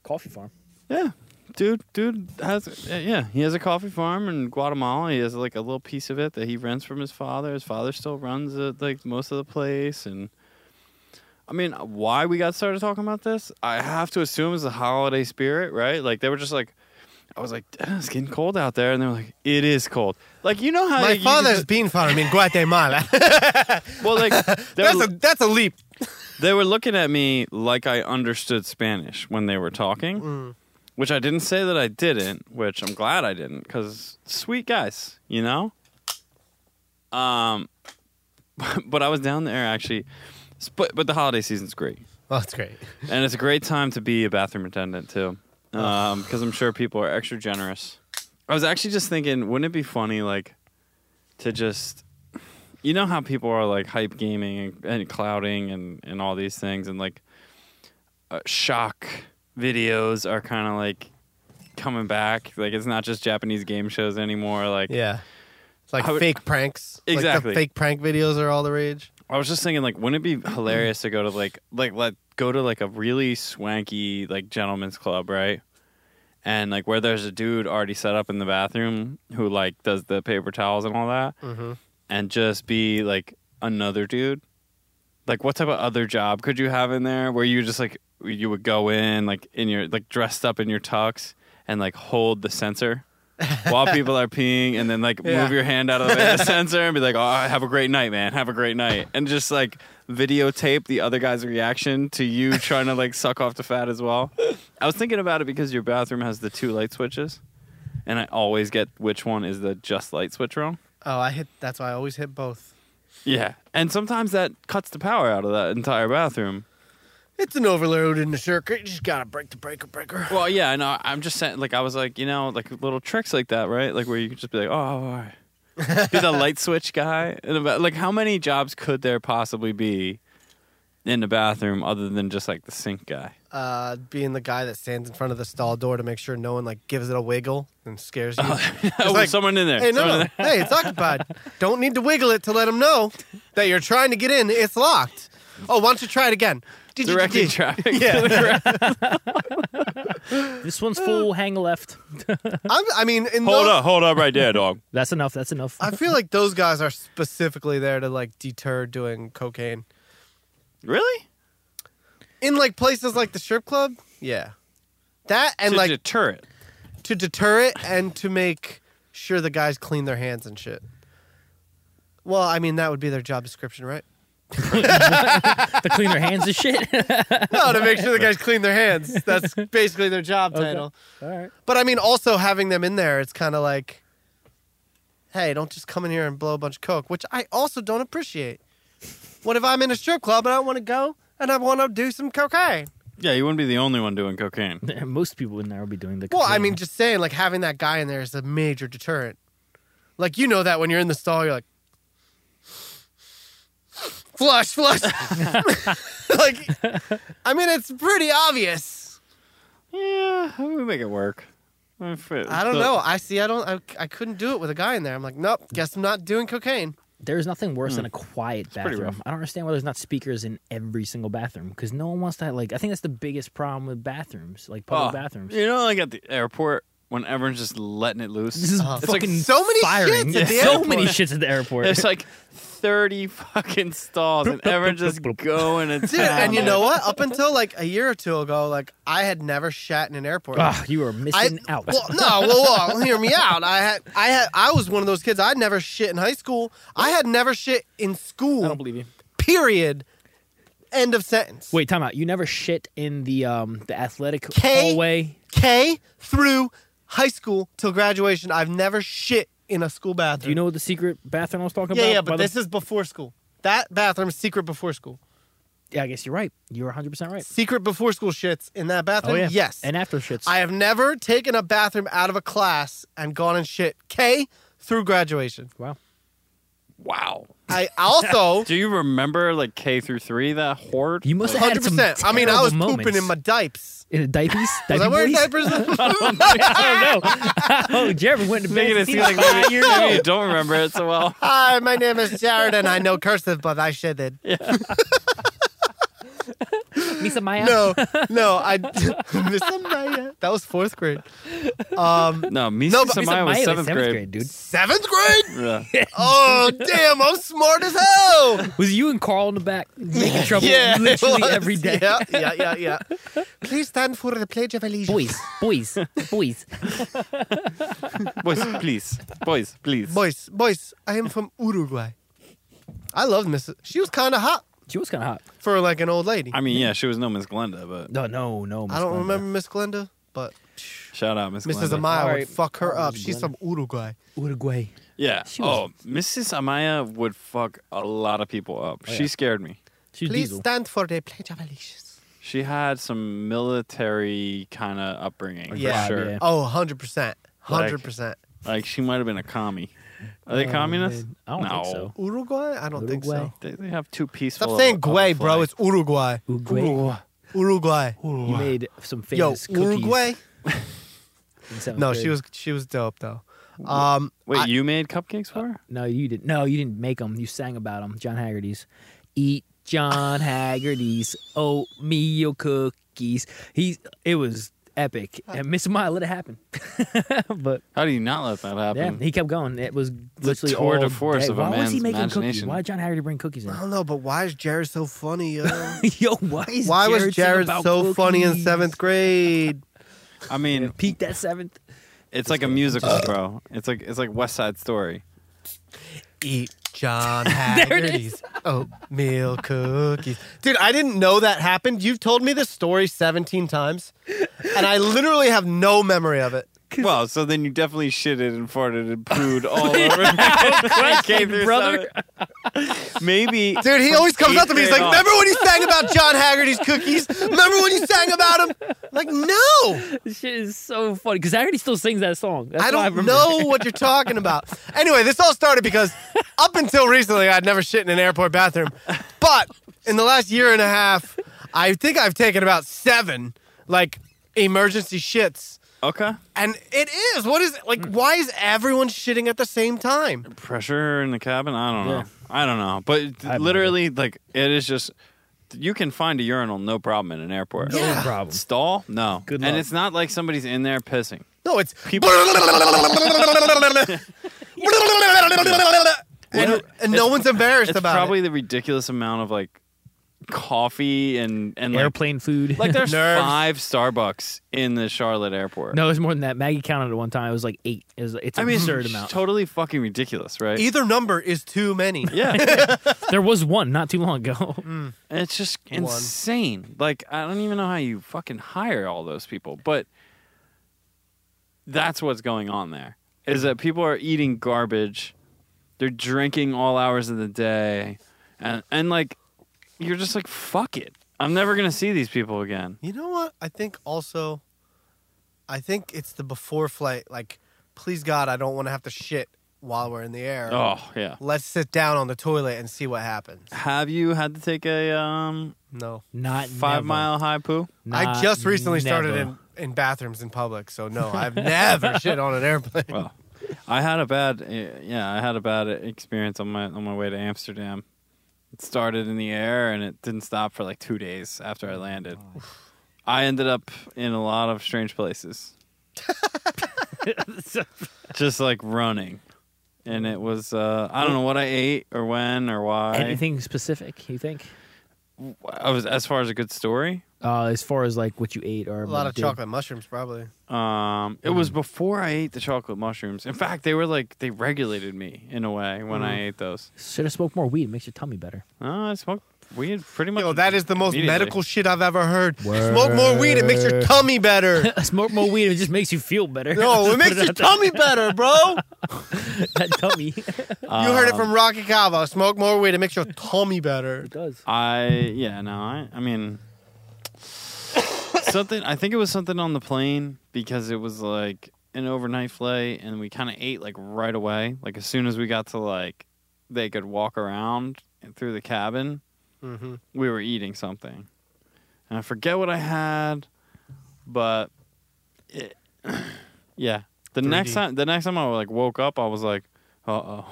Speaker 3: coffee farm.
Speaker 1: Yeah, dude, dude has uh, yeah, he has a coffee farm in Guatemala. He has like a little piece of it that he rents from his father. His father still runs it, like most of the place. And I mean, why we got started talking about this? I have to assume is the holiday spirit, right? Like they were just like. I was like, "Damn, it's getting cold out there, and they were like, "It is cold." Like you know how
Speaker 2: My
Speaker 1: like, you
Speaker 2: father's
Speaker 1: just-
Speaker 2: bean farm in
Speaker 3: *laughs*
Speaker 2: Guatemala. *laughs*
Speaker 1: well, like they
Speaker 2: that's
Speaker 1: were-
Speaker 2: a that's a leap.
Speaker 1: they were looking at me like I understood Spanish when they were talking,
Speaker 2: Mm.
Speaker 1: which I didn't say that I didn't, which I'm glad I didn't because sweet guys, you know? Um, *laughs* but I was down there actually. s- But, but the holiday season's great.
Speaker 2: Oh, that's great.
Speaker 1: And it's a great time to be a bathroom attendant, too, because I'm sure people are extra generous. I was actually just thinking, wouldn't it be funny, like, to just, you know, how people are like hype gaming and, and clouding and, and all these things, and like uh, shock videos are kind of like coming back. Like, it's not just Japanese game shows anymore. Like,
Speaker 2: Yeah, it's like
Speaker 1: I would-
Speaker 2: fake pranks.
Speaker 1: Exactly.
Speaker 2: Like the fake prank videos are all the rage.
Speaker 1: I was just thinking, like, wouldn't it be hilarious to go to like, like, like, go to like a really swanky like gentleman's club, right? And like where there's a dude already set up in the bathroom who like does the paper towels and all that,
Speaker 2: Mm-hmm.
Speaker 1: and just be like another dude. Like, what type of other job could you have in there where you just like you would go in like in your like dressed up in your tux and like hold the sensor while people are peeing and then like
Speaker 2: Yeah.
Speaker 1: move your hand out of the, way of the sensor and be like, "Oh, have a great night, man. Have a great night," and just like videotape the other guy's reaction to you trying to like suck off the fat as well. I was thinking about it because your bathroom has the two light switches, and I always get which one is the just light switch wrong.
Speaker 2: Oh, I hit. That's why I always hit both.
Speaker 1: Yeah, and sometimes that cuts the power out of that entire bathroom.
Speaker 2: It's an overload in the circuit. You just gotta break the breaker, breaker.
Speaker 1: Well, yeah, and I, I'm just saying, like, I was like, you know, like little tricks like that, right? Like where you could just be like, oh, all
Speaker 2: *laughs*
Speaker 1: right. be the light switch guy. And about, like, how many jobs could there possibly be in the bathroom other than just like the sink guy? *laughs*
Speaker 2: Uh, being the guy that stands in front of the stall door to make sure no one like gives it a wiggle and scares you.
Speaker 1: oh,
Speaker 2: like,
Speaker 1: someone in there.
Speaker 2: hey, no,
Speaker 1: someone in
Speaker 2: no.
Speaker 1: there.
Speaker 2: hey, it's occupied. Don't need to wiggle it to let them know that you're trying to get in. It's locked. Oh, why don't you try it again?
Speaker 1: Directing traffic.
Speaker 2: *laughs* Yeah,
Speaker 3: *laughs* This one's full. Hang left.
Speaker 2: I'm, I mean, in
Speaker 1: Hold
Speaker 2: those-
Speaker 1: up, hold up right
Speaker 2: *laughs*
Speaker 1: there, dog.
Speaker 3: That's enough. That's enough.
Speaker 2: I feel like those guys are specifically there to like deter doing cocaine
Speaker 1: Really?
Speaker 2: in like places like the strip club. Yeah, that and
Speaker 1: to
Speaker 2: like
Speaker 1: deter it.
Speaker 2: to deter it and to make sure the guys clean their hands and shit. Well, I mean that would be their job description, right? *laughs*
Speaker 3: *laughs* to clean their hands and shit.
Speaker 2: No, to make sure the guys clean their hands. That's basically their job title.
Speaker 3: All right. *laughs*
Speaker 2: But I mean, also having them in there, it's kind of like, hey, don't just come in here and blow a bunch of coke, which I also don't appreciate. What if I'm in a strip club and I want to go and I want to do some cocaine?
Speaker 1: Yeah, you wouldn't be the only one
Speaker 2: *laughs*
Speaker 1: doing cocaine.
Speaker 3: Most people in there will be doing the.
Speaker 2: Well, I
Speaker 3: cleaning.
Speaker 2: mean, just saying, like having that guy in there is a major deterrent. Like you know that when you're in the stall, you're like, flush, flush. *laughs* like, I mean, it's pretty obvious.
Speaker 1: Yeah, how do we make it work? I
Speaker 2: I don't know. I see. I don't. I, I couldn't do it with a guy in there. I'm like, nope. Guess I'm not doing cocaine.
Speaker 3: There's nothing worse
Speaker 2: Hmm.
Speaker 3: than a quiet
Speaker 1: pretty
Speaker 3: bathroom.
Speaker 1: rough.
Speaker 3: I don't understand why there's not speakers in every single bathroom because
Speaker 2: Ah.
Speaker 3: no one wants that. Like, I think that's the biggest problem with bathrooms, like public
Speaker 1: Oh,
Speaker 3: bathrooms.
Speaker 1: You know, like at the airport when everyone's just letting it loose.
Speaker 2: *laughs*
Speaker 3: This
Speaker 1: it's
Speaker 3: is
Speaker 1: like
Speaker 3: fucking
Speaker 2: so many
Speaker 3: firing.
Speaker 2: shits at the
Speaker 3: so
Speaker 2: airport.
Speaker 3: many shits at the airport.
Speaker 1: There's like 30 fucking stalls and everyone
Speaker 3: *laughs*
Speaker 1: just going and
Speaker 2: Dude, and you know what? Up until like a year or two ago, like I had never shat in an airport.
Speaker 3: *laughs* Ah, you are
Speaker 2: I,
Speaker 3: missing out.
Speaker 2: Well, no, well, well, hear me out. I had, I had, I was one of those kids. I'd never shit in high school. I had never shit in school.
Speaker 3: I don't believe you.
Speaker 2: Period. End of sentence.
Speaker 3: Wait, time out. You never shit in the um the athletic
Speaker 2: K-
Speaker 3: hallway.
Speaker 2: K through high school till graduation, I've never shit in a school bathroom.
Speaker 3: Do you know the secret bathroom I was talking
Speaker 2: Mm. Yeah,
Speaker 3: about?
Speaker 2: yeah, but
Speaker 3: by the-
Speaker 2: this is before school. That bathroom, secret before school.
Speaker 3: yeah, I guess you're right. You're 100 percent right. Oh,
Speaker 2: Secret before school shits in that bathroom. Yes.
Speaker 3: and after shits.
Speaker 2: I have never taken a bathroom out of a class and gone and shit K through graduation.
Speaker 3: wow.
Speaker 1: Wow.
Speaker 2: I also
Speaker 1: Do you remember like K through three, that horde?
Speaker 3: You must have had
Speaker 2: hundred
Speaker 3: some
Speaker 2: percent. I mean, I was
Speaker 3: terrible
Speaker 2: pooping in my
Speaker 3: moments.
Speaker 2: diapers.
Speaker 3: in a diapies.
Speaker 2: *laughs* Was I
Speaker 3: Diaper
Speaker 2: wearing
Speaker 3: boys? *laughs*
Speaker 2: diapers? *laughs*
Speaker 3: I don't know. *laughs* oh, Jeremy went to bed.
Speaker 1: Thinking
Speaker 3: at
Speaker 1: it seems
Speaker 3: *laughs*
Speaker 1: like maybe, maybe you don't remember it so well.
Speaker 2: Hi, my name is Jared, and I know cursive, but I shit it.
Speaker 3: Misa Maya. *laughs*
Speaker 2: No, no, I. *laughs* Miss Amaya. That was fourth grade. Um,
Speaker 1: No, Misa
Speaker 2: No,
Speaker 1: no,
Speaker 2: but-
Speaker 3: Misa
Speaker 1: Samaya
Speaker 3: Maya
Speaker 1: was seventh grade.
Speaker 3: dude.
Speaker 2: seventh grade.
Speaker 1: Yeah.
Speaker 2: Oh damn, I'm smart as hell.
Speaker 3: Was you and Carl in
Speaker 2: *laughs*
Speaker 3: the back making trouble
Speaker 2: it
Speaker 3: literally
Speaker 2: was.
Speaker 3: every day?
Speaker 2: Yeah, yeah, yeah, yeah. Please stand for the Pledge of Allegiance.
Speaker 3: Boys, boys, boys.
Speaker 1: *laughs* Boys, please. Boys, please.
Speaker 2: Boys, boys, I am from Uruguay. I love Miss. She was kind of hot
Speaker 3: She was kind of hot.
Speaker 2: for like an old lady.
Speaker 1: I mean, yeah, she was no Miss Glenda, but
Speaker 3: No, no, no. Miss
Speaker 2: I don't
Speaker 3: Glenda.
Speaker 2: remember Miss Glenda, but
Speaker 1: shout out Miss
Speaker 2: Mrs.
Speaker 1: Glenda.
Speaker 2: Amaya
Speaker 3: All
Speaker 2: would
Speaker 3: right.
Speaker 2: fuck her up.
Speaker 3: Mrs.
Speaker 2: She's
Speaker 3: Glenda.
Speaker 2: from Uruguay.
Speaker 3: Uruguay.
Speaker 1: Yeah.
Speaker 3: She
Speaker 1: oh,
Speaker 3: was-
Speaker 1: Mrs. Amaya would fuck a lot of people up. She
Speaker 3: Oh, yeah.
Speaker 1: scared me.
Speaker 3: She was
Speaker 2: Please
Speaker 3: diesel.
Speaker 2: stand for the Pledge of Allegiance.
Speaker 1: She had some military kind of upbringing.
Speaker 2: Yeah.
Speaker 1: For sure.
Speaker 3: Yeah.
Speaker 2: Oh, 100%. 100%.
Speaker 1: Like she might have been a commie. Are they communists?
Speaker 3: man. Uh, I don't
Speaker 1: no.
Speaker 3: think so.
Speaker 2: Uruguay? I don't think
Speaker 3: Uruguay.
Speaker 2: so.
Speaker 1: They, they have two peaceful.
Speaker 2: Stop saying
Speaker 1: of a
Speaker 2: Guay, bro.
Speaker 1: flag.
Speaker 2: It's Uruguay.
Speaker 3: Uruguay.
Speaker 2: Uruguay.
Speaker 3: You made some
Speaker 2: Yo,
Speaker 3: famous cookies.
Speaker 2: Uruguay.
Speaker 3: in seventh
Speaker 2: No,
Speaker 3: grade.
Speaker 2: she was she was dope though. Um,
Speaker 1: Wait, you made cupcakes for her?
Speaker 3: No, you didn't. No, you didn't make them. You sang about them. John Haggerty's. Eat
Speaker 2: *laughs*
Speaker 3: John Haggerty's oatmeal cookies. He. It was epic. And Miss Mile let it happen. *laughs* but
Speaker 1: How do you not let that
Speaker 3: yeah,
Speaker 1: happen?
Speaker 3: he kept going. It was literally
Speaker 1: Hmm. tour
Speaker 3: all
Speaker 1: de force
Speaker 3: day.
Speaker 1: of a
Speaker 3: Why was he
Speaker 1: man's
Speaker 3: making cookies?
Speaker 1: imagination.
Speaker 3: Why did John Haggerty bring cookies in?
Speaker 2: I don't know, but why is Jared so funny? Yo?
Speaker 3: *laughs* Yo, *laughs* why is
Speaker 2: Why
Speaker 3: Jared
Speaker 2: was Jared so funny in seventh grade?
Speaker 1: I mean,
Speaker 3: Peaked
Speaker 2: *laughs*
Speaker 3: at seventh.
Speaker 1: it's like a musical, bro. It's like it's like West Side Story.
Speaker 2: Eat John Haggerty's oatmeal cookies. Dude, I didn't know that happened. You've told me this story 17 times, and I literally have no memory of it.
Speaker 1: Well, so then you definitely shitted and farted and pooed
Speaker 3: *laughs*
Speaker 1: all *laughs* over. K through
Speaker 3: brother.
Speaker 1: seven. Maybe
Speaker 2: Dude, he always comes up to me. He's like,
Speaker 1: Eighth grade on.
Speaker 2: Remember when you sang about John Haggerty's cookies? Remember when you sang about him? I'm like, no.
Speaker 3: This shit is so funny because Haggerty still sings that song. That's
Speaker 2: I
Speaker 3: why
Speaker 2: don't
Speaker 3: remember.
Speaker 2: know what you're talking about. Anyway, this all started because up until recently, I'd never shit in an airport bathroom. But in the last year and a half, I think I've taken about seven like emergency shits.
Speaker 1: okay.
Speaker 2: And it is. What is like?
Speaker 1: Mm.
Speaker 2: Why is everyone shitting at the same time?
Speaker 1: pressure in the cabin. I don't know.
Speaker 3: Yeah.
Speaker 1: I don't know. But
Speaker 3: no
Speaker 1: literally, like it is just you can find a urinal no problem in an airport.
Speaker 2: Yeah.
Speaker 3: No problem.
Speaker 1: Stall? No.
Speaker 3: Good
Speaker 1: And
Speaker 3: luck.
Speaker 1: it's not like somebody's in there pissing.
Speaker 2: No, it's
Speaker 1: People-
Speaker 2: *laughs* and, and no one's embarrassed
Speaker 1: It's
Speaker 2: about
Speaker 1: probably
Speaker 2: it.
Speaker 1: the ridiculous amount of like coffee and and like,
Speaker 3: Airplane food.
Speaker 1: like *laughs*
Speaker 3: *laughs*
Speaker 1: there's
Speaker 2: Nerves.
Speaker 1: five Starbucks in the Charlotte airport.
Speaker 3: No, it was more than that. Maggie counted it one time. It was like eight. It was, it's
Speaker 1: I
Speaker 3: an
Speaker 1: mean
Speaker 3: absurd
Speaker 1: it's
Speaker 3: amount.
Speaker 1: totally fucking ridiculous, right?
Speaker 2: Either number is too many.
Speaker 3: *laughs*
Speaker 1: yeah, *laughs*
Speaker 3: there was one not too long ago. *laughs*
Speaker 1: it's just insane. Like I don't even know how you fucking hire all those people, but that's what's going on there is that people are eating garbage they're drinking all hours of the day and and like you're just like fuck it i'm never gonna see these people again
Speaker 2: You know what? I think also, I think it's the before flight. Like, please God, I don't want to have to shit while we're in the air.
Speaker 1: oh yeah
Speaker 2: Let's sit down on the toilet and see what happens.
Speaker 1: have you had to take a um
Speaker 2: No.
Speaker 3: Not
Speaker 1: five
Speaker 3: never.
Speaker 1: mile high poo
Speaker 2: I
Speaker 3: Not
Speaker 2: just recently started
Speaker 3: never.
Speaker 2: in, in bathrooms in public, so no, I've
Speaker 1: *laughs*
Speaker 2: never shit on an airplane.
Speaker 1: well i had a bad eh, yeah i had a bad experience on my on my way to amsterdam it started in the air and it didn't stop for like two days after i landed i ended up in a lot of strange places just like running. And it was uh, I don't know what I ate or when or why.
Speaker 3: Anything specific you think?
Speaker 1: I was as far as a good story.
Speaker 3: Uh, as far as like what you ate or
Speaker 2: A lot of chocolate mushrooms, probably.
Speaker 1: Um, it was before I ate the chocolate mushrooms. In fact, they were like they regulated me in a way when I ate those.
Speaker 3: Should have smoked more weed. It makes your tummy better.
Speaker 1: Oh, I smoked weed pretty much.
Speaker 2: Yo, that is the most
Speaker 1: immediately.
Speaker 2: medical shit I've ever heard. Smoke more weed, it makes your tummy
Speaker 1: *laughs*
Speaker 2: better.
Speaker 3: Smoke more weed. It just makes you feel better. *laughs*
Speaker 2: No, it makes your tummy better, bro.
Speaker 3: that *laughs* tummy.
Speaker 2: You
Speaker 1: Ah.
Speaker 2: heard it from Rocky Cava. Smoke more weed, it makes your tummy better.
Speaker 3: it does.
Speaker 1: I yeah no I I mean *coughs* something I think it was something on the plane because it was like an overnight flight and we kind of ate like right away like as soon as we got to like they could walk around and through the cabin
Speaker 2: Mhm.
Speaker 1: we were eating something and I forget what I had but it, *clears throat* yeah the next
Speaker 2: 3D.
Speaker 1: time the next time I like woke up I was like uh oh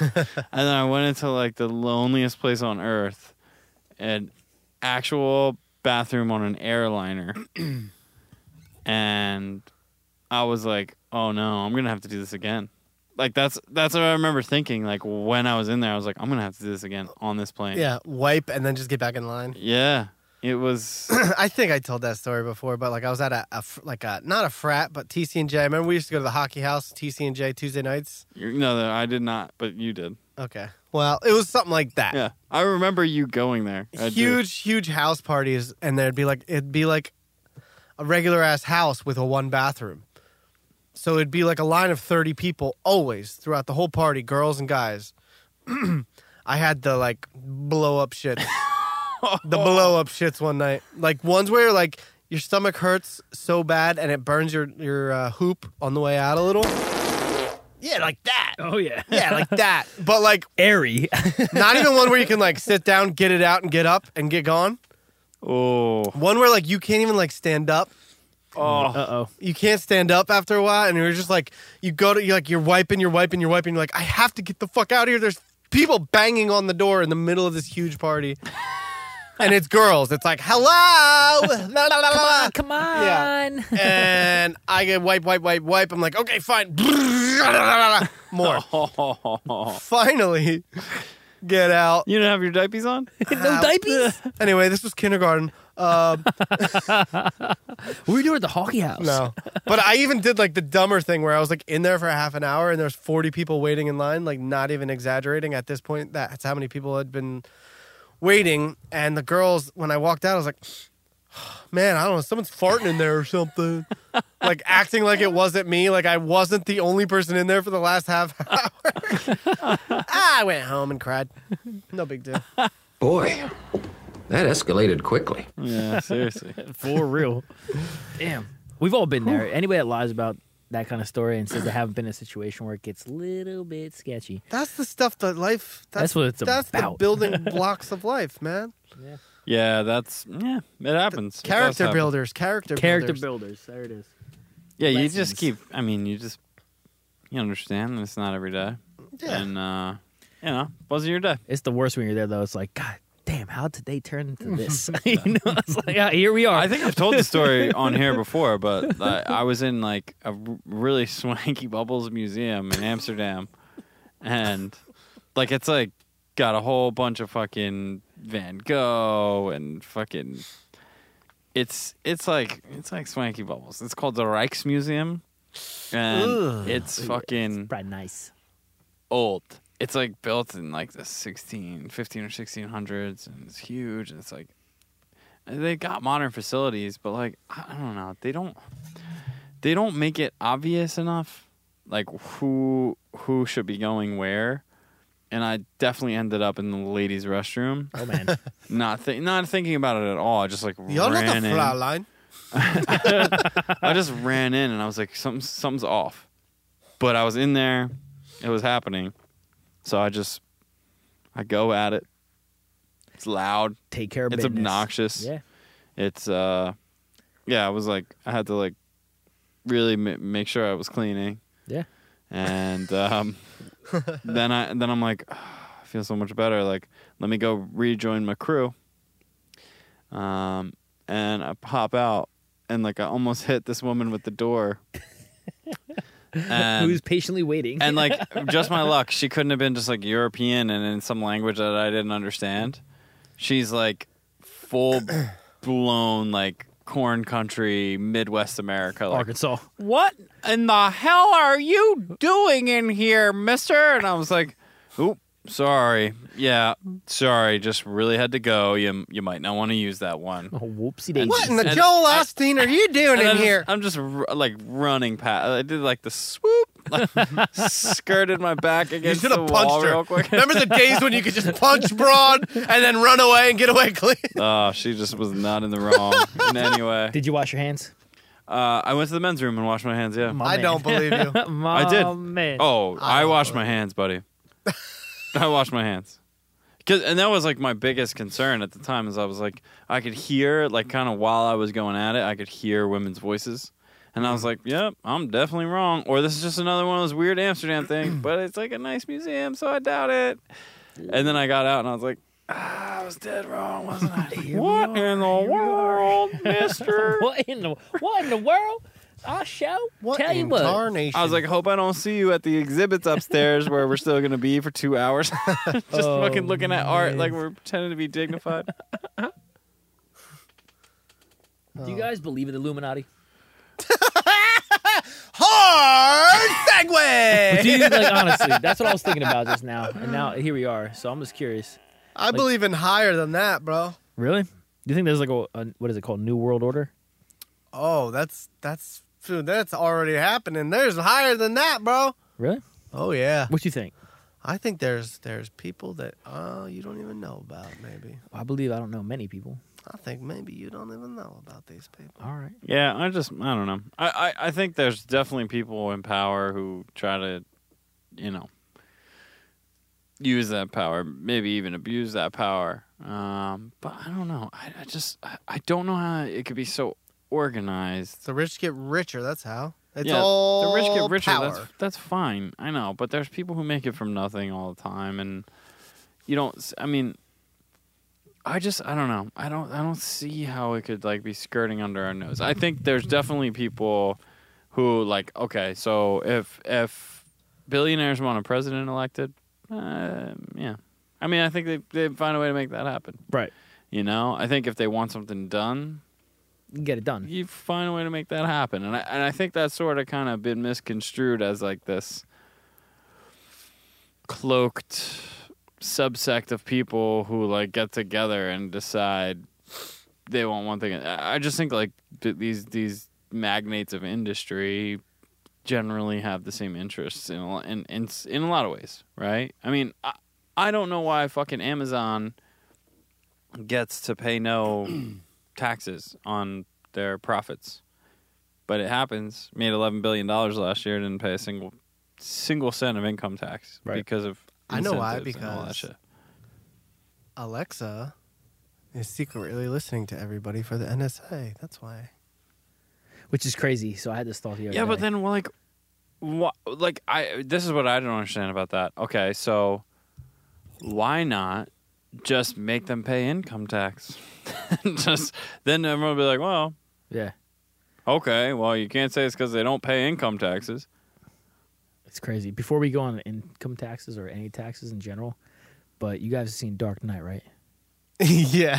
Speaker 1: and then I went into like the loneliest place on earth an actual bathroom on an airliner. and I was like, oh no, I'm going to have to do this again. Like that's that's what I remember thinking like when I was in there I was like I'm going to have to do this again on this plane.
Speaker 2: Yeah, wipe and then just get back in line.
Speaker 1: Yeah. It was
Speaker 2: *clears throat* I think I told that story before, but like I was at a, a fr- like a not a frat, but TC and J. I remember we used to go to the hockey house, TC and J Tuesday nights.
Speaker 1: you- no, no, I did not, but you did.
Speaker 2: Okay, well, it was something like that.
Speaker 1: Yeah. I remember you going there. I do.
Speaker 2: huge, huge house parties, and there'd be like it'd be like a regular ass house with a one bathroom. So it'd be like a line of thirty people always throughout the whole party, girls and guys. *clears throat* I had the like blow up
Speaker 1: *laughs*
Speaker 2: shits, the blow up shits one night, like ones where like your stomach hurts so bad and it burns your your uh, hoop on the way out a little. Yeah, like that.
Speaker 3: Oh yeah.
Speaker 2: Yeah,
Speaker 1: *laughs*
Speaker 2: like that. But like
Speaker 3: *laughs* Airy.
Speaker 2: not even one where you can like sit down, get it out, and get up and get gone.
Speaker 1: Oh.
Speaker 2: One where like you can't even like stand up.
Speaker 1: Oh.
Speaker 3: uh oh.
Speaker 2: You can't stand up after a while, and you're just like you go to you like you're wiping, you're wiping, you're wiping. You're like, I have to get the fuck out of here. There's people banging on the door in the middle of this huge party, and it's girls. It's like hello, la, la, la, la.
Speaker 3: *laughs* Ah,
Speaker 2: *laughs*
Speaker 3: Come on.
Speaker 2: Ah,
Speaker 3: *laughs*
Speaker 2: Yeah. *laughs* and I get wipe, wipe, wipe, wipe. I'm like, okay, fine, *laughs* more.
Speaker 3: Oh.
Speaker 2: Finally, get out.
Speaker 1: You didn't have your
Speaker 2: *laughs*
Speaker 1: diapers on?
Speaker 3: no diapers.
Speaker 2: Anyway, this was kindergarten. Um,
Speaker 3: what were you doing at the hockey house?
Speaker 2: *laughs* No. But I even did like the dumber thing where I was like in there for half an hour and there's 40 people waiting in line, like not even exaggerating at this point. That's how many people had been waiting. And the girls, when I walked out, I was like, *sighs* man, I don't know, someone's farting in there or something. *laughs* like acting like it wasn't me. Like I wasn't the only person in there for the last half *laughs* hour. *laughs* I went home and cried. No big deal.
Speaker 6: Boy, that escalated quickly.
Speaker 1: Yeah, seriously.
Speaker 3: For real.
Speaker 2: *laughs*
Speaker 3: Damn. We've all been there. Anybody that lies about that kind of story and says they haven't been in a situation where it gets a little bit sketchy.
Speaker 2: That's the stuff that life, that's,
Speaker 3: That's what it's
Speaker 2: that's the
Speaker 3: about. *laughs*
Speaker 2: building blocks of life, man.
Speaker 1: Yeah, that's yeah, it happens. It does
Speaker 2: character
Speaker 1: happen.
Speaker 2: builders, character,
Speaker 3: Character
Speaker 2: builders.
Speaker 3: builders. There it is.
Speaker 1: Yeah, you
Speaker 3: lessons.
Speaker 1: just keep. I mean, you just you understand that it's not every day,
Speaker 2: Yeah.
Speaker 1: and uh, you know, wasn't your day.
Speaker 3: It's the worst when you're there though. It's like, God damn, how did they turn *laughs* into this? you know, it's like ah, here we are.
Speaker 1: I think I've told the story on here before, but I, I was in like a r- really *laughs* swanky bubbles museum in Amsterdam, and like it's like got a whole bunch of fucking Van Gogh and fucking. It's it's like it's like swanky bubbles. It's called the Rijksmuseum, and it's fucking
Speaker 3: Probably nice.
Speaker 1: old. It's like built in like the 16, 15 or 1600s and it's huge and it's like they got modern facilities, but like I I don't know. They don't they don't make it obvious enough like who who should be going where. And I definitely ended up in the ladies' restroom,
Speaker 3: Oh man.
Speaker 2: *laughs*
Speaker 1: not thi- not thinking about it at all. I just like
Speaker 2: You're
Speaker 1: ran
Speaker 2: not a
Speaker 1: in.
Speaker 2: fly line.
Speaker 1: I just ran in and I was like, something, something's off. But I was in there, it was happening. So I just, I go at it. It's loud.
Speaker 3: Take care of
Speaker 1: It's
Speaker 3: business.
Speaker 1: obnoxious.
Speaker 3: Yeah.
Speaker 1: It's, uh, yeah, I was like, I had to like really ma- make sure I was cleaning.
Speaker 3: Yeah.
Speaker 1: And, um, then I, then I'm like, "Ah, I feel so much better. Like, let me go rejoin my crew. Um, *laughs* and I pop out and like I almost hit this woman with the door. And,
Speaker 3: Who's patiently
Speaker 1: *laughs*
Speaker 3: waiting?
Speaker 1: and like just my luck, she couldn't have been just like European and in some language that I didn't understand. She's like full blown like corn country Midwest America. Like,
Speaker 3: *laughs* Arkansas.
Speaker 1: what in the hell are you doing in here, mister? And I was like, oop, sorry. Yeah, sorry. Just really had to go. You, you might not want to use that one.
Speaker 3: Oh, whoopsie daisy.
Speaker 2: What in the
Speaker 1: And-
Speaker 2: Joel Osteen are you doing
Speaker 1: *laughs* And
Speaker 2: in
Speaker 1: I'm just-
Speaker 2: here?
Speaker 1: I'm just r- like running past. I did like the swoop,
Speaker 2: *laughs*
Speaker 1: like, skirted my back
Speaker 2: You
Speaker 1: against
Speaker 2: should
Speaker 1: the
Speaker 2: have
Speaker 1: wall
Speaker 2: punched her.
Speaker 1: real quick.
Speaker 2: Remember the days when you could just punch
Speaker 1: *laughs*
Speaker 2: broad and then run away and get away clean?
Speaker 1: oh, she just was not in
Speaker 2: *laughs*
Speaker 1: the wrong in any way.
Speaker 3: Did you wash your hands?
Speaker 1: Uh, I went to the men's room and washed my hands. Yeah.
Speaker 3: My
Speaker 2: I
Speaker 3: man.
Speaker 2: don't believe
Speaker 1: *laughs*
Speaker 2: you.
Speaker 1: I did.
Speaker 3: Man.
Speaker 1: Oh, I washed my hands, buddy. *laughs* I washed my hands. 'Cause- and that was like my biggest concern at the time is I was like I could hear like kind of while I was going at it, I could hear women's voices. And I was like, "Yep, I'm definitely wrong." Or this is just another one of those weird Amsterdam things, but it's like a nice museum, so I doubt it. And then I got out and I was like, ah, "I was dead wrong, wasn't I?" what in the world, Mister?
Speaker 3: What in the what in the world? I shall
Speaker 2: What
Speaker 3: tell you
Speaker 2: in
Speaker 3: what.
Speaker 2: tarnation?
Speaker 1: I was like, hope I don't see you at the exhibits upstairs where we're still gonna be for two hours, *laughs* just
Speaker 3: Oh,
Speaker 1: fucking looking at art
Speaker 3: man.
Speaker 1: like we're pretending to be dignified.
Speaker 3: Do you guys believe in
Speaker 1: *laughs*
Speaker 3: the Illuminati?
Speaker 2: hard
Speaker 1: *laughs*
Speaker 2: segue.
Speaker 3: Do you, like honestly, that's what I was thinking about just now, and now here we are. So I'm just curious.
Speaker 2: I believe in higher than that, bro.
Speaker 3: Really? Do you think there's like a, a what is it called, New World Order?
Speaker 2: Oh, that's that's dude, that's already happening. There's higher than that, bro.
Speaker 3: Really?
Speaker 2: Oh yeah.
Speaker 3: What do you think?
Speaker 2: I think there's there's people that oh you don't even know about maybe.
Speaker 3: I believe I don't know many people.
Speaker 2: I think maybe you don't even know about these people.
Speaker 3: All right.
Speaker 1: *laughs* Yeah, I just I don't know. I, I I think there's definitely people in power who try to, you know, use that power, maybe even abuse that power. Um, but I don't know. I, I just I, I don't know how it could be so organized.
Speaker 2: The rich get richer. That's how. It's
Speaker 1: yeah,
Speaker 2: all
Speaker 1: the rich get richer.
Speaker 2: Power.
Speaker 1: That's that's fine. I know, but there's people who make it from nothing all the time, and you don't. I mean, I just I don't know. I don't I don't see how it could like be skirting under our nose. I think there's definitely people who like okay, so if if billionaires want a president elected, uh, yeah. I mean, I think they they find a way to make that happen.
Speaker 3: Right.
Speaker 1: You know, I think if they want something done,
Speaker 3: You can get it done.
Speaker 1: you find a way to make that happen. And I and I think that's sort of kind of been misconstrued as like this cloaked subsect of people who like get together and decide they want one thing. I I just think like th- these these magnates of industry generally have the same interests in a, lo- in, in s- in a lot of ways, right? I mean, I, I don't know why fucking Amazon gets to pay no taxes on their profits. But it happens. Made eleven billion dollars last year, didn't pay a single single cent of income tax
Speaker 3: Right.
Speaker 1: because of
Speaker 2: I know why,
Speaker 1: incentives and all that
Speaker 2: because-
Speaker 1: shit.
Speaker 2: Alexa is secretly listening to everybody for the NSA. That's why.
Speaker 3: Which is crazy. So I had this thought the other
Speaker 1: Yeah, but
Speaker 3: day.
Speaker 1: then well, like, what? Like, I this is what I don't understand about that. Okay, so why not just make them pay income tax? *laughs* just then everyone will be like, well,
Speaker 3: Yeah.
Speaker 1: okay, well, you can't say it's because they don't pay
Speaker 2: *laughs*
Speaker 1: income taxes.
Speaker 3: It's crazy. Before we go on income taxes or any taxes in general, but you guys have seen Dark Knight, right?
Speaker 2: *laughs* yeah.
Speaker 3: Yeah.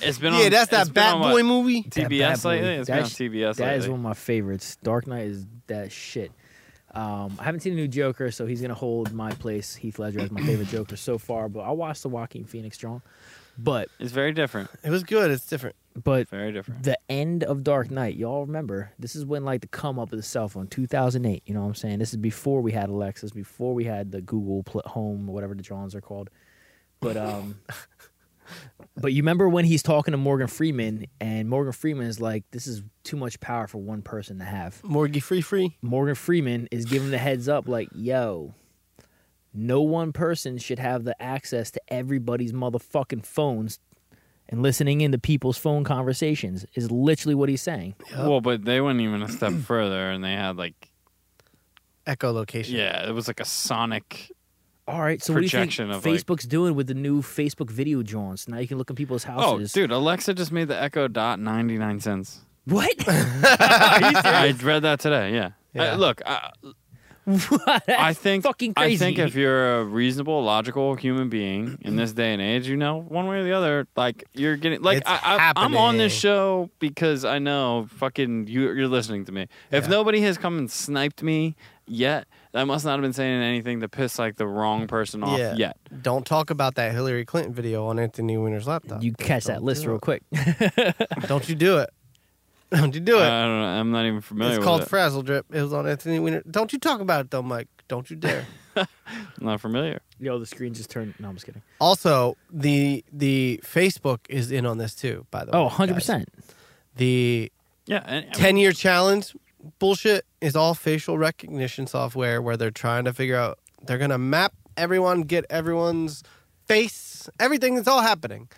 Speaker 1: It's been
Speaker 2: Yeah,
Speaker 1: on,
Speaker 2: that's
Speaker 1: it's
Speaker 2: that
Speaker 1: been
Speaker 2: Bat
Speaker 1: on what,
Speaker 2: Boy movie.
Speaker 3: That
Speaker 1: TBS
Speaker 3: bad boy.
Speaker 1: lately. It's been
Speaker 3: That
Speaker 1: on
Speaker 3: sh-
Speaker 1: TBS
Speaker 3: That is
Speaker 1: lately.
Speaker 3: one of my favorites. Dark Knight is that shit. Um, I haven't seen a new Joker, so he's gonna hold my place. Heath Ledger as my favorite Joker so far, but I watched the Joaquin Phoenix John. But
Speaker 1: It's very different.
Speaker 2: It was good. It's different.
Speaker 3: but
Speaker 1: Very different.
Speaker 3: the end of Dark Knight, y'all remember this is when like the come up of the cell phone, 2008. You know what I'm saying? This is before we had Alexis, before we had the Google pl- Home, whatever the Johns are called. But um, *laughs* but you remember when he's talking to Morgan Freeman, and Morgan Freeman is like, "This is too much power for one person to have."
Speaker 2: Morgy Free Free.
Speaker 3: Morgan Freeman is giving the heads up, like, yo, no one person should have the access to everybody's motherfucking phones and listening into people's phone conversations is literally what he's saying.
Speaker 1: Well, but they went even a step further, and they had like,
Speaker 2: Echolocation.
Speaker 1: yeah, it was like a sonic.
Speaker 3: All right, so what do you think
Speaker 1: Projection of, like-
Speaker 3: Facebook's doing with the new Facebook video jaunts? Now you can look in people's
Speaker 1: Oh,
Speaker 3: houses.
Speaker 1: dude, Alexa
Speaker 2: *laughs*
Speaker 1: just made the Echo Dot ninety nine cents.
Speaker 3: What? *laughs*
Speaker 1: I read that today. Yeah, Uh, look, I, *laughs*
Speaker 3: *laughs*
Speaker 1: I think
Speaker 3: fucking
Speaker 1: I think
Speaker 3: crazy.
Speaker 1: if you're a reasonable, logical human being in this day and age, you know one way or the other. Like you're getting like
Speaker 2: It's
Speaker 1: I, I, I'm on this
Speaker 2: happening.
Speaker 1: show because I know fucking you, you're listening to me. If nobody has come and sniped me yet, I must not have been saying anything to piss like the wrong person off
Speaker 2: Yeah.
Speaker 1: yet.
Speaker 2: Don't talk about that Hillary Clinton video on Anthony Weiner's laptop.
Speaker 3: You catch that list real quick. *laughs*
Speaker 2: Don't you do it. *laughs* Don't you do it.
Speaker 1: I don't know. I'm not even familiar
Speaker 2: it's
Speaker 1: with
Speaker 2: called
Speaker 1: it.
Speaker 2: Frazzle Drip. It was on Anthony Weiner. Don't you talk about it though, Mike. Don't you dare.
Speaker 1: I'm not familiar.
Speaker 3: Yo, the screen just turned. No, I'm just kidding.
Speaker 2: also, the the Facebook is in on this too, by the way.
Speaker 3: Oh, 100
Speaker 2: guys.
Speaker 3: percent.
Speaker 2: The
Speaker 1: Yeah. And,
Speaker 2: 10 year challenge bullshit is all facial recognition software where they're trying to figure out they're going to map everyone get everyone's face everything that's all happening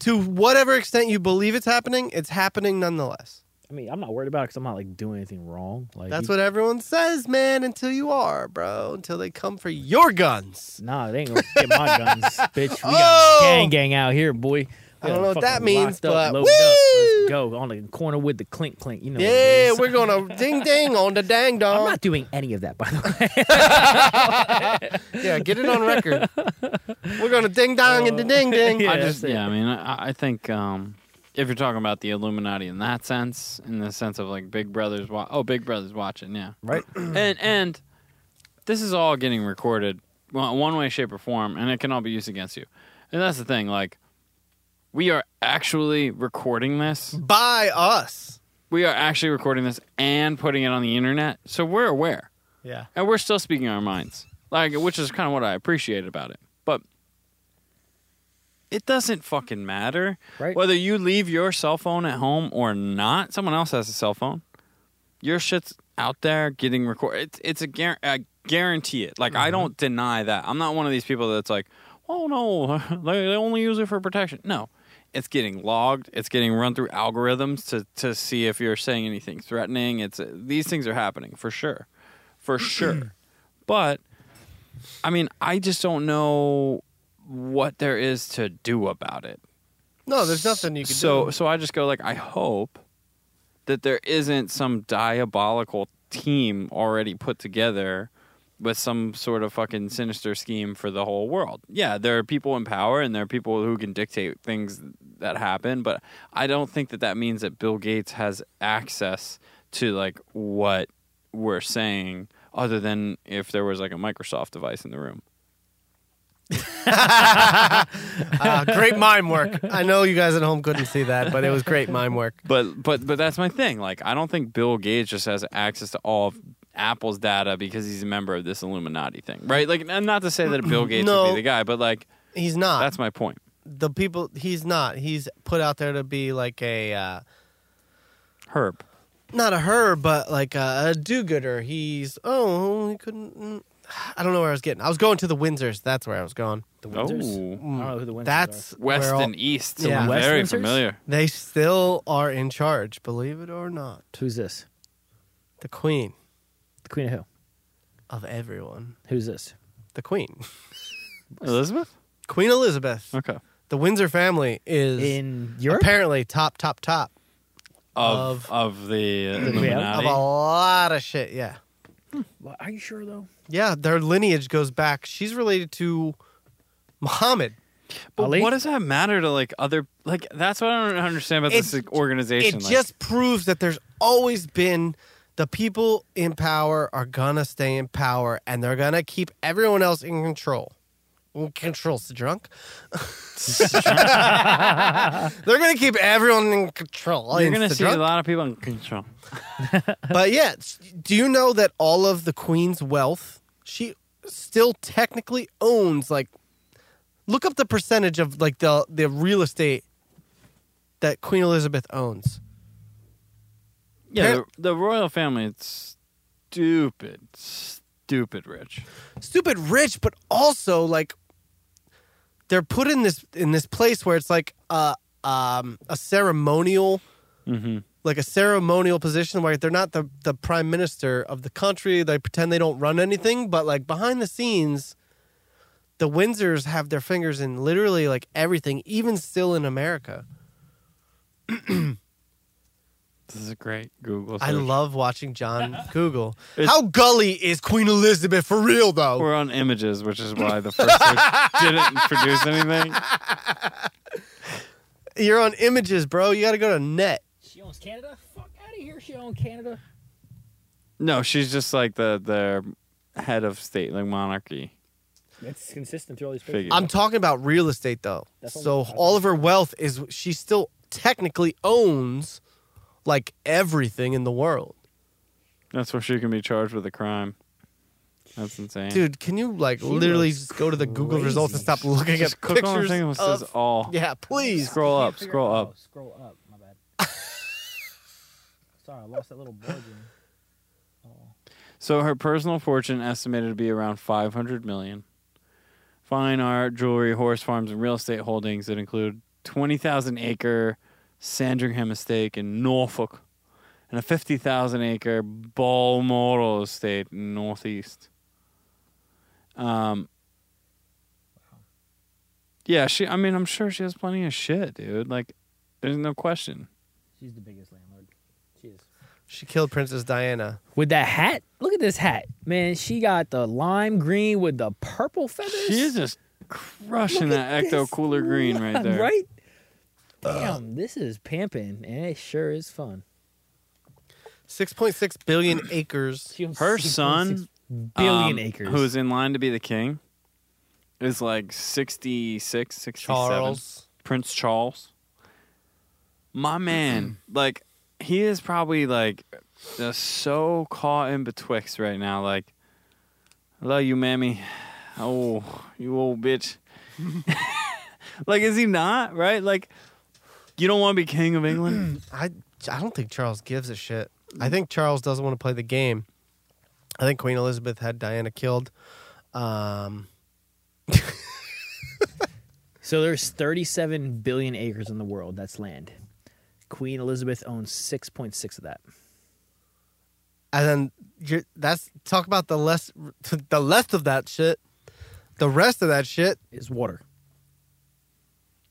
Speaker 2: to whatever extent you believe it's happening it's happening nonetheless
Speaker 3: I mean, I'm not worried about it because I'm not like doing anything wrong. Like
Speaker 2: that's
Speaker 3: you-
Speaker 2: what everyone says man until you are bro until they come for your guns
Speaker 3: Nah, they ain't gonna get my
Speaker 2: *laughs*
Speaker 3: guns, bitch. We
Speaker 2: Oh!
Speaker 3: got gang gang out here, boy.
Speaker 2: I don't
Speaker 3: Yeah,
Speaker 2: know what
Speaker 3: fucking
Speaker 2: that means,
Speaker 3: locked up,
Speaker 2: but
Speaker 3: loaded up.
Speaker 2: woo!
Speaker 3: Let's go on the corner with the clink clink. You know. what it
Speaker 2: yeah
Speaker 3: is.
Speaker 2: we're
Speaker 3: *laughs*
Speaker 2: gonna ding ding on the dang
Speaker 3: I'm
Speaker 2: dong
Speaker 3: not doing any of that, by the way.
Speaker 2: yeah get it on record we're gonna ding dong and the ding ding
Speaker 1: I
Speaker 3: Oh. *laughs* Yeah,
Speaker 1: just,
Speaker 3: that's it.
Speaker 1: yeah, I mean, I, I think um, if you're talking about the Illuminati in that sense, in the sense of like Big Brother's, wa- oh, Big Brother's watching, yeah,
Speaker 2: *laughs*
Speaker 3: right.
Speaker 1: and and this is all getting recorded one one way, shape, or form, and it can all be used against you. And that's the thing, like, we are actually recording this.
Speaker 2: by us
Speaker 1: We are actually recording this and putting it on the internet, so we're aware
Speaker 2: yeah
Speaker 1: and we're still speaking our minds like which is kind of what i appreciate about it but it doesn't fucking matter
Speaker 3: Right.
Speaker 1: whether you leave your cell phone at home or not someone else has a cell phone your shit's out there getting recorded it's, it's a guar- I guarantee it like i don't deny that i'm not one of these people that's like oh no *laughs* they, they only use it for protection no it's getting logged it's getting run through algorithms to, to see if you're saying anything threatening it's these things are happening for sure for sure. but I mean, I just don't know what there is to do about it.
Speaker 2: no there's nothing you can
Speaker 1: so,
Speaker 2: do
Speaker 1: so I just go like, I hope that there isn't some diabolical team already put together with some sort of fucking sinister scheme for the whole world. Yeah, there are people in power and there are people who can dictate things that happen, but I don't think that that means that Bill Gates has access to like what we're saying other than if there was like a Microsoft device in the room.
Speaker 2: Uh, great mime work. I know you guys at home couldn't see that, but it was great mime work.
Speaker 1: But but but that's my thing. Like I don't think Bill Gates just has access to all of Apple's data because he's a member of this Illuminati thing, right? Like, and not to say that Bill Gates would
Speaker 2: No.
Speaker 1: be the guy, but like
Speaker 2: He's not.
Speaker 1: that's my point.
Speaker 2: the people. He's not. He's put out there to be like a uh,
Speaker 1: Herb,
Speaker 2: not a her, but like a, a do-gooder. He's oh, he couldn't. mm. I don't know where I was getting. I was going to the Windsors. That's where I was going.
Speaker 3: The Windsors.
Speaker 1: Oh.
Speaker 3: I don't know who the Windsors
Speaker 2: That's
Speaker 1: West
Speaker 2: where all-
Speaker 1: and East, so
Speaker 2: Yeah.
Speaker 1: I'm
Speaker 3: West
Speaker 1: very
Speaker 3: Windsors?
Speaker 1: familiar.
Speaker 2: They still are in charge, believe it or not.
Speaker 3: are. Who's this?
Speaker 2: The Queen
Speaker 3: The Queen of who?
Speaker 2: of everyone.
Speaker 3: Who's this?
Speaker 2: The Queen,
Speaker 1: Elizabeth,
Speaker 2: Queen Elizabeth.
Speaker 1: okay,
Speaker 2: The Windsor family is
Speaker 3: In Europe?
Speaker 2: apparently top, top, top
Speaker 1: of of, the uh, Illuminati.
Speaker 2: of a lot of shit. Yeah.
Speaker 3: Are you sure though?
Speaker 2: Yeah, their lineage goes back. She's related to Muhammad.
Speaker 1: but
Speaker 3: Ali?
Speaker 1: what does that matter to like other? Like that's what I don't understand about this
Speaker 2: It-
Speaker 1: organization.
Speaker 2: it
Speaker 1: like-
Speaker 2: just proves that there's always been the people in power are gonna stay in power and they're gonna keep everyone else in control. In control's the
Speaker 1: *laughs*
Speaker 2: drunk. they're gonna keep everyone in control.
Speaker 1: you're
Speaker 2: It's
Speaker 1: gonna
Speaker 2: the
Speaker 1: see
Speaker 2: drunk.
Speaker 1: a lot of people in control.
Speaker 2: *laughs* But yeah, s- do you know that all of the queen's wealth, she still technically owns like look up the percentage of like the the real estate that Queen Elizabeth owns.
Speaker 1: Yeah, the,
Speaker 2: Par-
Speaker 1: the royal family it's stupid, stupid rich.
Speaker 2: Stupid rich, but also like they're put in this in this place where it's like a um a ceremonial
Speaker 1: Mm-hmm.
Speaker 2: like a ceremonial position where they're not the, the prime minister of the country. They pretend they don't run anything, but like behind the scenes, the Windsors have their fingers in literally like everything, even still in America.
Speaker 1: This is great. Google.
Speaker 2: I
Speaker 1: search.
Speaker 2: love watching
Speaker 1: *laughs*
Speaker 2: John Google.
Speaker 1: It's-
Speaker 2: How gully is Queen Elizabeth for real, though?
Speaker 1: We're on images, which is why *laughs* the first search didn't produce anything.
Speaker 2: You're on images, bro. You got to go to net.
Speaker 3: She owns Canada. Fuck out of here. She owns Canada.
Speaker 1: No, she's just like the their head of state, like monarchy.
Speaker 3: That's consistent through all these
Speaker 1: Figure.
Speaker 3: pictures.
Speaker 1: Yeah.
Speaker 2: I'm talking about real estate, though.
Speaker 3: That's what
Speaker 2: so
Speaker 3: I'm-
Speaker 2: all of her wealth is she still technically owns like everything in the world.
Speaker 1: That's where she can be charged with a crime. That's insane.
Speaker 2: Dude, can you like literally just go to the Google results and
Speaker 3: crazy.
Speaker 2: stop looking
Speaker 1: just
Speaker 2: at
Speaker 1: click on the
Speaker 2: pictures?
Speaker 1: thing that
Speaker 2: of-
Speaker 1: says all.
Speaker 2: yeah, please.
Speaker 1: Scroll
Speaker 3: Can't
Speaker 1: up,
Speaker 3: figure
Speaker 1: scroll
Speaker 3: it-
Speaker 1: up.
Speaker 3: oh, scroll up. My bad. *laughs* Sorry, I lost that little bulging.
Speaker 1: So her personal fortune estimated to be around 500 million. Fine art, jewelry, horse farms, and real estate holdings that include 20,000 acre Sandringham estate in Norfolk and a 50,000 acre Balmoral estate in Northeast. Um, yeah, she. I mean, I'm sure she has plenty of shit, dude. Like, there's no question.
Speaker 3: She's the biggest landlord. She is.
Speaker 2: She killed Princess Diana.
Speaker 3: With that hat, look at this hat, man. She got the lime green with the purple feathers.
Speaker 1: She
Speaker 3: *laughs*
Speaker 1: is just crushing
Speaker 3: Look at
Speaker 1: that ecto
Speaker 3: this
Speaker 1: cooler green right
Speaker 3: line,
Speaker 1: there.
Speaker 3: Right?
Speaker 1: Uh.
Speaker 3: Damn, this is pimping, and it sure is fun.
Speaker 2: 6.6
Speaker 1: *clears throat*
Speaker 2: billion acres.
Speaker 3: She owns
Speaker 1: Her
Speaker 3: 6.6
Speaker 1: son,
Speaker 3: billion
Speaker 1: um,
Speaker 3: acres.
Speaker 1: Who's in line to be the king is like 66, 67.
Speaker 2: Charles.
Speaker 1: Prince Charles. My man, like, he is probably like just so caught in betwixt right now. Like, I love you, mammy. Oh, you old bitch. like, is he not, right? Like, you don't want to be king of England?
Speaker 2: I I don't think Charles gives a shit. I
Speaker 1: Mm.
Speaker 2: think Charles doesn't want to play the game. I think Queen Elizabeth had Diana killed. Um,
Speaker 3: So there's 37 billion acres in the world. That's land. Queen Elizabeth owns 6.6 of that.
Speaker 2: and then you're, that's talk about the less *laughs* the left of that shit. The rest of that shit.
Speaker 3: Is water.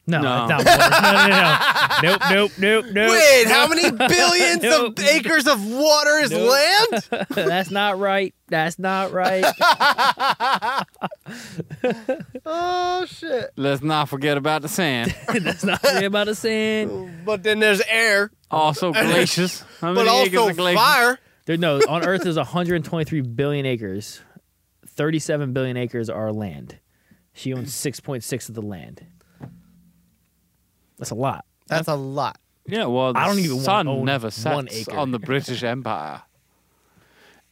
Speaker 3: No,
Speaker 1: No.
Speaker 3: that's
Speaker 1: *laughs*
Speaker 3: not water. No, no, no. nope, nope, nope, nope.
Speaker 2: Wait, how many billions
Speaker 3: Nope.
Speaker 2: of acres of water is
Speaker 3: Nope.
Speaker 2: land?
Speaker 3: That's not right. That's not right.
Speaker 2: Oh shit!
Speaker 1: Let's not forget about the sand.
Speaker 3: That's not right about the sand.
Speaker 2: But then there's air,
Speaker 1: Also glaciers. How
Speaker 2: but
Speaker 1: many acres
Speaker 2: also
Speaker 1: of glaciers?
Speaker 2: fire.
Speaker 3: There, no, on Earth there's 123 *laughs* billion acres. 37 billion acres are land. She owns 6.6 of the land. That's a lot.
Speaker 2: That's a lot.
Speaker 1: Yeah, well, the
Speaker 3: I don't even wanna
Speaker 1: sun
Speaker 3: own
Speaker 1: never sets
Speaker 3: one acre.
Speaker 1: on the British Empire.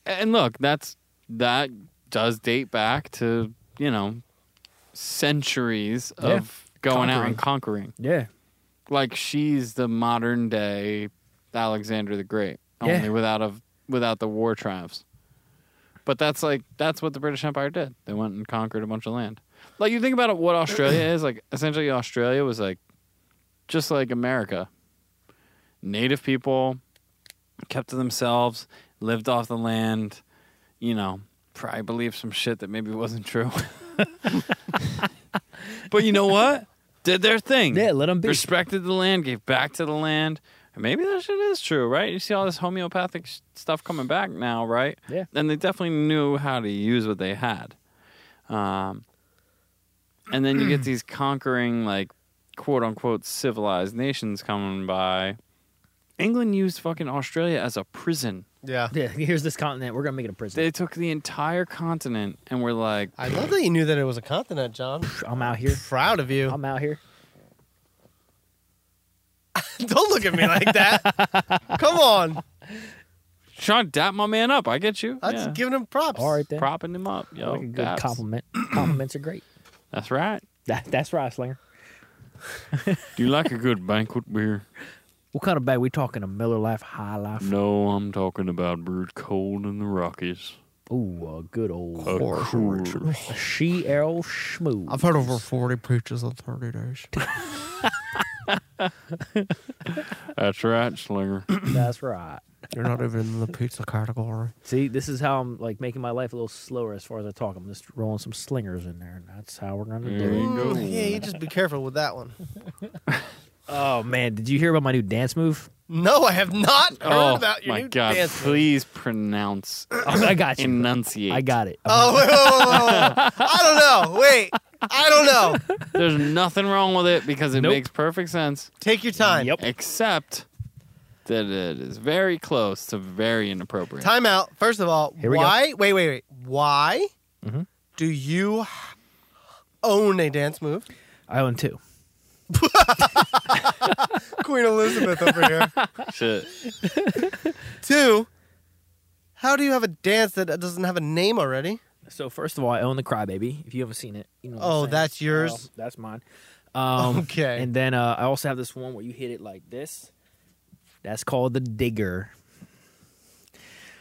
Speaker 1: And look, that's that does date back to you know centuries
Speaker 3: Yeah.
Speaker 1: of going out and conquering.
Speaker 3: Yeah.
Speaker 1: Like she's the modern day Alexander the Great,
Speaker 3: Yeah.
Speaker 1: only without of without the war triumphs. But that's like that's what the British Empire did. They went and conquered a bunch of land. Like you think about it, what Australia is like. *clears throat* Essentially, Australia was like just like America. Native people kept to themselves, lived off the land. You know, probably believed some shit that maybe wasn't
Speaker 3: *laughs*
Speaker 1: true. *laughs* but you know what? Did their thing.
Speaker 3: Yeah, let 'em be.
Speaker 1: Respected the land, gave back to the land. And Maybe that shit is true, right? You see all this homeopathic sh- stuff coming back now, right?
Speaker 3: Yeah.
Speaker 1: And they definitely knew how to use what they had. Um, and then
Speaker 3: *clears throat*
Speaker 1: you get these conquering, like, quote unquote, civilized nations coming by. England used fucking Australia as a prison.
Speaker 2: Yeah.
Speaker 3: Yeah, here's this continent. We're going to make it a prison.
Speaker 1: They took the entire continent and were like,
Speaker 2: I love that you knew that it was a continent, John.
Speaker 3: I'm out here.
Speaker 2: Proud of you.
Speaker 3: I'm out here.
Speaker 2: *laughs* Don't look at me like that. Come on.
Speaker 1: Sean, dap my man up. I get you.
Speaker 2: I'm
Speaker 1: Yeah.
Speaker 2: just giving him props.
Speaker 3: All right, then.
Speaker 1: Propping him up. Yo,
Speaker 3: like a good
Speaker 1: daps.
Speaker 3: compliment. Compliments are great.
Speaker 1: That's right.
Speaker 3: That, that's right, Slinger.
Speaker 1: Do you like a good banquet beer?
Speaker 3: What kind of bag we talking? A Miller Life, High Life?
Speaker 1: No, I'm talking about brewed cold in the Rockies.
Speaker 3: Ooh, a good old
Speaker 1: A cooler.
Speaker 3: she arrow schmoo.
Speaker 2: I've heard over 40 preachers in 30 days.
Speaker 1: That's
Speaker 2: *clears throat*
Speaker 1: right, Slinger.
Speaker 3: That's right.
Speaker 2: You're not even in the pizza category.
Speaker 3: See, this is how I'm like making my life a little slower as far as I talk. I'm just rolling some
Speaker 2: Mm.
Speaker 3: slingers in there, and that's how we're gonna do
Speaker 1: There
Speaker 3: it.
Speaker 1: you go.
Speaker 2: yeah, you just be careful with that one.
Speaker 3: Oh man, did you hear about my new dance move? *laughs*
Speaker 2: No, I have not heard
Speaker 1: Oh
Speaker 2: about your
Speaker 1: my
Speaker 2: new
Speaker 1: God!
Speaker 2: dance. move.
Speaker 1: Please pronounce,
Speaker 2: *clears throat*
Speaker 3: Oh, I got you.
Speaker 1: enunciate.
Speaker 3: I got it.
Speaker 2: Oh, wait, wait, wait, wait, wait. I don't know. Wait, I don't know.
Speaker 1: *laughs* There's nothing wrong with it because it
Speaker 3: Nope.
Speaker 1: makes perfect sense,
Speaker 2: Take your time.
Speaker 3: Yep.
Speaker 1: except that it is very close to very inappropriate.
Speaker 2: Time out. First of all,
Speaker 3: Here we go. Mm-hmm.
Speaker 2: why? Wait, wait, wait. Why do you own a dance move?
Speaker 3: I own two.
Speaker 2: Queen Elizabeth over here.
Speaker 1: Shit.
Speaker 2: Two. How do you have a dance that doesn't have a name already?
Speaker 3: So first of all, I own the Crybaby. If you haven't seen it, you know. what I'm
Speaker 2: Oh,
Speaker 3: saying.
Speaker 2: that's yours?
Speaker 3: Oh, that's mine. Um,
Speaker 2: Okay.
Speaker 3: And then uh, I also have this one where you hit it like this. That's called the Digger.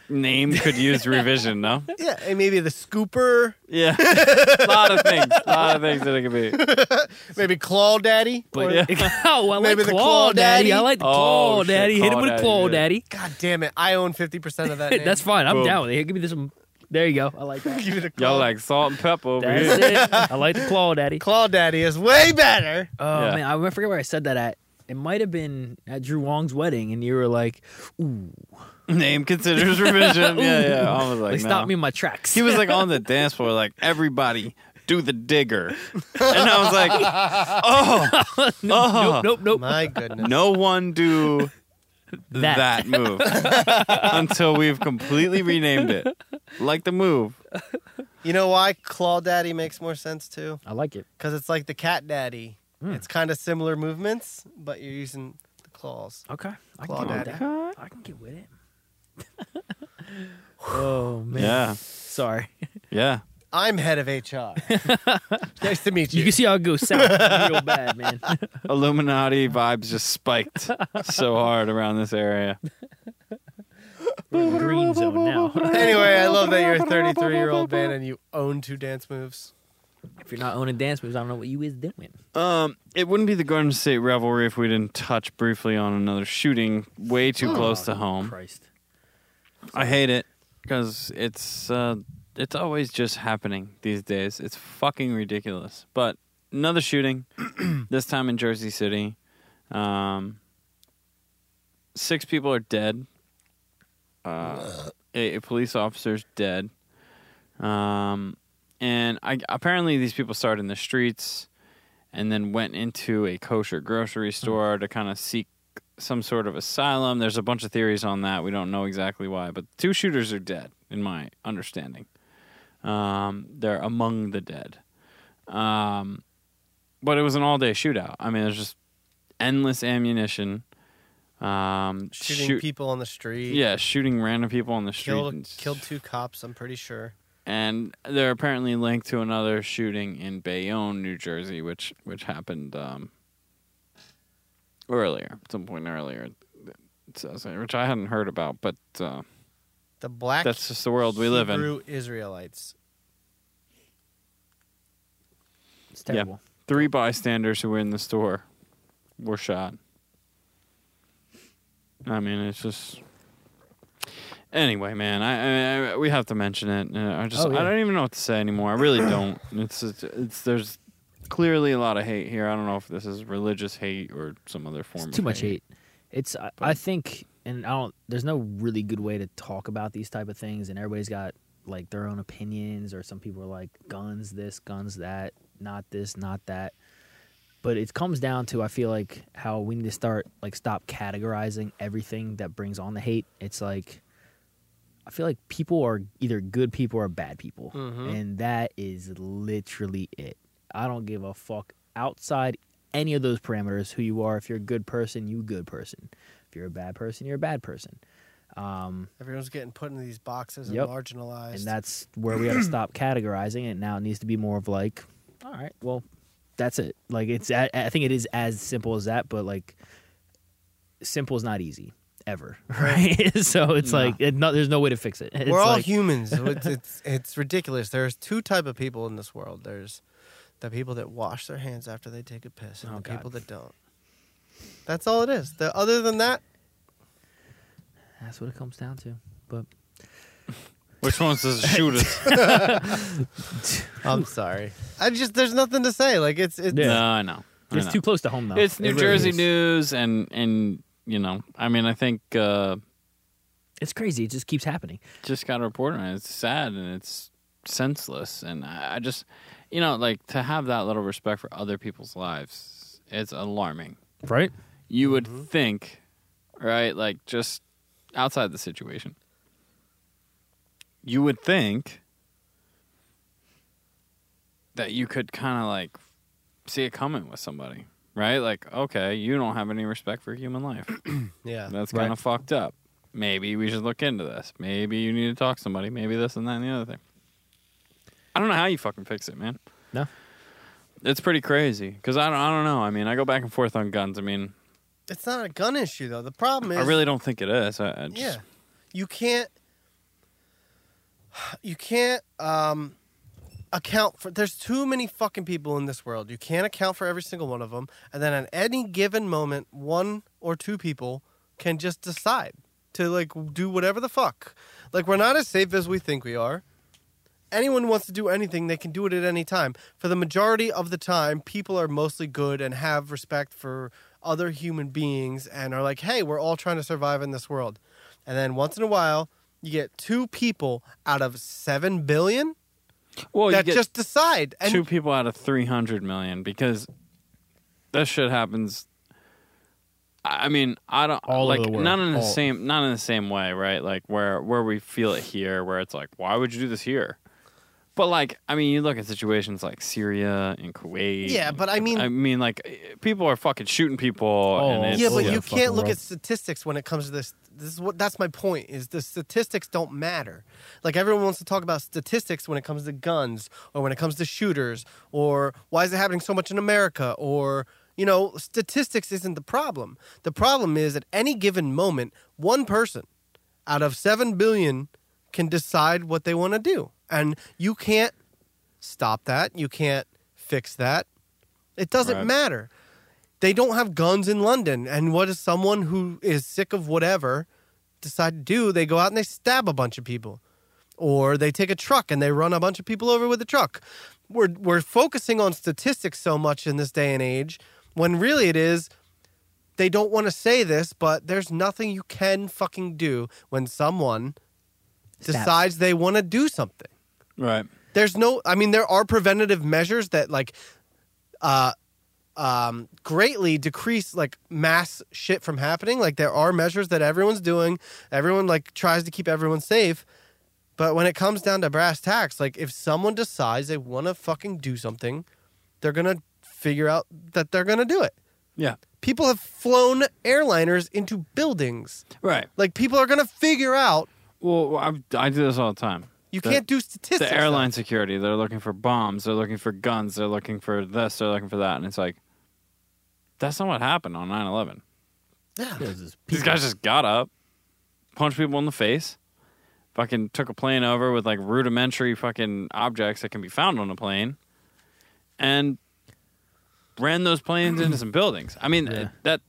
Speaker 1: Name could use revision, no?
Speaker 2: Yeah, and maybe the scooper,
Speaker 1: *laughs* Yeah. a *laughs* lot of things. A lot of things that it could be.
Speaker 2: maybe claw daddy.
Speaker 3: But
Speaker 2: or-
Speaker 3: *laughs* oh, I
Speaker 2: Maybe
Speaker 3: like
Speaker 2: the
Speaker 3: claw
Speaker 2: Claw
Speaker 3: daddy.
Speaker 2: Daddy.
Speaker 3: I like the
Speaker 1: Oh,
Speaker 3: claw
Speaker 1: shit,
Speaker 3: daddy. Hit him
Speaker 1: Claw
Speaker 3: with a
Speaker 1: Daddy,
Speaker 3: claw
Speaker 1: yeah.
Speaker 3: daddy. *laughs*
Speaker 2: God damn it! I own fifty percent of that. name.
Speaker 3: That's fine. I'm
Speaker 1: Boom.
Speaker 3: down with it. Here, give me this one. There you go. I like that.
Speaker 2: Give it a claw.
Speaker 1: Y'all like salt and pepper over
Speaker 3: That's
Speaker 1: here. *laughs*
Speaker 3: it. I like the claw daddy.
Speaker 2: claw daddy is way better.
Speaker 3: Oh
Speaker 1: Yeah.
Speaker 3: man, I I forget where I said that at. It might have been at Drew Wong's wedding, and you were like,
Speaker 1: Name considers
Speaker 3: *laughs*
Speaker 1: revision. Yeah, yeah. I was like,
Speaker 3: "They
Speaker 1: no.
Speaker 3: stopped me in my tracks."
Speaker 1: He was like on the dance floor, like, everybody do the digger. And I was like, oh,
Speaker 3: "Nope, *laughs* nope, nope."
Speaker 2: My goodness.
Speaker 1: no one do
Speaker 3: That.
Speaker 1: that move until we've completely renamed it. Like the move.
Speaker 2: You know why claw daddy makes more sense too?
Speaker 3: I like it.
Speaker 2: Because it's like the cat daddy.
Speaker 1: Hmm.
Speaker 2: It's kind of similar movements, but you're using the claws.
Speaker 3: Okay, I
Speaker 2: Claw
Speaker 3: can get
Speaker 2: daddy.
Speaker 3: with that. I can get with it. *laughs* oh man,
Speaker 1: Yeah.
Speaker 3: sorry.
Speaker 1: Yeah.
Speaker 2: I'm head of
Speaker 1: *laughs*
Speaker 2: HR. nice to meet
Speaker 3: You
Speaker 2: you.
Speaker 3: can see how it goes south *laughs* real bad, man.
Speaker 1: Illuminati vibes just spiked so hard around this area.
Speaker 3: We're in the green zone now.
Speaker 2: *laughs*
Speaker 3: *laughs*
Speaker 2: anyway, I love that you're
Speaker 1: *laughs*
Speaker 2: a 33 year old man and you own two dance moves.
Speaker 3: if you're not owning dance moves, I don't know what you is doing.
Speaker 1: Um, it wouldn't be the Garden State rivalry if we didn't touch briefly on another shooting way
Speaker 3: Oh,
Speaker 1: too close to home.
Speaker 3: Christ.
Speaker 1: I hate it because it's uh, it's always just happening these days. It's fucking ridiculous. But another shooting, *clears throat* this time in Jersey City. Um, six people are dead. Uh, a, a police officer's dead. Um, and I, apparently these people started in the streets and then went into a kosher grocery store to kind of seek some sort of asylum. There's a bunch of theories on that. We don't know exactly why, but two shooters are dead, in my understanding. Um, they're among the dead. Um, but it was an all day shootout. I mean, there's just endless ammunition. Um,
Speaker 2: Shooting
Speaker 1: shoot-
Speaker 2: people on the street.
Speaker 1: yeah, shooting random people on the street.
Speaker 2: Killed,
Speaker 1: and-
Speaker 2: killed two cops, I'm pretty sure.
Speaker 1: and they're apparently linked to another shooting in Bayonne, New Jersey, which which happened um, earlier, at some point earlier, it says, which I hadn't heard about, but uh,
Speaker 2: The black
Speaker 1: that's just the world we live in.
Speaker 2: Hebrew Israelites.
Speaker 3: It's
Speaker 1: Yeah.
Speaker 3: terrible.
Speaker 1: Three bystanders who were in the store were shot. I mean, it's just. Anyway, man, I, I, I we have to mention it. Uh, I just
Speaker 3: Oh, yeah.
Speaker 1: I don't even know what to say anymore. I really
Speaker 3: *clears throat*
Speaker 1: don't. It's, it's it's there's clearly a lot of hate here. I don't know if this is religious hate or some other form.
Speaker 3: It's
Speaker 1: of
Speaker 3: too much
Speaker 1: hate.
Speaker 3: hate. It's I, I think, and I don't. There's no really good way to talk about these type of things, and everybody's got like their own opinions, or some people are like guns this, guns that, not this, not that. But it comes down to I feel like how we need to start like stop categorizing everything that brings on the hate. It's like I feel like people are either good people or bad people, and that is literally it. I don't give a fuck outside any of those parameters who you are. If you're a good person, you good person. If you're a bad person, you're a bad person.
Speaker 2: Everyone's getting put into these boxes
Speaker 3: Yep.
Speaker 2: and marginalized.
Speaker 3: And that's where we got to stop categorizing it. Now it needs to be more of like, all right, well, that's it. Like it's, I I think it is as simple as that, but like, simple is not easy ever, *laughs* right? so it's like it, no, there's no way to fix it. *laughs* It's
Speaker 2: We're all
Speaker 3: like-
Speaker 2: humans. so
Speaker 3: *laughs*
Speaker 2: It's, it's it's ridiculous. There's two type of people in this world. There's the people that wash their hands after they take a piss, and
Speaker 3: Oh,
Speaker 2: the
Speaker 3: God.
Speaker 2: people that don't. That's all it is. The, other than that,
Speaker 3: That's what it comes down to. But
Speaker 1: Which ones
Speaker 3: *laughs*
Speaker 1: does it shoot us?
Speaker 2: I'm sorry. I just there's nothing to say. Like it's it's
Speaker 1: No, I know. I
Speaker 3: It's
Speaker 1: know.
Speaker 3: too close to home though.
Speaker 1: It's New
Speaker 2: really
Speaker 1: Jersey
Speaker 2: is.
Speaker 1: news, and and you know, I mean, I think uh,
Speaker 3: it's crazy. It just keeps happening.
Speaker 1: just got a report on it. It's sad and it's senseless, and I, I just, you know, like to have that little respect for other people's lives, it's alarming.
Speaker 3: Right?
Speaker 1: You would think, right? Like just outside the situation, you would think that you could kind of like see it coming with somebody, right? Like, okay, you don't have any respect for human life.
Speaker 2: Yeah.
Speaker 1: That's
Speaker 3: Right.
Speaker 1: kind of fucked up. Maybe we should look into this. Maybe you need to talk to somebody. Maybe this and that and the other thing. I don't know how you fucking fix it, man.
Speaker 3: No.
Speaker 1: It's pretty crazy because I don't. I don't know. I mean, I go back and forth on guns. I mean,
Speaker 2: It's not a gun issue though. The problem is
Speaker 1: I really don't think it is. I, I just,
Speaker 2: Yeah. You can't you can't um account for there's too many fucking people in this world. You can't account for every single one of them and then at any given moment one or two people can just decide to like do whatever the fuck. Like we're not as safe as we think we are. Anyone wants to do anything, they can do it at any time. For the majority of the time, people are mostly good and have respect for other human beings and are like, "Hey, we're all trying to survive in this world." And then once in a while, you get two people out of 7 billion
Speaker 1: Well, you
Speaker 2: that
Speaker 1: get
Speaker 2: just decide and
Speaker 1: two people out of three hundred million because this shit happens. I I mean, I don't
Speaker 7: All over
Speaker 1: like
Speaker 7: the world.
Speaker 1: not in the
Speaker 7: All-
Speaker 1: same not in the same way, right? Like where where we feel it here, where it's like, why would you do this here? But like, I mean, you look at situations like Syria and Kuwait.
Speaker 2: Yeah,
Speaker 1: and-
Speaker 2: but I mean-
Speaker 1: I mean, like eh, people are fucking shooting people. and
Speaker 7: Oh.
Speaker 1: it's,
Speaker 2: yeah, but
Speaker 7: Yeah,
Speaker 2: you
Speaker 7: fucking
Speaker 2: can't look
Speaker 7: world.
Speaker 2: at statistics when it comes to this. This is what that's my point is the statistics don't matter. Like everyone wants to talk about statistics when it comes to guns or when it comes to shooters or why is it happening so much in America or you know, statistics isn't the problem. The problem is at any given moment, one person out of 7 billion can decide what they want to do. And you can't stop that. You can't fix that. It doesn't
Speaker 1: Right.
Speaker 2: matter. They don't have guns in London. And what does someone who is sick of whatever decide to do? They go out and they stab a bunch of people. Or they take a truck and they run a bunch of people over with a truck. We're, we're focusing on statistics so much in this day and age when really it is they don't want to say this, but there's nothing you can fucking do when someone
Speaker 3: Stabs.
Speaker 2: decides they want to do something.
Speaker 1: right.
Speaker 2: There's no, I mean, there are preventative measures that like, uh, um, greatly decrease like mass shit from happening. Like there are measures that everyone's doing. Everyone like tries to keep everyone safe. But when it comes down to brass tacks, like if someone decides they want to fucking do something, they're gonna figure out that they're gonna do it.
Speaker 1: Yeah,
Speaker 2: People have flown airliners into buildings.
Speaker 1: right.
Speaker 2: Like people are gonna figure out.
Speaker 1: Well, I, I do this all the time.
Speaker 2: You
Speaker 1: The-
Speaker 2: can't do statistics.
Speaker 1: the airline security. They're looking for bombs. They're looking for guns. They're looking for this. They're looking for that. And it's like, that's not what happened on 9 11.
Speaker 2: Yeah.
Speaker 3: There's this
Speaker 1: These guys just got up, punched people in the face, fucking took a plane over with like rudimentary fucking objects that can be found on a plane, and ran those planes into some buildings. I mean,
Speaker 3: Yeah.
Speaker 1: that.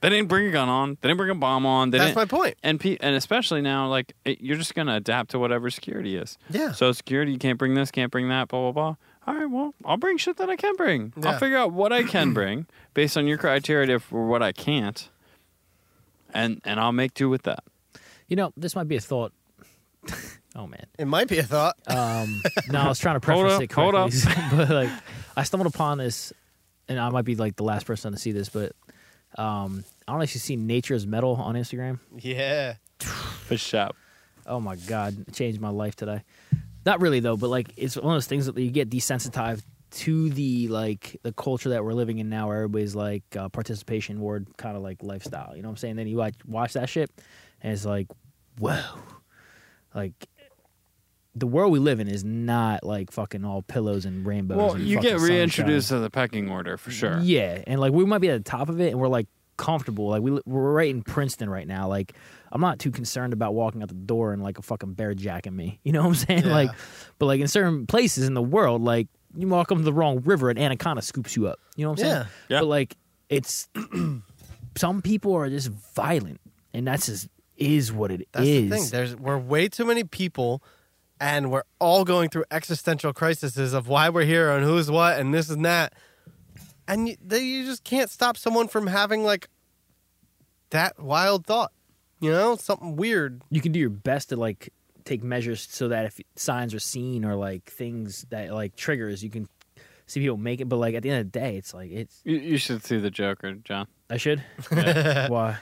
Speaker 1: They didn't bring a gun on. They didn't bring a bomb on. They
Speaker 2: That's
Speaker 1: didn't-
Speaker 2: my point.
Speaker 1: and pe- and especially now, like it, you're just gonna adapt to whatever security is.
Speaker 2: Yeah.
Speaker 1: So security, you can't bring this, can't bring that, blah blah blah. All right, well, I'll bring shit that I can bring.
Speaker 2: Yeah.
Speaker 1: I'll figure out what I can *clears throat* bring based on your criteria for what I can't, and and I'll make do with that.
Speaker 3: You know, this might be a thought. *laughs* oh man.
Speaker 2: It might be a thought. *laughs*
Speaker 3: Um, no, I was trying to
Speaker 1: *laughs* Hold
Speaker 3: preface
Speaker 1: up,
Speaker 3: it
Speaker 1: hold
Speaker 3: correctly, *laughs* but like, I stumbled upon this, and I might be like the last person to see this, but um, I don't know if you've seen Nature's Metal on Instagram.
Speaker 2: yeah.
Speaker 1: Fish out.
Speaker 3: Oh my god, it changed my life today. Not really though, but like it's one of those things that you get desensitized to the like the culture that we're living in now, where everybody's like uh, participation word kind of like lifestyle. You know what I'm saying? Then you like watch that shit, and it's like, whoa, like. The world we live in is not like fucking all pillows and rainbows.
Speaker 1: Well,
Speaker 3: and
Speaker 1: you
Speaker 3: fucking
Speaker 1: get
Speaker 3: sunshine.
Speaker 1: reintroduced to the pecking order for sure.
Speaker 3: Yeah, and like we might be at the top of it, and we're like comfortable. Like we we're right in Princeton right now. Like I'm not too concerned about walking out the door and like a fucking bear jacking me. *laughs* You know what I'm saying?
Speaker 2: Yeah.
Speaker 3: Like, but like in certain places in the world, like you walk up to the wrong river and anaconda scoops you up. You know what I'm
Speaker 2: Yeah.
Speaker 3: saying?
Speaker 1: Yeah.
Speaker 3: But like it's *clears throat* some people are just violent, and that's just is what it is.
Speaker 2: That's the thing. There's we're way too many people, and we're all going through existential crises of why we're here and who's what and this and that. and you, they, you just can't stop someone from having like that wild thought. You know, something weird.
Speaker 3: you can do your best to like take measures so that if signs are seen or like things that like triggers, you can see people make it. But like at the end of the day, it's like it's.
Speaker 1: You, you should see the Joker, John.
Speaker 3: I should. Why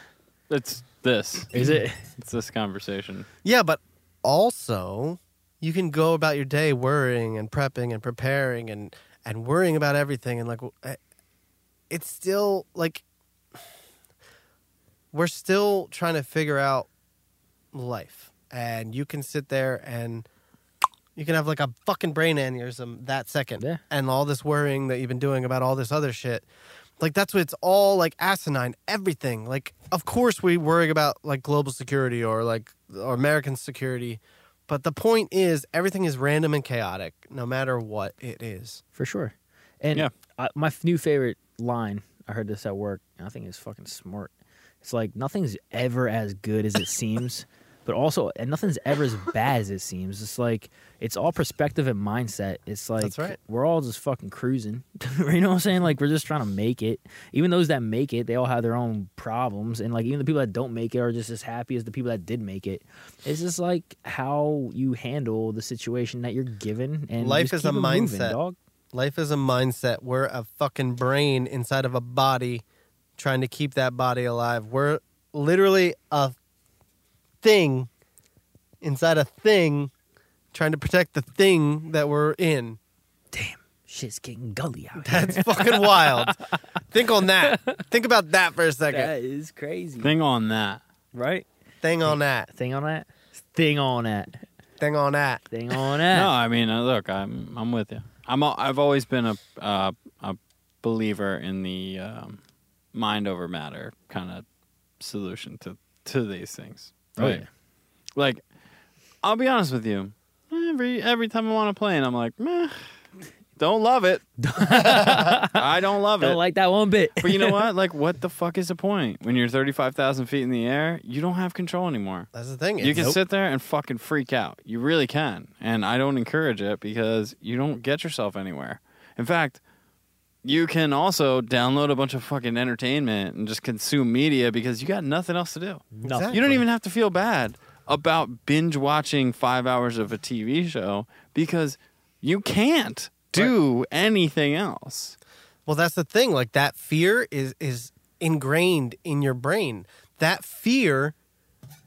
Speaker 1: It's this.
Speaker 3: is it?
Speaker 1: It's this conversation.
Speaker 2: Yeah, but also you can go about your day worrying and prepping and preparing and and worrying about everything and like w- I- it's still like *sighs* we're still trying to figure out life and you can sit there and you can have like a fucking brain aneurysm that second
Speaker 3: Yeah.
Speaker 2: and all this worrying that you've been doing about all this other shit like that's what it's all like asinine everything like of course we worry about like global security or like or american security but the point is everything is random and chaotic no matter what it is
Speaker 3: for sure. And
Speaker 1: Yeah.
Speaker 3: I, my f- new favorite line I heard this at work. And I think it's fucking smart. It's like nothing's ever as good as it
Speaker 2: *laughs*
Speaker 3: seems, but also and nothing's ever as bad as it seems. It's like it's all perspective and mindset. It's like
Speaker 2: That's right.
Speaker 3: we're all just fucking cruising. *laughs* you know what I'm saying? Like we're just trying to make it. Even those that make it, they all have their own problems, and like even the people that don't make it are just as happy as the people that did make it. It's just like how you handle the situation that you're given, and
Speaker 2: Life
Speaker 3: just
Speaker 2: is a
Speaker 3: keep it moving,
Speaker 2: mindset.
Speaker 3: dog.
Speaker 2: life is a mindset we're a fucking brain inside of a body trying to keep that body alive we're literally a thing inside a thing trying to protect the thing that we're in *laughs*
Speaker 3: Damn, shit's getting gully out. here.
Speaker 2: That's fucking wild. Think on that. Think about that for a second.
Speaker 3: That is crazy,
Speaker 1: Thing on that.
Speaker 3: right?
Speaker 2: Thing on that.
Speaker 3: Thing on that. Thing on that.
Speaker 2: Thing on that.
Speaker 3: *laughs* Thing on that.
Speaker 1: No, I mean, uh, look, I'm I'm with you. I'm al- I've always been a uh, a believer in the um, mind over matter kind of solution to to these things.
Speaker 3: Oh, yeah.
Speaker 1: Like, I'll be honest with you. Every every time I'm on a plane, I'm like, meh, don't love
Speaker 3: *laughs*
Speaker 1: it. I don't love it.
Speaker 3: Don't like that one bit.
Speaker 1: but you know what? Like, what the fuck is the point? When you're 35,000 feet in the air, you don't have control anymore.
Speaker 2: That's the thing.
Speaker 1: You
Speaker 2: It's-
Speaker 1: can sit there and fucking freak out. You really can. And I don't encourage it because you don't get yourself anywhere. In fact, you can also download a bunch of fucking entertainment and just consume media because you got nothing else to do.
Speaker 3: Nothing.
Speaker 1: You don't even have to feel bad about binge watching five hours of a TV show because you can't do anything else.
Speaker 2: Well, that's the thing. Like that fear is is ingrained in your brain. That fear,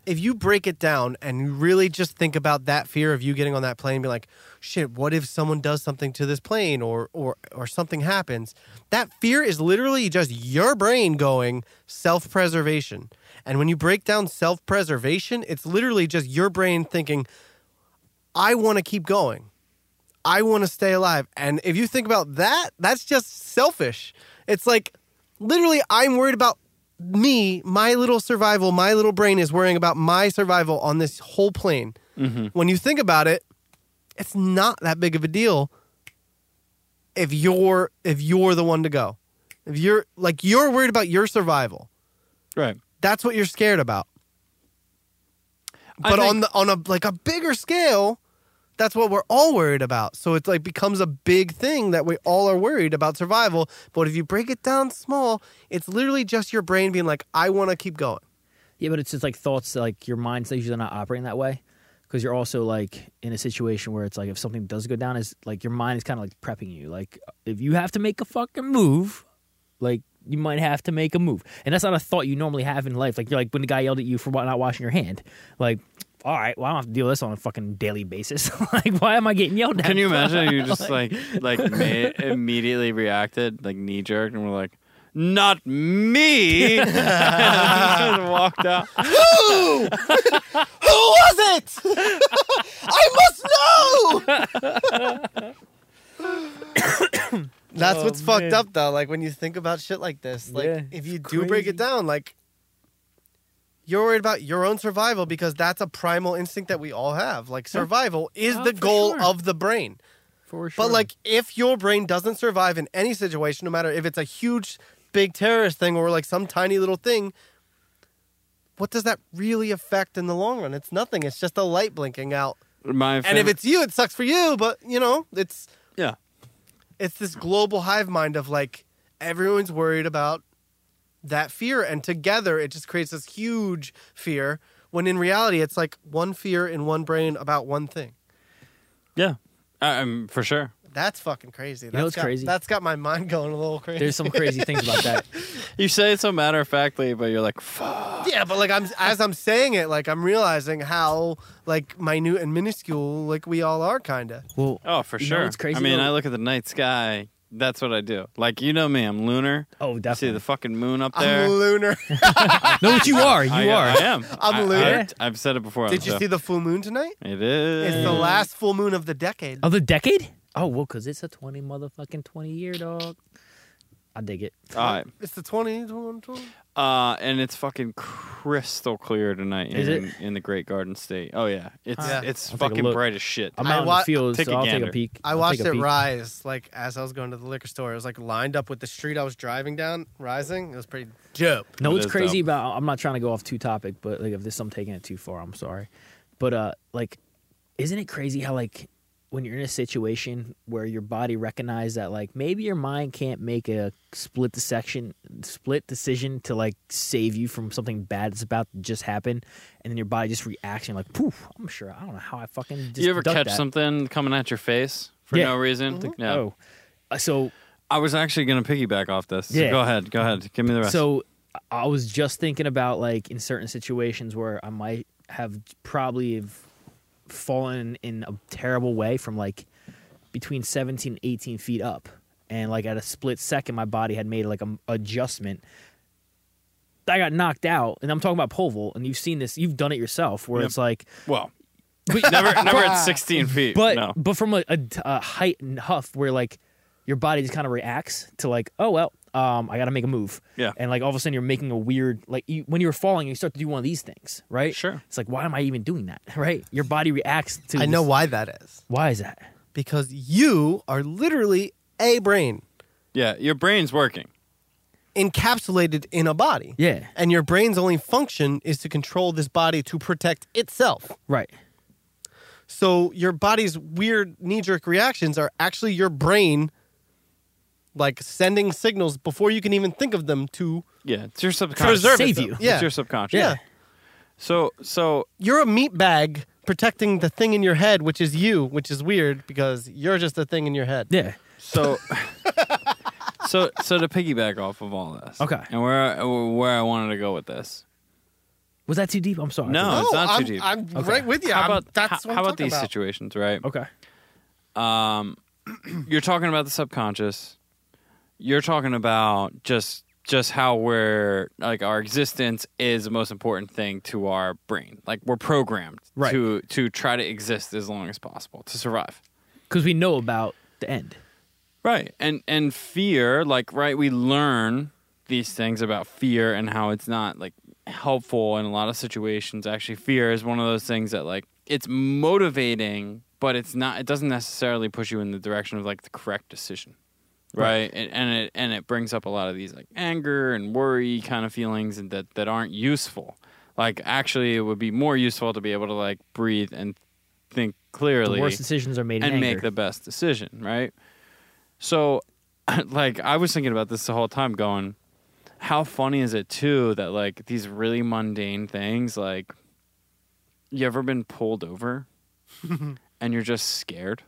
Speaker 2: if you break it down and you really just think about that fear of you getting on that plane and be like, shit, what if someone does something to this plane or or or something happens? That fear is literally just your brain going self-preservation. And when you break down self-preservation, it's literally just your brain thinking, I want to keep going. I want to stay alive. And if you think about that, that's just selfish. It's like literally, I'm worried about me, my little survival. My little brain is worrying about my survival on this whole plane. When you think about it, it's not that big of a deal if you're if you're the one to go. If you're like you're worried about your survival.
Speaker 1: Right.
Speaker 2: That's what you're scared about.
Speaker 1: I
Speaker 2: But on
Speaker 1: think-
Speaker 2: the on a like a bigger scale, that's what we're all worried about. So it's like becomes a big thing that we all are worried about survival. But if you break it down small, it's literally just your brain being like, I want to keep going.
Speaker 3: *laughs* Yeah, but it's just like thoughts, like your mind's usually not operating that way because you're also like in a situation where it's like if something does go down, is like your mind is kind of like prepping you. Like if you have to make a fucking move, like you might have to make a move, and that's not a thought you normally have in life. Like you're like when the guy yelled at you for wa- not washing your hand, like. All right. Well, I don't have to deal with this on a fucking daily basis. *laughs* like, why am I getting yelled at?
Speaker 1: Can you imagine if you just like like ma- immediately reacted like knee jerk and were like, "Not me!" *laughs* and just walked out.
Speaker 2: Who was it? I must know. *coughs* That's
Speaker 3: Oh,
Speaker 2: what's
Speaker 3: man.
Speaker 2: fucked up though. Like when you think about shit like this, like
Speaker 3: Yeah,
Speaker 2: if you
Speaker 3: it's
Speaker 2: do break it
Speaker 3: crazy.
Speaker 2: down, like you're worried about your own survival because that's a primal instinct that we all have. Like survival is
Speaker 1: Oh,
Speaker 2: the
Speaker 1: for
Speaker 2: goal
Speaker 1: sure.
Speaker 2: of the brain.
Speaker 3: For sure.
Speaker 2: But like, if your brain doesn't survive in any situation, no matter if it's a huge, big terrorist thing or like some tiny little thing, what does that really affect in the long run? It's nothing. It's just a light blinking out.
Speaker 1: My
Speaker 2: And if
Speaker 1: favorite-
Speaker 2: it's you, it sucks for you. But you know, it's
Speaker 1: yeah,
Speaker 2: it's this global hive mind of like everyone's worried about that fear, and together it just creates this huge fear. When in reality, it's like one fear in one brain about one thing.
Speaker 1: Yeah, I, I'm for sure.
Speaker 2: That's fucking crazy. That's
Speaker 3: know what's
Speaker 2: got,
Speaker 3: crazy?
Speaker 2: That's got my mind *laughs* going a little crazy.
Speaker 3: *laughs* There's some crazy things about that.
Speaker 1: You say it so matter of factly, but you're like, fuck.
Speaker 2: yeah, but like I'm as I'm saying it, like I'm realizing how like minute and minuscule like we all are, kinda.
Speaker 3: *laughs* Well,
Speaker 1: Oh, for
Speaker 3: You know
Speaker 1: sure.
Speaker 3: what's crazy,
Speaker 1: I mean,
Speaker 3: though?
Speaker 1: I look at the night sky. That's what I do. Like you know me, I'm lunar. You
Speaker 3: oh,
Speaker 1: see the
Speaker 3: *laughs* definitely.
Speaker 1: fucking moon up there.
Speaker 2: I'm lunar.
Speaker 3: No, what you are, you
Speaker 1: I,
Speaker 3: are.
Speaker 1: I am.
Speaker 2: I'm
Speaker 1: I-
Speaker 2: lunar.
Speaker 1: I, have said it before. on
Speaker 2: Did
Speaker 1: the
Speaker 2: you
Speaker 1: show.
Speaker 2: see the full moon tonight?
Speaker 1: It is.
Speaker 2: It's the last full moon of the decade.
Speaker 3: Of the decade? Oh well, cause it's a twenty motherfucking twenty year dog. I dig it.
Speaker 1: All right.
Speaker 2: It's the 20, 20, 20.
Speaker 1: Uh, and it's fucking crystal clear tonight
Speaker 3: Is
Speaker 1: in,
Speaker 3: it?
Speaker 1: in the Great Garden State. Oh yeah, it's
Speaker 2: Yeah.
Speaker 1: it's
Speaker 3: I'll take a
Speaker 1: fucking
Speaker 3: look.
Speaker 1: bright as shit.
Speaker 3: I'm
Speaker 2: I
Speaker 3: out in
Speaker 2: wa-
Speaker 3: the field,
Speaker 1: take
Speaker 3: so
Speaker 1: a
Speaker 3: I'll take
Speaker 1: gander.
Speaker 3: a peek.
Speaker 2: I
Speaker 3: I'll
Speaker 2: watched
Speaker 3: take a
Speaker 2: it
Speaker 3: peek.
Speaker 2: rise, like as I was going to the liquor store. It was like lined up with the street I was driving down, rising. It was pretty dope.
Speaker 3: No,
Speaker 1: It
Speaker 3: what's
Speaker 1: is
Speaker 3: crazy
Speaker 1: dope.
Speaker 3: about I'm not trying to go off too topic, but like if this I'm taking it too far, I'm sorry. But uh like isn't it crazy how like when you're in a situation where your body recognizes that like maybe your mind can't make a split section split decision to like save you from something bad that's about to just happen and then your body just reacts and you're like poof I'm sure I don't know how I fucking just
Speaker 1: you ever
Speaker 3: ducked
Speaker 1: catch
Speaker 3: that.
Speaker 1: something coming at your face for
Speaker 3: Yeah.
Speaker 1: no reason? Yeah.
Speaker 3: Oh. Uh, so
Speaker 1: I was actually gonna piggyback off this. So
Speaker 3: Yeah.
Speaker 1: Go ahead. Go ahead. Give me the rest.
Speaker 3: So I was just thinking about like in certain situations where I might have probably have fallen in a terrible way from like between 17 and 18 feet up. And like at a split second, my body had made like an adjustment. I got knocked out, and I'm talking about pole vault, and you've seen this, you've done it yourself, where it's like,
Speaker 1: well, *laughs* never never
Speaker 3: *laughs*
Speaker 1: at 16 feet.
Speaker 3: but
Speaker 1: no.
Speaker 3: but from a, a, a height and huff where like your body just kind of reacts to like oh well um I got to make a move
Speaker 1: Yeah.
Speaker 3: and like all of a sudden you're making a weird like you, when you're falling you start to do one of these things right
Speaker 1: Sure.
Speaker 3: it's like why am I even doing that *laughs* right your body reacts to
Speaker 2: I know
Speaker 3: this-
Speaker 2: why that is.
Speaker 3: why is that
Speaker 2: Because you are literally a brain
Speaker 1: Yeah, your brain's working.
Speaker 2: encapsulated in a body.
Speaker 3: Yeah.
Speaker 2: And your brain's only function is to control this body to protect itself.
Speaker 3: right
Speaker 2: So your body's weird knee jerk reactions are actually your brain like sending signals before you can even think of them to
Speaker 1: Yeah, it's your subconscious.
Speaker 2: preserve
Speaker 3: save
Speaker 2: itself.
Speaker 3: you.
Speaker 2: Yeah.
Speaker 1: It's your subconscious.
Speaker 2: Yeah.
Speaker 1: So so
Speaker 2: you're a meat bag protecting the thing in your head, which is you, which is weird because you're just a thing in your head.
Speaker 3: yeah
Speaker 1: so *laughs* so so to piggyback off of all this.
Speaker 3: Okay.
Speaker 1: And where I- where I wanted to go with this.
Speaker 3: was that too deep I'm sorry
Speaker 1: No. Oh, it's not
Speaker 2: I'm,
Speaker 1: too deep.
Speaker 2: I'm right with you.
Speaker 1: How
Speaker 2: I'm-
Speaker 1: about
Speaker 2: that's
Speaker 1: how,
Speaker 2: what
Speaker 1: how
Speaker 2: I'm
Speaker 1: about
Speaker 2: talking
Speaker 1: these situations, right?
Speaker 3: okay
Speaker 1: You're talking about the subconscious. You're talking about just just how we're like our existence is the most important thing to our brain. Like we're programmed
Speaker 3: Right.
Speaker 1: to to try to exist as long as possible to survive.
Speaker 3: because we know about the end
Speaker 1: Right. And and fear, like right, we learn these things about fear and how it's not like helpful in a lot of situations. Actually, fear is one of those things that like it's motivating, but it's not it doesn't necessarily push you in the direction of like the correct decision. Right? And, and it and it brings up a lot of these like anger and worry kind of feelings and that that aren't useful. Like actually it would be more useful to be able to like breathe and think
Speaker 3: the
Speaker 1: clearly
Speaker 3: worst decisions are made in
Speaker 1: and
Speaker 3: anger.
Speaker 1: make the best decision, right? So, *clears throat* like, I was thinking about this the whole time, going, how funny is it too that like these really mundane things, like, you ever been pulled over, and you're just scared,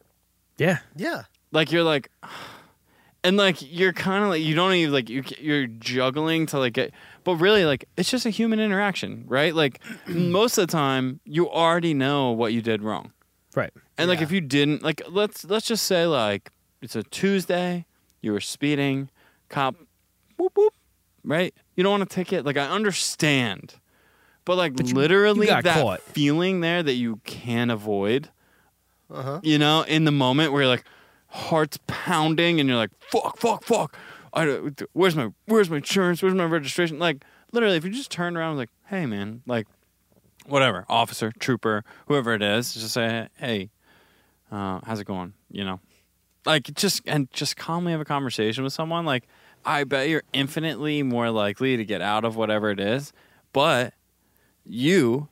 Speaker 3: yeah
Speaker 2: Yeah.
Speaker 1: like you're like, *sighs* and like you're kind of like you don't even like you you're juggling to like get, but really like it's just a human interaction, right? Like *clears throat* most of the time, you already know what you did wrong.
Speaker 3: right
Speaker 1: And like if you didn't like let's let's just say like it's a Tuesday, you were speeding, cop whoop whoop, right? You don't want a ticket. Like I understand. But like literally
Speaker 3: you got
Speaker 1: that
Speaker 3: caught.
Speaker 1: feeling there that you can't avoid. Uh-huh. You know, in the moment where you're like heart's pounding and you're like fuck fuck fuck. I don't, where's my where's my insurance? Where's my registration? Like literally if you just turn around and like, "Hey man, like whatever, officer, trooper, whoever it is, just say, "Hey, uh, how's it going?" You know, like just and just calmly have a conversation with someone. Like, I bet you're infinitely more likely to get out of whatever it is, but you,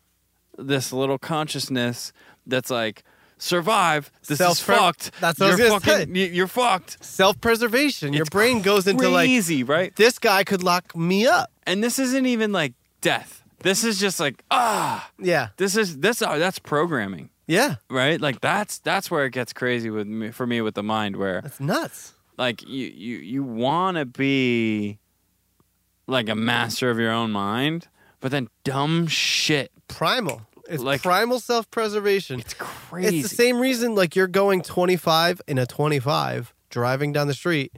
Speaker 1: this little consciousness that's like survive. This is
Speaker 2: Self-pre-
Speaker 1: fucked.
Speaker 2: That's what I was
Speaker 1: you're
Speaker 2: gonna
Speaker 1: fucking, y- You're fucked.
Speaker 2: Self-preservation. Your
Speaker 1: It's
Speaker 2: brain goes into like
Speaker 1: Crazy, right?
Speaker 2: this guy could lock me up.
Speaker 1: And this isn't even like death. This is just like ah.
Speaker 2: Yeah.
Speaker 1: This is this. Uh, that's programming,
Speaker 2: Yeah.
Speaker 1: right? Like that's that's where it gets crazy with me, for me with the mind where
Speaker 2: That's nuts.
Speaker 1: like you you you want to be like a master of your own mind, but then dumb shit.
Speaker 2: Primal. It's
Speaker 1: Like-
Speaker 2: primal self-preservation.
Speaker 1: It's crazy.
Speaker 2: It's the same reason like you're going 25 in a 25 driving down the street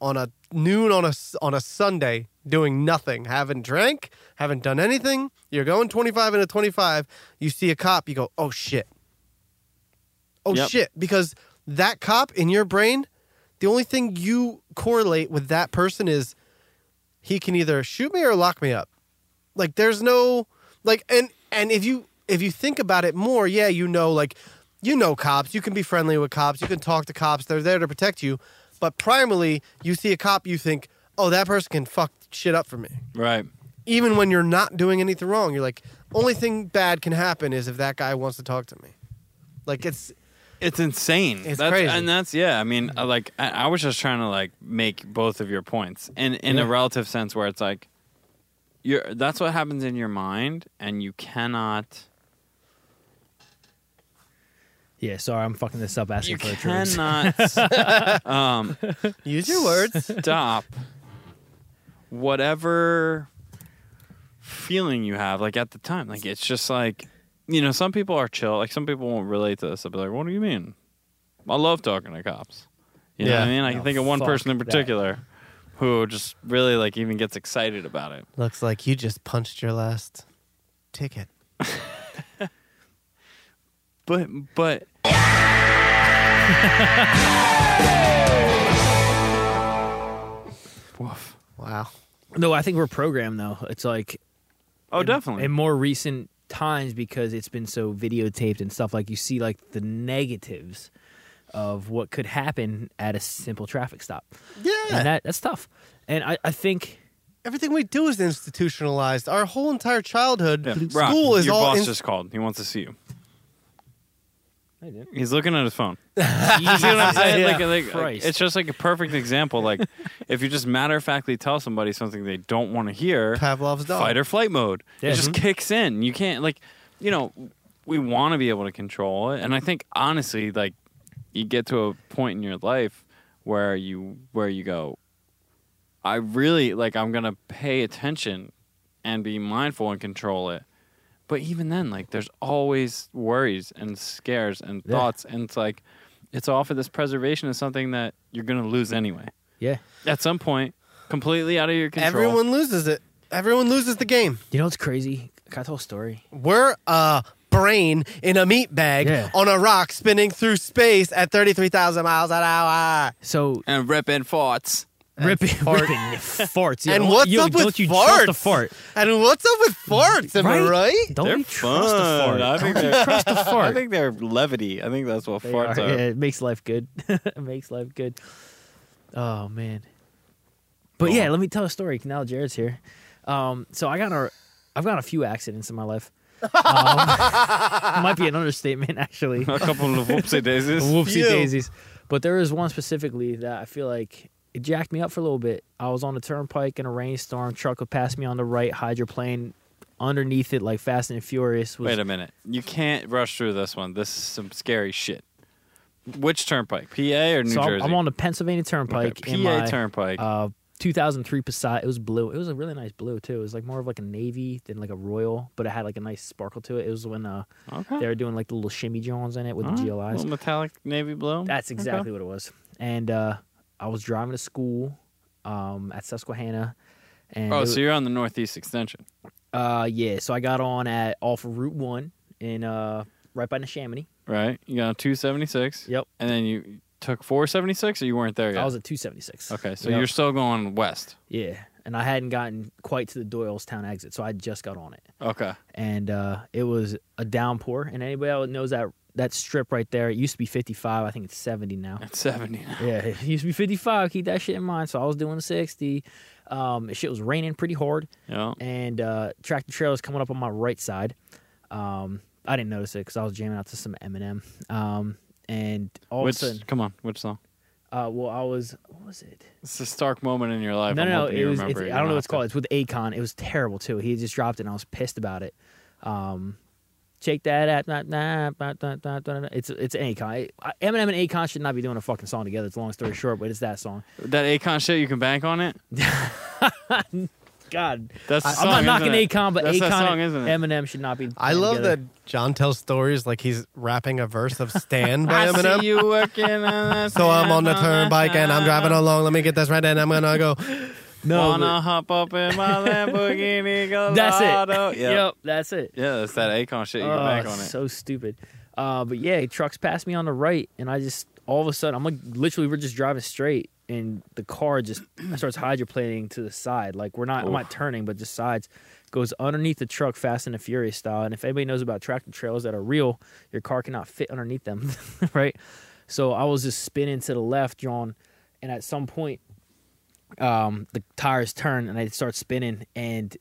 Speaker 2: on a noon on a s- on a Sunday doing nothing, haven't drank, haven't done anything. You're going 25 in a 25, you see a cop, you go, "Oh shit." Oh
Speaker 1: Yep.
Speaker 2: shit, because that cop in your brain, the only thing you correlate with that person is he can either shoot me or lock me up. Like there's no like and and if you if you think about it more, yeah, you know like you know cops, you can be friendly with cops, you can talk to cops, they're there to protect you. But primarily, you see a cop, you think, "Oh, that person can fuck shit up for me."
Speaker 1: right.
Speaker 2: Even when you're not doing anything wrong, you're like, "Only thing bad can happen is if that guy wants to talk to me." Like it's
Speaker 1: It's insane.
Speaker 2: It's
Speaker 1: that's,
Speaker 2: crazy.
Speaker 1: and that's yeah. I mean, I like I, I was just trying to like make both of your points, and in a relative sense, where it's like, you're that's what happens in your mind, and you cannot
Speaker 3: Yeah, sorry, I'm fucking this up asking
Speaker 1: you
Speaker 3: for a truce.
Speaker 2: *laughs*
Speaker 1: cannot um,
Speaker 2: use your words.
Speaker 1: *laughs* stop whatever feeling you have like at the time like it's just like you know some people are chill like some people won't relate to this they'll be like what do you mean i love talking to cops you know
Speaker 2: Yeah.
Speaker 1: what i mean i can
Speaker 3: No,
Speaker 1: think of one
Speaker 3: fuck
Speaker 1: person in
Speaker 3: that.
Speaker 1: particular who just really like even gets excited about it
Speaker 2: Looks like you just punched your last ticket.
Speaker 1: but but Woof.
Speaker 2: Wow.
Speaker 3: No, I think we're programmed though. It's like
Speaker 1: oh definitely
Speaker 3: in more recent times because it's been so videotaped and stuff. Like you see like the negatives of what could happen at a simple traffic stop,
Speaker 2: Yeah.
Speaker 3: and that that's tough. And I,
Speaker 2: *laughs*
Speaker 3: I think
Speaker 2: Everything we do is institutionalized. Our whole entire childhood,
Speaker 1: Yeah. Rob,
Speaker 2: school is
Speaker 1: your
Speaker 2: all.
Speaker 1: boss
Speaker 2: in-
Speaker 1: just called. He wants to see you.
Speaker 3: I did.
Speaker 1: He's looking at his phone.
Speaker 3: Jesus,
Speaker 1: You know what I'm saying?
Speaker 3: yeah,
Speaker 1: Like- like- like,
Speaker 3: Christ.
Speaker 1: it's just like a perfect example. Like if you just matter of factly tell somebody something they don't want to hear,
Speaker 2: Pavlov's dog.
Speaker 1: fight or flight mode.
Speaker 3: Yeah. Mm-hmm.
Speaker 1: It just kicks in. You can't like, you know, we want to be able to control it, and I think honestly, like, you get to a point in your life where you where you go, I really like I'm gonna pay attention and be mindful and control it. But even then, like there's always worries and scares and
Speaker 3: Yeah.
Speaker 1: thoughts and it's like it's all for this preservation of something that you're gonna lose anyway.
Speaker 3: yeah.
Speaker 1: At some point, completely out of your control.
Speaker 2: Everyone loses it. Everyone loses the game.
Speaker 3: You know what's crazy? Can I tell a story?
Speaker 2: We're a brain in a meat bag
Speaker 3: Yeah.
Speaker 2: on a rock spinning through space at 33,000 miles an hour.
Speaker 3: So
Speaker 1: and ripping farts.
Speaker 3: ripping, ripping farts. Yeah,
Speaker 2: And
Speaker 3: don't-
Speaker 2: what's
Speaker 3: you,
Speaker 2: up with
Speaker 3: don't you
Speaker 2: farts?
Speaker 3: Trust a fart,
Speaker 2: And what's up with farts? Am I right?
Speaker 3: Don't
Speaker 1: They're
Speaker 3: you trust a
Speaker 1: fun.
Speaker 3: fart?
Speaker 1: I think
Speaker 3: Don't you
Speaker 1: they're-
Speaker 3: trust
Speaker 1: *laughs*
Speaker 3: a
Speaker 1: I
Speaker 3: fart.
Speaker 1: think they're levity. I think that's what
Speaker 3: They
Speaker 1: farts
Speaker 3: are.
Speaker 1: are.
Speaker 3: Yeah, it makes life good. *laughs* it makes life good. Oh man. But
Speaker 1: Go
Speaker 3: yeah,
Speaker 1: on.
Speaker 3: let me tell a story. Now Jared's here. Um, so I got a, I've got a few accidents in my life. Um, might be an understatement *laughs* actually.
Speaker 1: A couple of
Speaker 3: *laughs*
Speaker 1: whoopsie daisies.
Speaker 3: Whoopsie
Speaker 2: Few.
Speaker 3: daisies. But there was one specifically that I feel like it jacked me up for a little bit. I was on the turnpike in a rainstorm. Truck would pass me on the right, hydroplane underneath it like Fast and Furious. Was,
Speaker 1: Wait a minute. You can't rush through this one. This is some scary shit. Which turnpike? PA or New
Speaker 3: so I'm-
Speaker 1: Jersey?
Speaker 3: I'm on the Pennsylvania Turnpike.
Speaker 1: Okay,
Speaker 3: in
Speaker 1: PA
Speaker 3: my,
Speaker 1: turnpike.
Speaker 3: Uh, 2003 Passat. It was blue. It was a really nice blue too. It was like more of like a navy than like a royal, but it had like a nice sparkle to it. It was when uh
Speaker 1: okay.
Speaker 3: they were doing like the little shimmy Johns in it with
Speaker 1: All right. mm,
Speaker 3: the GLIs.
Speaker 1: Little metallic navy blue.
Speaker 3: That's exactly what it was. And uh, I was driving to school um, at Susquehanna. And
Speaker 1: Oh,
Speaker 3: it
Speaker 1: so you're on the Northeast Extension.
Speaker 3: wa- uh, yeah. So I got on at off of Route One in uh, right by Neshaminy.
Speaker 1: Right. You got on 276.
Speaker 3: Yep.
Speaker 1: And then you took 476 or you weren't there yet?
Speaker 3: I was at 276.
Speaker 1: okay. So
Speaker 3: Yep.
Speaker 1: you're still going west.
Speaker 3: yeah. And I hadn't gotten quite to the Doylestown exit, so I just got on it.
Speaker 1: Okay.
Speaker 3: and uh, it was a downpour. And anybody that knows that that strip right there, it used to be 55. I think it's 70 now.
Speaker 1: At 70.
Speaker 3: Yeah, it used to be 55. Keep that shit in mind. So I was doing 60. Um, shit was raining pretty hard,
Speaker 1: Yeah.
Speaker 3: and uh, tractor trailer was coming up on my right side. Um, I didn't notice it because I was jamming out to some Eminem. Um, and all
Speaker 1: which,
Speaker 3: of a sudden,
Speaker 1: come on, which song?
Speaker 3: uh, well, I was what was it?
Speaker 1: It's a stark moment in your life.
Speaker 3: No,
Speaker 1: I'm
Speaker 3: no, no.
Speaker 1: hoping
Speaker 3: It
Speaker 1: you
Speaker 3: was. It's,
Speaker 1: remember
Speaker 3: I
Speaker 1: it.
Speaker 3: don't know
Speaker 1: You'll
Speaker 3: what it's
Speaker 1: have to-
Speaker 3: called. It's with Akon. It was terrible too. He just dropped it, and I was pissed about it. Um, Shake that at nah, nah, bah, nah, nah, nah, nah. It's it's Akon. I- Eminem and Akon should not be doing a fucking song together. It's a long story short, but it's that song.
Speaker 1: That Akon shit, you can bank on it.
Speaker 3: God,
Speaker 1: That's the
Speaker 3: I,
Speaker 1: song,
Speaker 3: am not knocking
Speaker 1: isn't it?
Speaker 3: Akon, but
Speaker 1: That's
Speaker 3: Akon
Speaker 1: that song,
Speaker 3: and
Speaker 1: isn't it?
Speaker 3: Eminem should not be.
Speaker 2: I
Speaker 3: playing
Speaker 2: love
Speaker 3: together.
Speaker 2: that John tells stories like he's rapping a verse of "Stand"
Speaker 3: *laughs*
Speaker 2: by
Speaker 1: I
Speaker 2: Eminem.
Speaker 1: see you working on that
Speaker 2: So I'm on the
Speaker 1: sand
Speaker 2: turnpike and I'm driving
Speaker 1: side.
Speaker 2: along. Let me get this right, and I'm gonna go.
Speaker 3: No,
Speaker 1: Wanna hop up in my Lamborghini Gallardo.
Speaker 3: but- *laughs* that's
Speaker 1: Yep.
Speaker 3: it.
Speaker 1: Yeah.
Speaker 3: yep, that's it.
Speaker 1: that's that Akon shit. You can
Speaker 3: Oh,
Speaker 1: bank on it.
Speaker 3: So stupid. Uh, but yeah, trucks passed me on the right, and I just all of a sudden I'm like literally we're just driving straight, and the car just *clears throat* starts hydroplaning to the side. Like we're not I'm not turning, but just sides goes underneath the truck, Fast and the Furious style. And if anybody knows about tractor trailers that are real, your car cannot fit underneath them, *laughs* right? So I was just spinning to the left, John, and at some point, um, the tires turn and I start spinning, and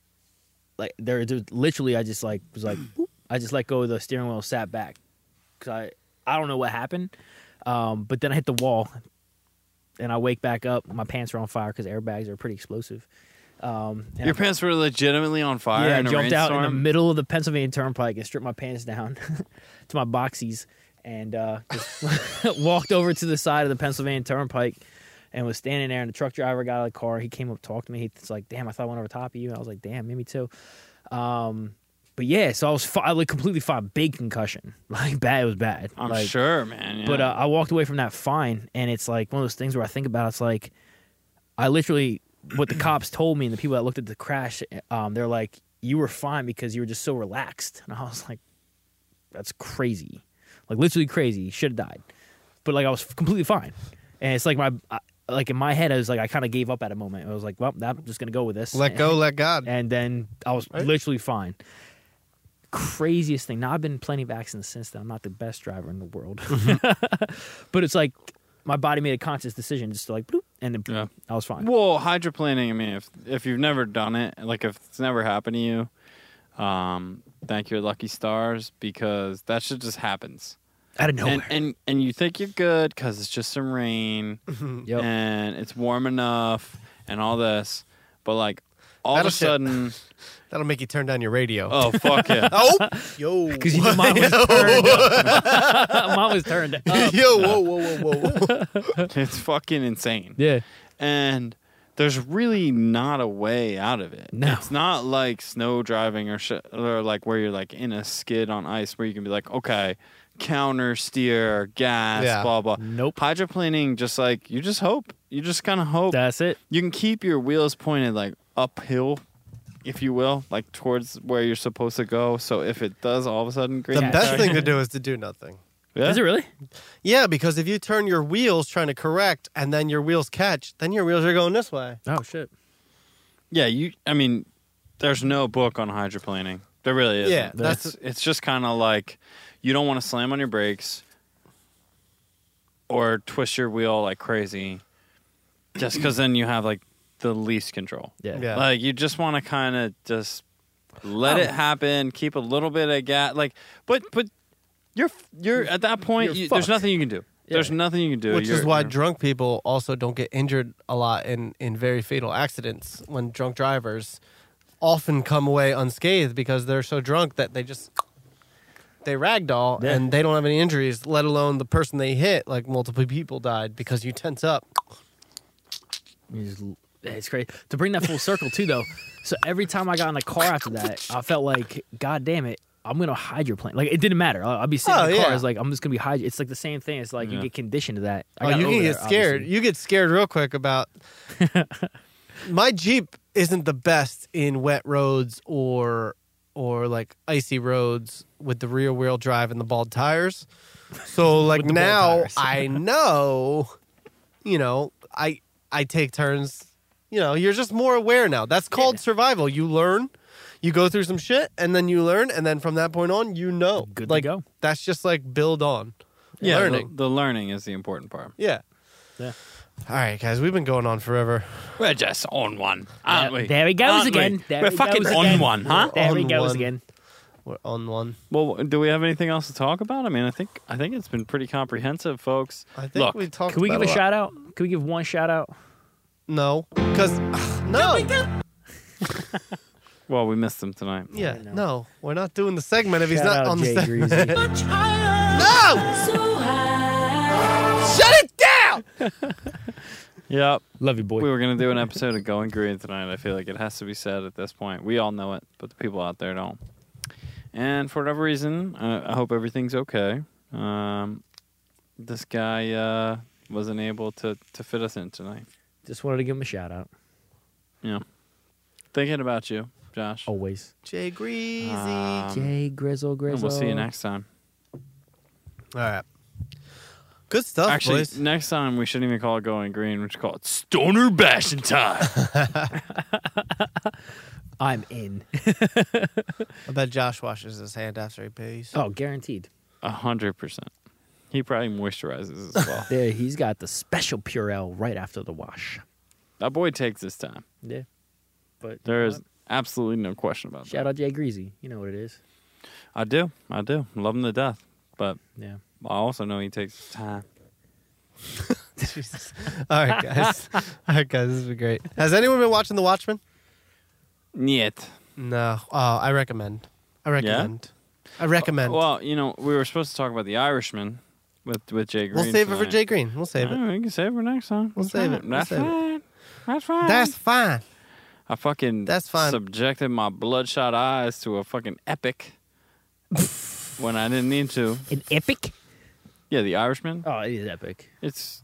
Speaker 3: like there, there was- literally I just like was like boop. I just let go of the steering wheel, sat back because I I don't know what happened, um, but then I hit the wall, and I wake back up. My pants are on fire because airbags are pretty explosive. Um, and
Speaker 1: Your
Speaker 3: I-
Speaker 1: pants were legitimately on fire
Speaker 3: yeah, I
Speaker 1: in a
Speaker 3: jumped out in the
Speaker 1: rainstorm.
Speaker 3: middle of the Pennsylvania Turnpike and stripped my pants down *laughs* to my boxies and uh, just *laughs* walked over to the side of the Pennsylvania Turnpike and was standing there. And the truck driver got out of the car. He came up, talked to me. He's like, "Damn, I thought I went over top of you." I was like, "Damn, me too." Um, but yeah, so I was fi- I like completely fine. Big concussion, *laughs* like bad. It was bad.
Speaker 1: I'm
Speaker 3: like,
Speaker 1: sure, man. yeah.
Speaker 3: but uh, I walked away from that fine, and it's like one of those things where I think about. It's like I literally
Speaker 2: *clears throat*
Speaker 3: what the cops told me, and the people that looked at the crash, um, they're like, "You were fine because you were just so relaxed," and I was like, "That's crazy, like literally crazy. Should have died." But like I was completely fine, and it's like my I, like in my head, I was like I kind of gave up at a moment. I was like, "Well, I'm just gonna go with this."
Speaker 2: Let
Speaker 3: And-
Speaker 2: go, let God.
Speaker 3: and then I was literally fine. Craziest thing. Now I've been plenty of accidents since then. I'm not the best driver in the world,
Speaker 1: Mm-hmm.
Speaker 3: *laughs* but it's like my body made a conscious decision just to like, bloop, and then
Speaker 1: Yeah.
Speaker 3: I was fine.
Speaker 1: Well, hydroplaning. I mean, if if you've never done it, like if it's never happened to you, um, thank your lucky stars because that shit just happens.
Speaker 3: Out of nowhere.
Speaker 1: And and and you think you're good because it's just some rain
Speaker 2: Mm-hmm.
Speaker 3: Yep. *laughs*
Speaker 1: and it's warm enough and all this, but like all
Speaker 2: That'll
Speaker 1: of a
Speaker 2: shit.
Speaker 1: sudden,
Speaker 2: That'll make you turn down your radio. *laughs*
Speaker 1: oh fuck yeah.
Speaker 2: Oh, yo,
Speaker 3: *laughs* because you know mine was turned up.
Speaker 1: *laughs*
Speaker 3: *laughs* mine was turned
Speaker 2: *laughs*
Speaker 3: up.
Speaker 2: yo, whoa, whoa, whoa, whoa.
Speaker 1: It's fucking insane.
Speaker 3: Yeah.
Speaker 1: And there's really not a way out of it.
Speaker 3: No.
Speaker 1: It's not like snow driving or shit, or like where you're like in a skid on ice where you can be like, okay, counter steer, gas,
Speaker 2: Yeah.
Speaker 1: blah, blah.
Speaker 3: Nope.
Speaker 1: Hydroplaning, just like you just hope. You just kind of hope.
Speaker 3: That's it.
Speaker 1: you can keep your wheels pointed like uphill, if you will, like towards where you're supposed to go. So if it does all of a sudden,
Speaker 2: the
Speaker 1: green
Speaker 2: best thing to do is to do nothing.
Speaker 1: Yeah.
Speaker 3: Is it really?
Speaker 2: Yeah, because if you turn your wheels trying to correct and then your wheels catch, then your wheels are going this way.
Speaker 3: Oh shit.
Speaker 1: Yeah, you. I mean, there's no book on hydroplaning. There really isn't.
Speaker 2: Yeah, that's-
Speaker 1: it's, it's just kind of like you don't want to slam on your brakes or twist your wheel like crazy, just because then you have like the least control.
Speaker 3: Yeah.
Speaker 2: Yeah. Oh.
Speaker 1: Like you just want to kind of just let it happen, keep a little bit of gas. Like, but but you're you're at that point.
Speaker 3: You're
Speaker 1: You, there's
Speaker 3: fucked.
Speaker 1: nothing you can do. There's
Speaker 3: Yeah.
Speaker 1: nothing you can do.
Speaker 2: Which is
Speaker 1: You're-
Speaker 2: why
Speaker 1: you're-
Speaker 2: drunk people also don't get injured a lot in, in very fatal accidents when drunk drivers often come away unscathed because they're so drunk that they just they ragdoll
Speaker 3: Yeah.
Speaker 2: and they don't have any injuries, let alone the person they hit, like multiple people died because you tense up.
Speaker 3: You just- it's crazy to bring that full circle too, though. So every time I got in a car after that, I felt like, God damn it, I'm gonna hydroplane. Like it didn't matter. I'll, I'll be sitting in
Speaker 2: Oh,
Speaker 3: the car.
Speaker 2: yeah.
Speaker 3: It's like I'm just gonna be hyd. It's like the same thing. It's like
Speaker 1: Yeah.
Speaker 3: you get conditioned to that. I
Speaker 2: oh,
Speaker 3: got
Speaker 2: you
Speaker 3: over
Speaker 2: can get
Speaker 3: there,
Speaker 2: scared.
Speaker 3: obviously.
Speaker 2: You get scared real quick
Speaker 3: *laughs*
Speaker 2: about my Jeep isn't the best in wet roads or or like icy roads with the rear wheel drive and the bald tires.
Speaker 3: *laughs*
Speaker 2: So like
Speaker 3: the bald
Speaker 2: now
Speaker 3: tires. *laughs*
Speaker 2: I know, you know, I I take turns. You know, you're just more aware now. That's called
Speaker 3: Yeah.
Speaker 2: survival. You learn, you go through some shit, and then you learn, and then from that point on, you know.
Speaker 3: Good to
Speaker 2: like,
Speaker 3: go.
Speaker 2: That's just like build on.
Speaker 1: yeah,
Speaker 2: learning.
Speaker 1: The, the learning is the important part.
Speaker 2: Yeah.
Speaker 3: Yeah.
Speaker 2: All right, guys, we've been going on forever.
Speaker 1: We're just on one, aren't
Speaker 3: Yeah,
Speaker 1: we?
Speaker 3: there he goes
Speaker 1: Aren't
Speaker 3: again.
Speaker 1: we?
Speaker 3: There
Speaker 1: We're
Speaker 3: he
Speaker 1: fucking
Speaker 3: goes
Speaker 1: on
Speaker 3: again.
Speaker 1: one, huh?
Speaker 3: There he
Speaker 2: On
Speaker 3: goes
Speaker 2: one.
Speaker 3: again.
Speaker 2: We're on one.
Speaker 1: Well, do we have anything else to talk about? I mean, I think I think it's been pretty comprehensive, folks.
Speaker 2: I think
Speaker 1: Look,
Speaker 2: we talked.
Speaker 3: Can we
Speaker 2: about
Speaker 3: give a
Speaker 2: lot.
Speaker 3: shout out? Can we give one shout out?
Speaker 2: No, because *sighs* no.
Speaker 1: well, we missed them tonight.
Speaker 2: Yeah, no, we're not doing the segment if he's
Speaker 3: Shout
Speaker 2: not
Speaker 3: out
Speaker 2: on
Speaker 3: Jay
Speaker 2: the segment.
Speaker 3: Greasy.
Speaker 2: *laughs* No, shut it down.
Speaker 1: Yep.
Speaker 3: Love you, boy.
Speaker 1: We were gonna do an episode of Going Green tonight. I feel like it has to be said at this point. We all know it, but the people out there don't. And for whatever reason, uh, I hope everything's okay. Um, this guy uh, wasn't able to to fit us in tonight.
Speaker 3: Just wanted to give him a shout out.
Speaker 1: Yeah, thinking about you, Josh.
Speaker 3: Always.
Speaker 2: Jay Greasy. Ah.
Speaker 1: Um,
Speaker 3: Oh, Jay Grizzle Grizzle.
Speaker 1: and we'll see you next time.
Speaker 2: All right. Good stuff,
Speaker 1: Actually,
Speaker 2: boys.
Speaker 1: next time we shouldn't even call it Going Green. We should call it Stoner Bashing Time.
Speaker 3: I'm in.
Speaker 2: I bet Josh washes his hand after he pees.
Speaker 3: Oh, guaranteed.
Speaker 1: A hundred percent. He probably moisturizes as
Speaker 3: *laughs*
Speaker 1: well.
Speaker 3: There, he's got the special Purell right after the wash.
Speaker 1: that boy takes his time.
Speaker 3: Yeah. But
Speaker 1: There is absolutely no question about
Speaker 3: shout
Speaker 1: that.
Speaker 3: out Jay Greasy. You know what it is.
Speaker 1: I do. I do. Love him to death. But
Speaker 3: Yeah.
Speaker 1: I also know he takes his time.
Speaker 2: *laughs* Jesus. All right, guys. All right, guys. This has been great. Has anyone been watching The Watchmen?
Speaker 1: Niet.
Speaker 2: No. Oh, I recommend. I recommend. I recommend.
Speaker 1: Well, you know, we were supposed to talk about the Irishman with with Jay Green.
Speaker 2: we'll save it for
Speaker 1: tonight.
Speaker 2: Jay Green. We'll save it.
Speaker 1: Yeah, we can save it for next time.
Speaker 2: We'll
Speaker 1: That's
Speaker 2: save
Speaker 1: right.
Speaker 2: it. We'll
Speaker 1: That's
Speaker 2: save it.
Speaker 1: fine. That's fine.
Speaker 2: That's fine.
Speaker 1: I fucking
Speaker 2: That's fine.
Speaker 1: subjected my bloodshot eyes to a fucking
Speaker 2: *laughs*
Speaker 1: epic when I didn't need to.
Speaker 3: An epic?
Speaker 1: Yeah, The Irishman.
Speaker 3: Oh, it
Speaker 1: *laughs*
Speaker 3: is epic.
Speaker 1: It's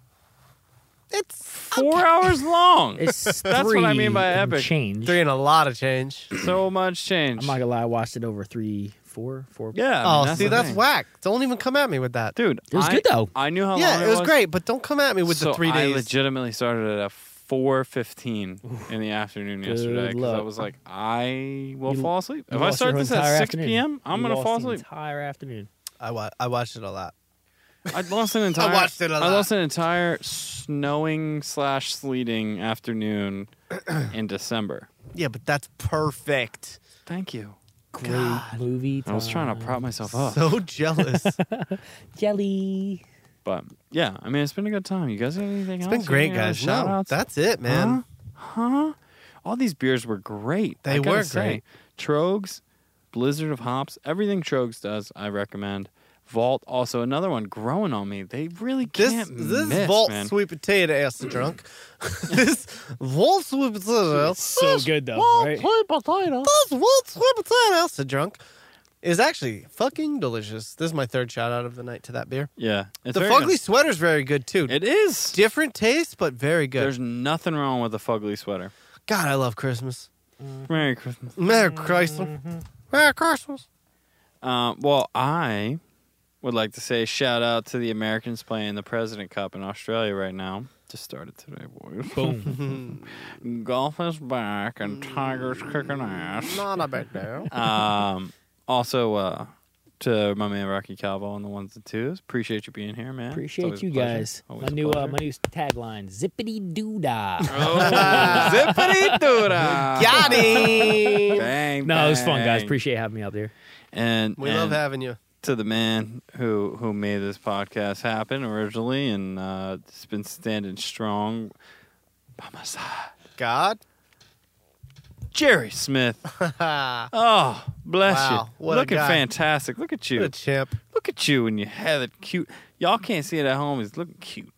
Speaker 2: It's
Speaker 1: four hours long.
Speaker 3: It's
Speaker 1: That's what I mean
Speaker 3: three
Speaker 1: by
Speaker 3: and
Speaker 1: epic.
Speaker 3: Change.
Speaker 2: doing a lot of change.
Speaker 1: so much change.
Speaker 3: I'm not gonna lie, I watched it over three, four, four.
Speaker 1: yeah. I
Speaker 2: oh,
Speaker 1: mean, that's
Speaker 2: see,
Speaker 1: the
Speaker 2: that's
Speaker 1: thing.
Speaker 2: whack. Don't even come at me with that.
Speaker 1: Dude,
Speaker 3: It was
Speaker 1: I-
Speaker 3: good, though.
Speaker 1: I knew how long
Speaker 2: yeah, it was,
Speaker 1: was
Speaker 2: great, but don't come at me with
Speaker 1: So
Speaker 2: the three
Speaker 1: I
Speaker 2: days.
Speaker 1: legitimately started at four fifteen in the afternoon
Speaker 3: Good
Speaker 1: yesterday because I
Speaker 3: luck.
Speaker 1: was like, I will
Speaker 3: You-
Speaker 1: fall asleep
Speaker 3: You
Speaker 1: if I
Speaker 3: lost
Speaker 1: start
Speaker 3: your
Speaker 1: this at
Speaker 3: entire
Speaker 1: six
Speaker 3: afternoon.
Speaker 1: p.m. I'm
Speaker 3: You
Speaker 1: gonna
Speaker 3: lost
Speaker 1: fall
Speaker 3: the
Speaker 1: asleep.
Speaker 3: Entire afternoon.
Speaker 2: I, wa- I watched it a lot.
Speaker 1: I
Speaker 2: *laughs*
Speaker 1: lost an entire.
Speaker 2: watched it a
Speaker 1: I
Speaker 2: lot.
Speaker 1: lost an entire snowing slash sleeting
Speaker 2: *clears throat*
Speaker 1: afternoon in December.
Speaker 2: Yeah, but that's perfect.
Speaker 1: Thank you.
Speaker 3: Great movie.
Speaker 1: I was trying to
Speaker 3: time.
Speaker 1: prop myself up,
Speaker 2: Uh, So
Speaker 1: *laughs*
Speaker 2: jealous. it's
Speaker 3: jelly.
Speaker 1: but yeah, I mean, it's been a good time. You guys got anything else?
Speaker 2: been great,
Speaker 1: Any other
Speaker 2: guys.
Speaker 1: Shout
Speaker 2: No,
Speaker 1: outs?
Speaker 2: that's it, man.
Speaker 1: Huh? Huh? All these beers were great.
Speaker 2: They
Speaker 1: I gotta
Speaker 2: were
Speaker 1: say.
Speaker 2: great.
Speaker 1: Trogs, Blizzard of Hops, everything Trogs does, I recommend. Vault, also another one growing on me. They really
Speaker 2: This
Speaker 1: can't
Speaker 2: this
Speaker 1: miss,
Speaker 2: vault
Speaker 1: man.
Speaker 2: sweet potato ass drunk. *laughs* this vault sweet potato.
Speaker 3: So good though,
Speaker 2: Vault
Speaker 3: right?
Speaker 2: sweet potato. This vault sweet potato ass drunk is actually fucking delicious. This is my third shout out of the night to that beer.
Speaker 1: Yeah, it's
Speaker 2: the
Speaker 1: very
Speaker 2: fugly
Speaker 1: good.
Speaker 2: sweater's very good too.
Speaker 1: It is.
Speaker 2: Different taste, but very good.
Speaker 1: There's nothing wrong with a fugly sweater.
Speaker 2: God, I love Christmas.
Speaker 1: Merry Christmas.
Speaker 2: Merry Christmas. Merry Christmas.
Speaker 1: Uh, well, I would like to say shout out to the Americans playing the President Cup in Australia right now. Just started today, boys.
Speaker 3: Boom.
Speaker 1: *laughs* Golf is back and
Speaker 2: Mm.
Speaker 1: Tiger's kicking ass.
Speaker 2: Not a big
Speaker 1: *laughs*
Speaker 2: deal.
Speaker 1: um, also, uh, to my man Rocky Calvo on the ones and twos. Appreciate you being here, man. It's
Speaker 3: Appreciate
Speaker 1: always a
Speaker 3: you
Speaker 1: pleasure.
Speaker 3: guys.
Speaker 1: Always
Speaker 3: my
Speaker 1: a
Speaker 3: new
Speaker 1: pleasure.
Speaker 3: uh, my new tagline: Zippity doo
Speaker 1: *laughs*
Speaker 3: dah.
Speaker 1: Zippity
Speaker 2: *laughs*
Speaker 1: doodah.
Speaker 2: Got
Speaker 1: *laughs*
Speaker 2: him.
Speaker 1: Bang.
Speaker 3: no, it was fun, guys.
Speaker 1: bang.
Speaker 3: Appreciate having me out there.
Speaker 1: And
Speaker 2: We
Speaker 1: and
Speaker 2: love having you.
Speaker 1: to the man who who made this podcast happen originally, and uh, it's been standing strong by my side.
Speaker 2: God. *laughs*
Speaker 1: Jerry Smith.
Speaker 2: Ha.
Speaker 1: Oh, bless
Speaker 2: Wow,
Speaker 1: you.
Speaker 2: what a
Speaker 1: Looking
Speaker 2: guy.
Speaker 1: fantastic. Look at you.
Speaker 2: What a champ.
Speaker 1: Look at you and you have it cute. Y'all can't see it at home. He's looking cute.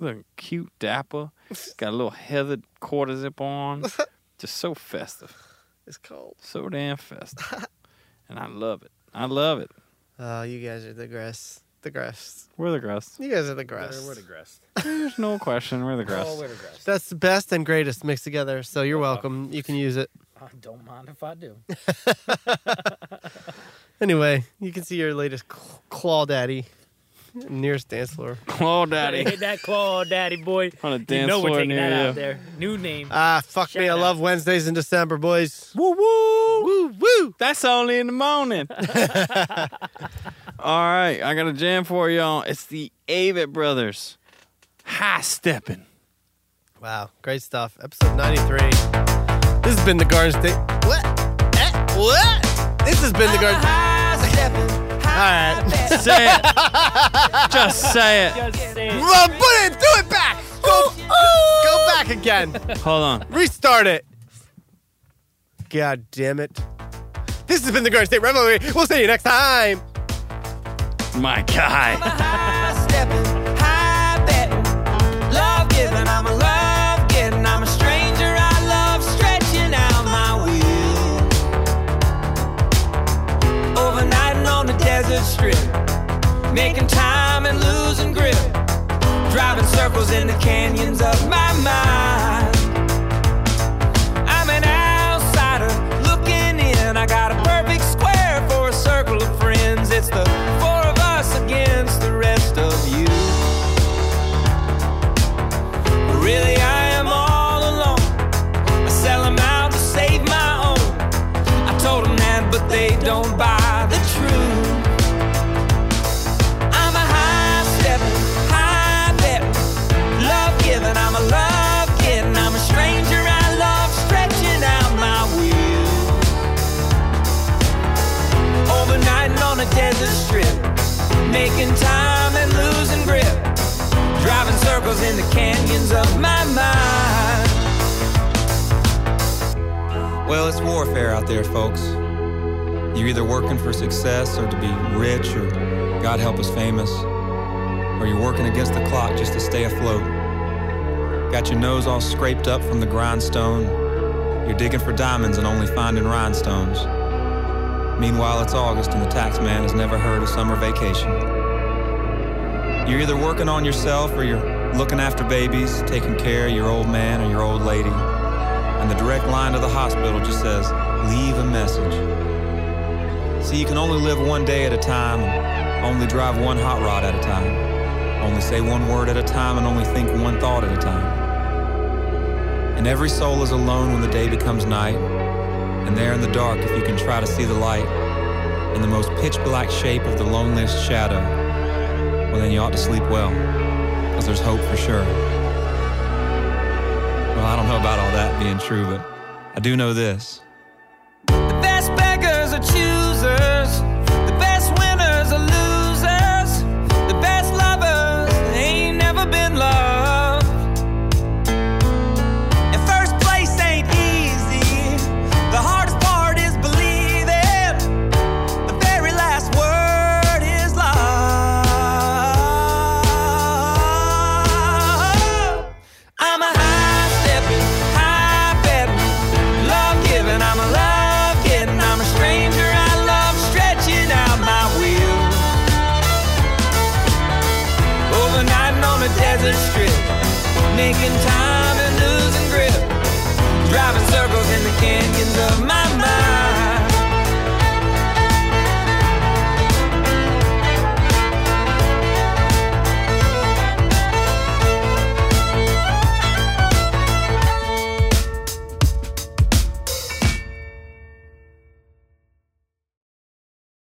Speaker 1: Looking cute,
Speaker 2: *laughs*
Speaker 1: dapper. Got a little heathered quarter zip on. Just so festive.
Speaker 2: It's cold.
Speaker 1: So damn festive. And I love it. I love it.
Speaker 2: Oh, you guys are the grass. The grass.
Speaker 1: We're the grass.
Speaker 2: You guys are the grass.
Speaker 1: There's no question.
Speaker 2: *laughs*
Speaker 1: We're the
Speaker 2: Oh,
Speaker 1: grass.
Speaker 2: That's the best and greatest mixed together. So you're welcome. You can use it.
Speaker 3: I don't mind if I do.
Speaker 2: Anyway, you can see your latest cl- claw daddy nearest dance floor.
Speaker 1: Claw daddy.
Speaker 3: Hit that claw, daddy boy.
Speaker 1: On a
Speaker 3: you
Speaker 1: dance
Speaker 3: know
Speaker 1: floor
Speaker 3: we're taking
Speaker 1: near
Speaker 3: that
Speaker 1: you.
Speaker 3: out there. New name.
Speaker 2: Ah, fuck me.
Speaker 3: Shout
Speaker 2: I
Speaker 3: out.
Speaker 2: love Wednesdays in December, boys.
Speaker 1: Woo woo.
Speaker 2: Woo, woo.
Speaker 1: That's only in the
Speaker 3: *laughs*
Speaker 1: morning. *laughs* All right, I got a jam for y'all. It's the Avett Brothers. High stepping.
Speaker 2: Wow, great stuff. Episode 93. This has been the Garden State. What? Eh? What? This has been the Garden. All right.
Speaker 1: Say it. Just say it.
Speaker 2: Well, put it, do it back. Go, go back again.
Speaker 1: Hold on.
Speaker 2: Restart it. God damn it. This has been the Garden State Revelry. We'll see you next time.
Speaker 1: My guy.
Speaker 7: Making time and losing grip, driving circles in the canyons of my mind. I'm an outsider looking in. I got a perfect square for a circle of friends. It's the four of us against the rest of you. But really, I am all alone. I sell 'em out to save my own. I told 'em that, but they don't buy the truth. I'm a high stepping, high betting, love giving. I'm a love getting. I'm a stranger. I love stretching out my will. Overnight on a desert strip, making time and losing grip, driving circles in the canyons of my mind. Well, it's warfare out there, folks. You're either working for success or to be rich or God help us famous, or you're working against the clock just to stay afloat. Got your nose all scraped up from the grindstone. You're digging for diamonds and only finding rhinestones. Meanwhile, it's August and the tax man has never heard of summer vacation. You're either working on yourself or you're looking after babies, taking care of your old man or your old lady. And the direct line to the hospital just says, leave a message. See, you can only live one day at a time, and only drive one hot rod at a time, only say one word at a time, and only think one thought at a time. And every soul is alone when the day becomes night, and there in the dark, if you can try to see the light, in the most pitch black shape of the loneliest shadow, well, then you ought to sleep well, because there's hope for sure. Well, I don't know about all that being true, but I do know this. The best beggars are choosers. The best winners are losers. The best lovers ain't never been loved. And first place ain't easy. The hardest part is believing. The very last word is love. I'm a high stepping, high betting, love giving. I'm a love getting. I'm a stranger. I love stretching out my will. Overnight on a desert strip, making time and losing grip, driving circles in the canyons of my